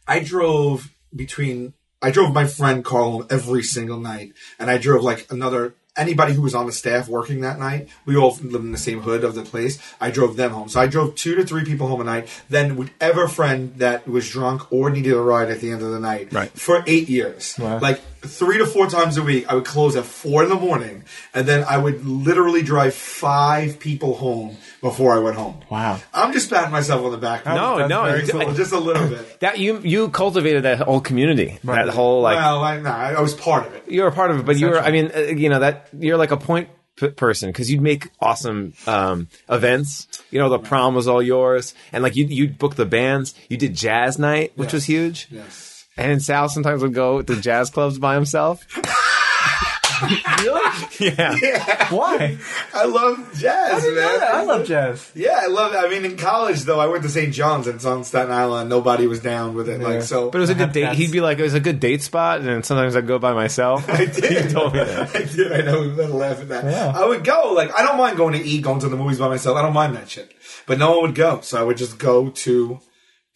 [SPEAKER 2] I drove between. I drove my friend Carl home every single night, and I drove like another anybody who was on the staff working that night. We all lived in the same hood of the place. I drove them home, so I drove two to three people home a night. Then whatever friend that was drunk or needed a ride at the end of the night,
[SPEAKER 3] Right.
[SPEAKER 2] for eight years, like three to four times a week. I would close at four in the morning, and then I would literally drive five people home before I went home.
[SPEAKER 4] Wow.
[SPEAKER 2] I'm just patting myself on the back.
[SPEAKER 3] No,
[SPEAKER 4] That's
[SPEAKER 3] no,
[SPEAKER 4] very
[SPEAKER 3] it's-
[SPEAKER 2] Just a little- just a little bit.
[SPEAKER 3] that you you cultivated that whole community, that whole like
[SPEAKER 2] well, I, nah, I was part of it.
[SPEAKER 3] you were a part of it, but you were, I mean, uh, you know, that you're like a point p- person because you'd make awesome um, events. You know, the prom was all yours, and like you, you'd book the bands. You did jazz night, which was huge.
[SPEAKER 2] Yes.
[SPEAKER 3] And Sal sometimes would go to jazz clubs by himself.
[SPEAKER 4] Really?
[SPEAKER 3] Yeah.
[SPEAKER 4] Why?
[SPEAKER 2] I love jazz,
[SPEAKER 4] I, didn't know
[SPEAKER 2] man.
[SPEAKER 4] that. I love jazz.
[SPEAKER 2] Yeah, I love. I mean, in college though, I went to St. John's and it's on Staten Island. Nobody was down with it. Like so,
[SPEAKER 3] But it was a good date.
[SPEAKER 4] that's-
[SPEAKER 3] He'd be like, it was a good date spot, and then sometimes I'd go by myself.
[SPEAKER 2] I did.
[SPEAKER 3] told me that.
[SPEAKER 2] I did. I know. We were laughing at that. I would go. Like, I don't mind going to eat, going to the movies by myself. I don't mind that shit. But no one would go, so I would just go to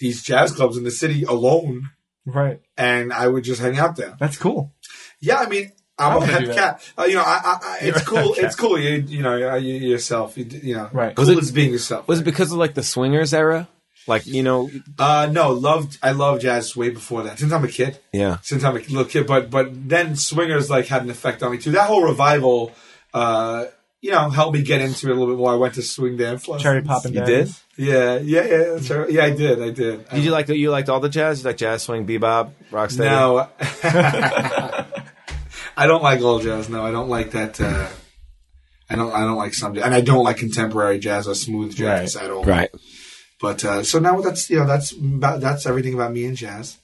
[SPEAKER 2] these jazz clubs in the city alone,
[SPEAKER 4] Right.
[SPEAKER 2] and I would just hang out there.
[SPEAKER 4] That's cool.
[SPEAKER 2] Yeah, I mean, I'm,
[SPEAKER 4] I'm
[SPEAKER 2] a
[SPEAKER 4] gonna
[SPEAKER 2] hep
[SPEAKER 4] do that.
[SPEAKER 2] cat. Uh, you know, I, I, I, it's cool. It's cool. You, you know, you- you, yourself. You, d- you know,
[SPEAKER 4] Right.
[SPEAKER 2] Cool
[SPEAKER 3] Was it-
[SPEAKER 2] is being yourself.
[SPEAKER 3] Was it because of like the swingers era? Like, you know,
[SPEAKER 2] uh, no, loved. I love jazz way before that. Since I'm a kid.
[SPEAKER 3] yeah.
[SPEAKER 2] Since I'm a little kid, but but then swingers like had an effect on me too. That whole revival, uh, you know, helped me get into it a little bit more. I went to swing dance. lessons.
[SPEAKER 4] Cherry popping.
[SPEAKER 3] You did?
[SPEAKER 2] Yeah, yeah, yeah. that's right. Yeah, I did. I did. I
[SPEAKER 3] Did you like you liked all the jazz? You like jazz, swing, bebop, rocksteady?
[SPEAKER 2] No, I don't like old jazz. No, I don't like that. Uh, I don't. I don't like some, and I don't like contemporary jazz or smooth jazz at all.
[SPEAKER 3] Right.
[SPEAKER 2] But uh, so now that's you know that's about, that's everything about me and jazz.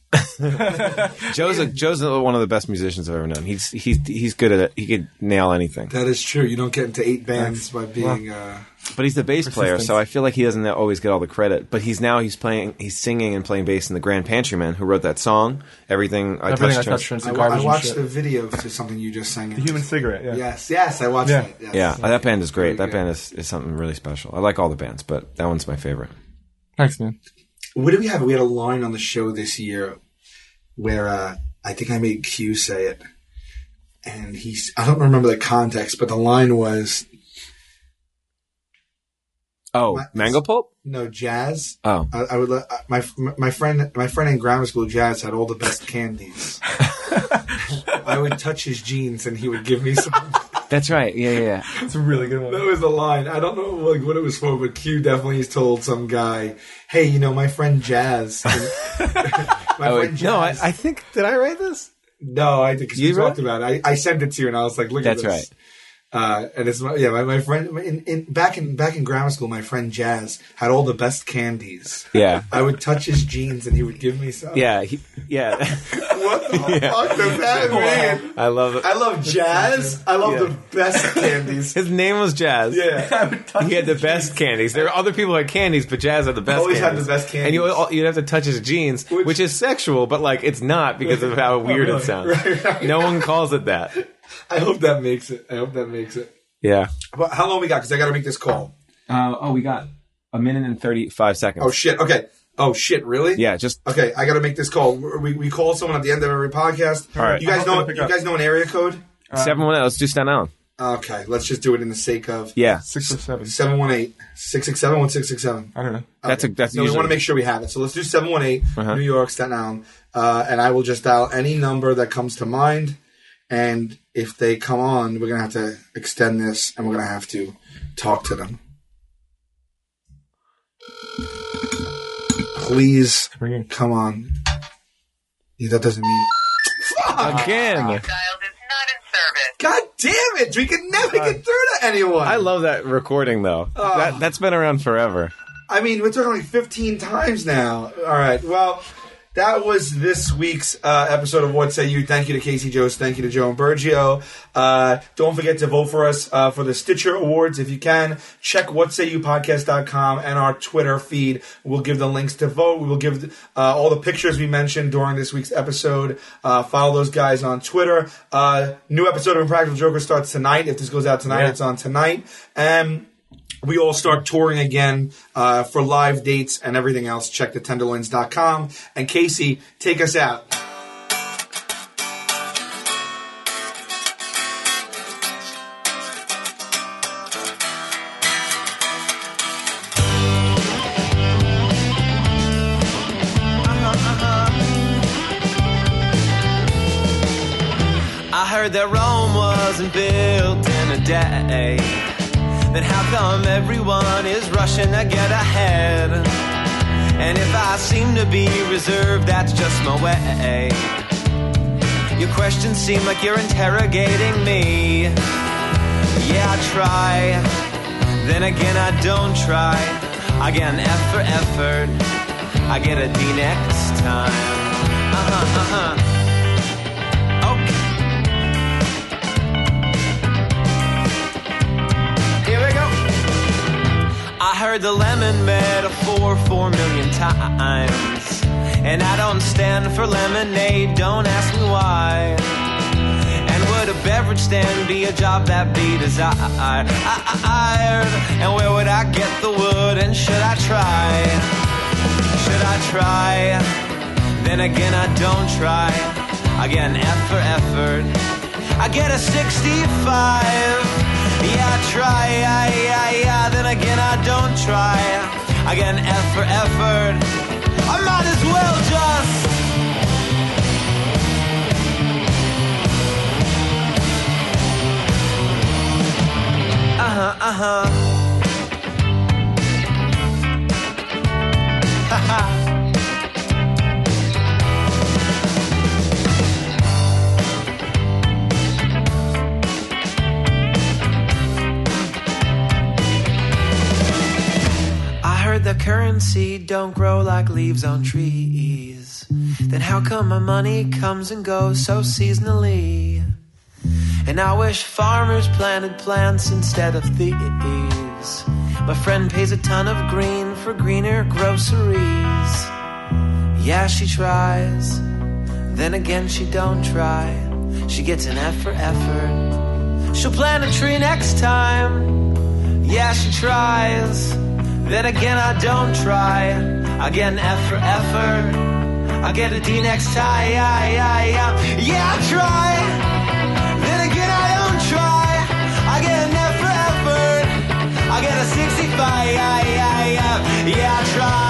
[SPEAKER 3] Joe's a, Joe's one of the best musicians I've ever known. He's he's he's good at it. He could nail anything.
[SPEAKER 2] That is true. You don't get into eight bands by being. Uh,
[SPEAKER 3] But he's the bass player, so I feel like he doesn't always get all the credit. But he's now he's playing he's singing and playing bass in the Grand Pantryman, who wrote that song. Everything I
[SPEAKER 4] Everything I
[SPEAKER 3] touched.
[SPEAKER 4] touched
[SPEAKER 3] turns-
[SPEAKER 4] turns
[SPEAKER 2] I,
[SPEAKER 4] to
[SPEAKER 2] wa- I
[SPEAKER 4] garbage.
[SPEAKER 2] watched
[SPEAKER 4] and
[SPEAKER 2] the
[SPEAKER 4] shit.
[SPEAKER 2] video to something you just sang.
[SPEAKER 4] the human cigarette. Yeah.
[SPEAKER 2] Yes, yes, I watched
[SPEAKER 4] Yeah.
[SPEAKER 2] it. Yes.
[SPEAKER 3] Yeah, that band is great.
[SPEAKER 2] Very
[SPEAKER 3] That band is, is something really special. I like all the bands, but that one's my favorite.
[SPEAKER 4] Thanks, man.
[SPEAKER 2] What did we have? We had a line on the show this year where uh, I think I made Q say it, and he's I don't remember the context, but the line was
[SPEAKER 3] Oh,
[SPEAKER 2] What?
[SPEAKER 3] Mango Pulp.
[SPEAKER 2] no jazz.
[SPEAKER 3] Oh,
[SPEAKER 2] I, I would let- I- my my friend my friend in grammar school jazz had all the best candies. I would touch his jeans and he would give me some.
[SPEAKER 3] that's right. Yeah, yeah. yeah.
[SPEAKER 4] That's a really good one.
[SPEAKER 2] That was the line. I don't know like what it was for, but Q definitely told some guy, "Hey, you know my friend Jazz." my
[SPEAKER 3] Oh,
[SPEAKER 2] friend
[SPEAKER 3] wait. no, I, I think did I write this?
[SPEAKER 2] no, I think 'cause we
[SPEAKER 3] You wrote
[SPEAKER 2] talked about it. I, I sent it to you, and I was like, "Look
[SPEAKER 3] That's
[SPEAKER 2] at this."
[SPEAKER 3] right.
[SPEAKER 2] Uh, and it's my, yeah, my, my friend in, in back in back in grammar school, my friend Jazz had all the best candies.
[SPEAKER 3] Yeah.
[SPEAKER 2] I would touch his jeans and he would give me some.
[SPEAKER 3] Yeah, he, yeah.
[SPEAKER 2] What the fuck does that mean?
[SPEAKER 3] I love it.
[SPEAKER 2] I love jazz. I love the best candies.
[SPEAKER 3] His name was Jazz.
[SPEAKER 2] Yeah.
[SPEAKER 3] He had the best candies. There are other people who had candies, but Jazz had the best.
[SPEAKER 2] Always had
[SPEAKER 3] candies.
[SPEAKER 2] the best
[SPEAKER 3] And you
[SPEAKER 2] candies.
[SPEAKER 3] al- you'd have to touch his jeans, which,
[SPEAKER 2] Which- Oh,
[SPEAKER 3] is sexual, but like it's not because of how weird it
[SPEAKER 2] really.
[SPEAKER 3] sounds.
[SPEAKER 2] Right, right.
[SPEAKER 3] No one calls it that.
[SPEAKER 2] I hope that makes it. I hope that makes it.
[SPEAKER 3] Yeah.
[SPEAKER 2] But how long we got? Because I got to make this call.
[SPEAKER 3] Uh, oh, we got a minute and thirty-five seconds.
[SPEAKER 2] Oh shit. Okay. Oh shit. Really?
[SPEAKER 3] yeah, just
[SPEAKER 2] Okay. I got to make this call. We, we call someone at the end of every podcast.
[SPEAKER 3] All right.
[SPEAKER 2] You guys
[SPEAKER 4] I'm
[SPEAKER 2] know.
[SPEAKER 4] gonna pick
[SPEAKER 2] You
[SPEAKER 4] up.
[SPEAKER 2] guys know an area code.
[SPEAKER 3] seven one. oh. Let's do Staten Island.
[SPEAKER 2] Okay. Let's just do it in the sake of.
[SPEAKER 3] Yeah,
[SPEAKER 4] Six or seven.
[SPEAKER 2] 718 667 1667.
[SPEAKER 4] I don't know.
[SPEAKER 3] that's a that's
[SPEAKER 2] No, we
[SPEAKER 3] usually,
[SPEAKER 2] want to make sure we have it. So let's do 718
[SPEAKER 3] Uh-huh.
[SPEAKER 2] New York, Staten Island. Uh, and I will just dial any number that comes to mind. And if they come on, we're going to have to extend this and we're going to have to talk to them. Please
[SPEAKER 4] Ringing.
[SPEAKER 2] come on. Yeah, that doesn't mean. Ah,
[SPEAKER 3] again.
[SPEAKER 5] dialed is not in service.
[SPEAKER 2] God damn it! We can never get through to anyone.
[SPEAKER 3] I love that recording though.
[SPEAKER 2] Ah.
[SPEAKER 3] That that's been around forever.
[SPEAKER 2] I mean, we're talking like 15 times now. All right. Well, that was this week's uh, episode of What Say You. Thank you to Casey Jost. Thank you to Joe and Bergio. Uh, don't forget to vote for us uh, for the Stitcher Awards if you can. Check whatsayyoupodcast.com and our Twitter feed. We'll give the links to vote. We will give uh, all the pictures we mentioned during this week's episode. Uh, follow those guys on Twitter. Uh, new episode of Impractical Joker starts tonight. If this goes out tonight,
[SPEAKER 3] Yeah.
[SPEAKER 2] it's on tonight. And we all start touring again uh, for live dates and everything else. Check the tenderloins.com. And Casey, take us out.
[SPEAKER 6] I heard that Rome wasn't built in a day. Then how come everyone is rushing to get ahead? And if I seem to be reserved, that's just my way. Your questions seem like you're interrogating me. Yeah, I try. Then again, I don't try. I get an F for effort. I get a D next time. Uh huh, uh huh. Okay. Here we go. I heard the lemon metaphor four million times. And I don't stand for lemonade, don't ask me why. And would a beverage stand be a job that be desired? And where would I get the wood? And should I try? Should I try? Then again, I don't try. I get an F for effort. I get a 65. Yeah, I try, yeah, yeah, yeah. Then again, I don't try. I get an F for effort. I might as well just. Uh huh, uh huh. I heard the currency don't grow like leaves on trees. Then how come my money comes and goes so seasonally? And I wish farmers planted plants instead of thieves. My friend pays a ton of green for greener groceries. Yeah, she tries. Then again, she don't try. She gets an F for effort. She'll plant a tree next time. Yeah, she tries. Then again, I don't try. I get an F for effort. I get a D next time. Yeah, yeah, yeah. Yeah, I try. Then again, I don't try. I get an F for effort. I get a 65. Yeah, yeah, yeah. Yeah, I try.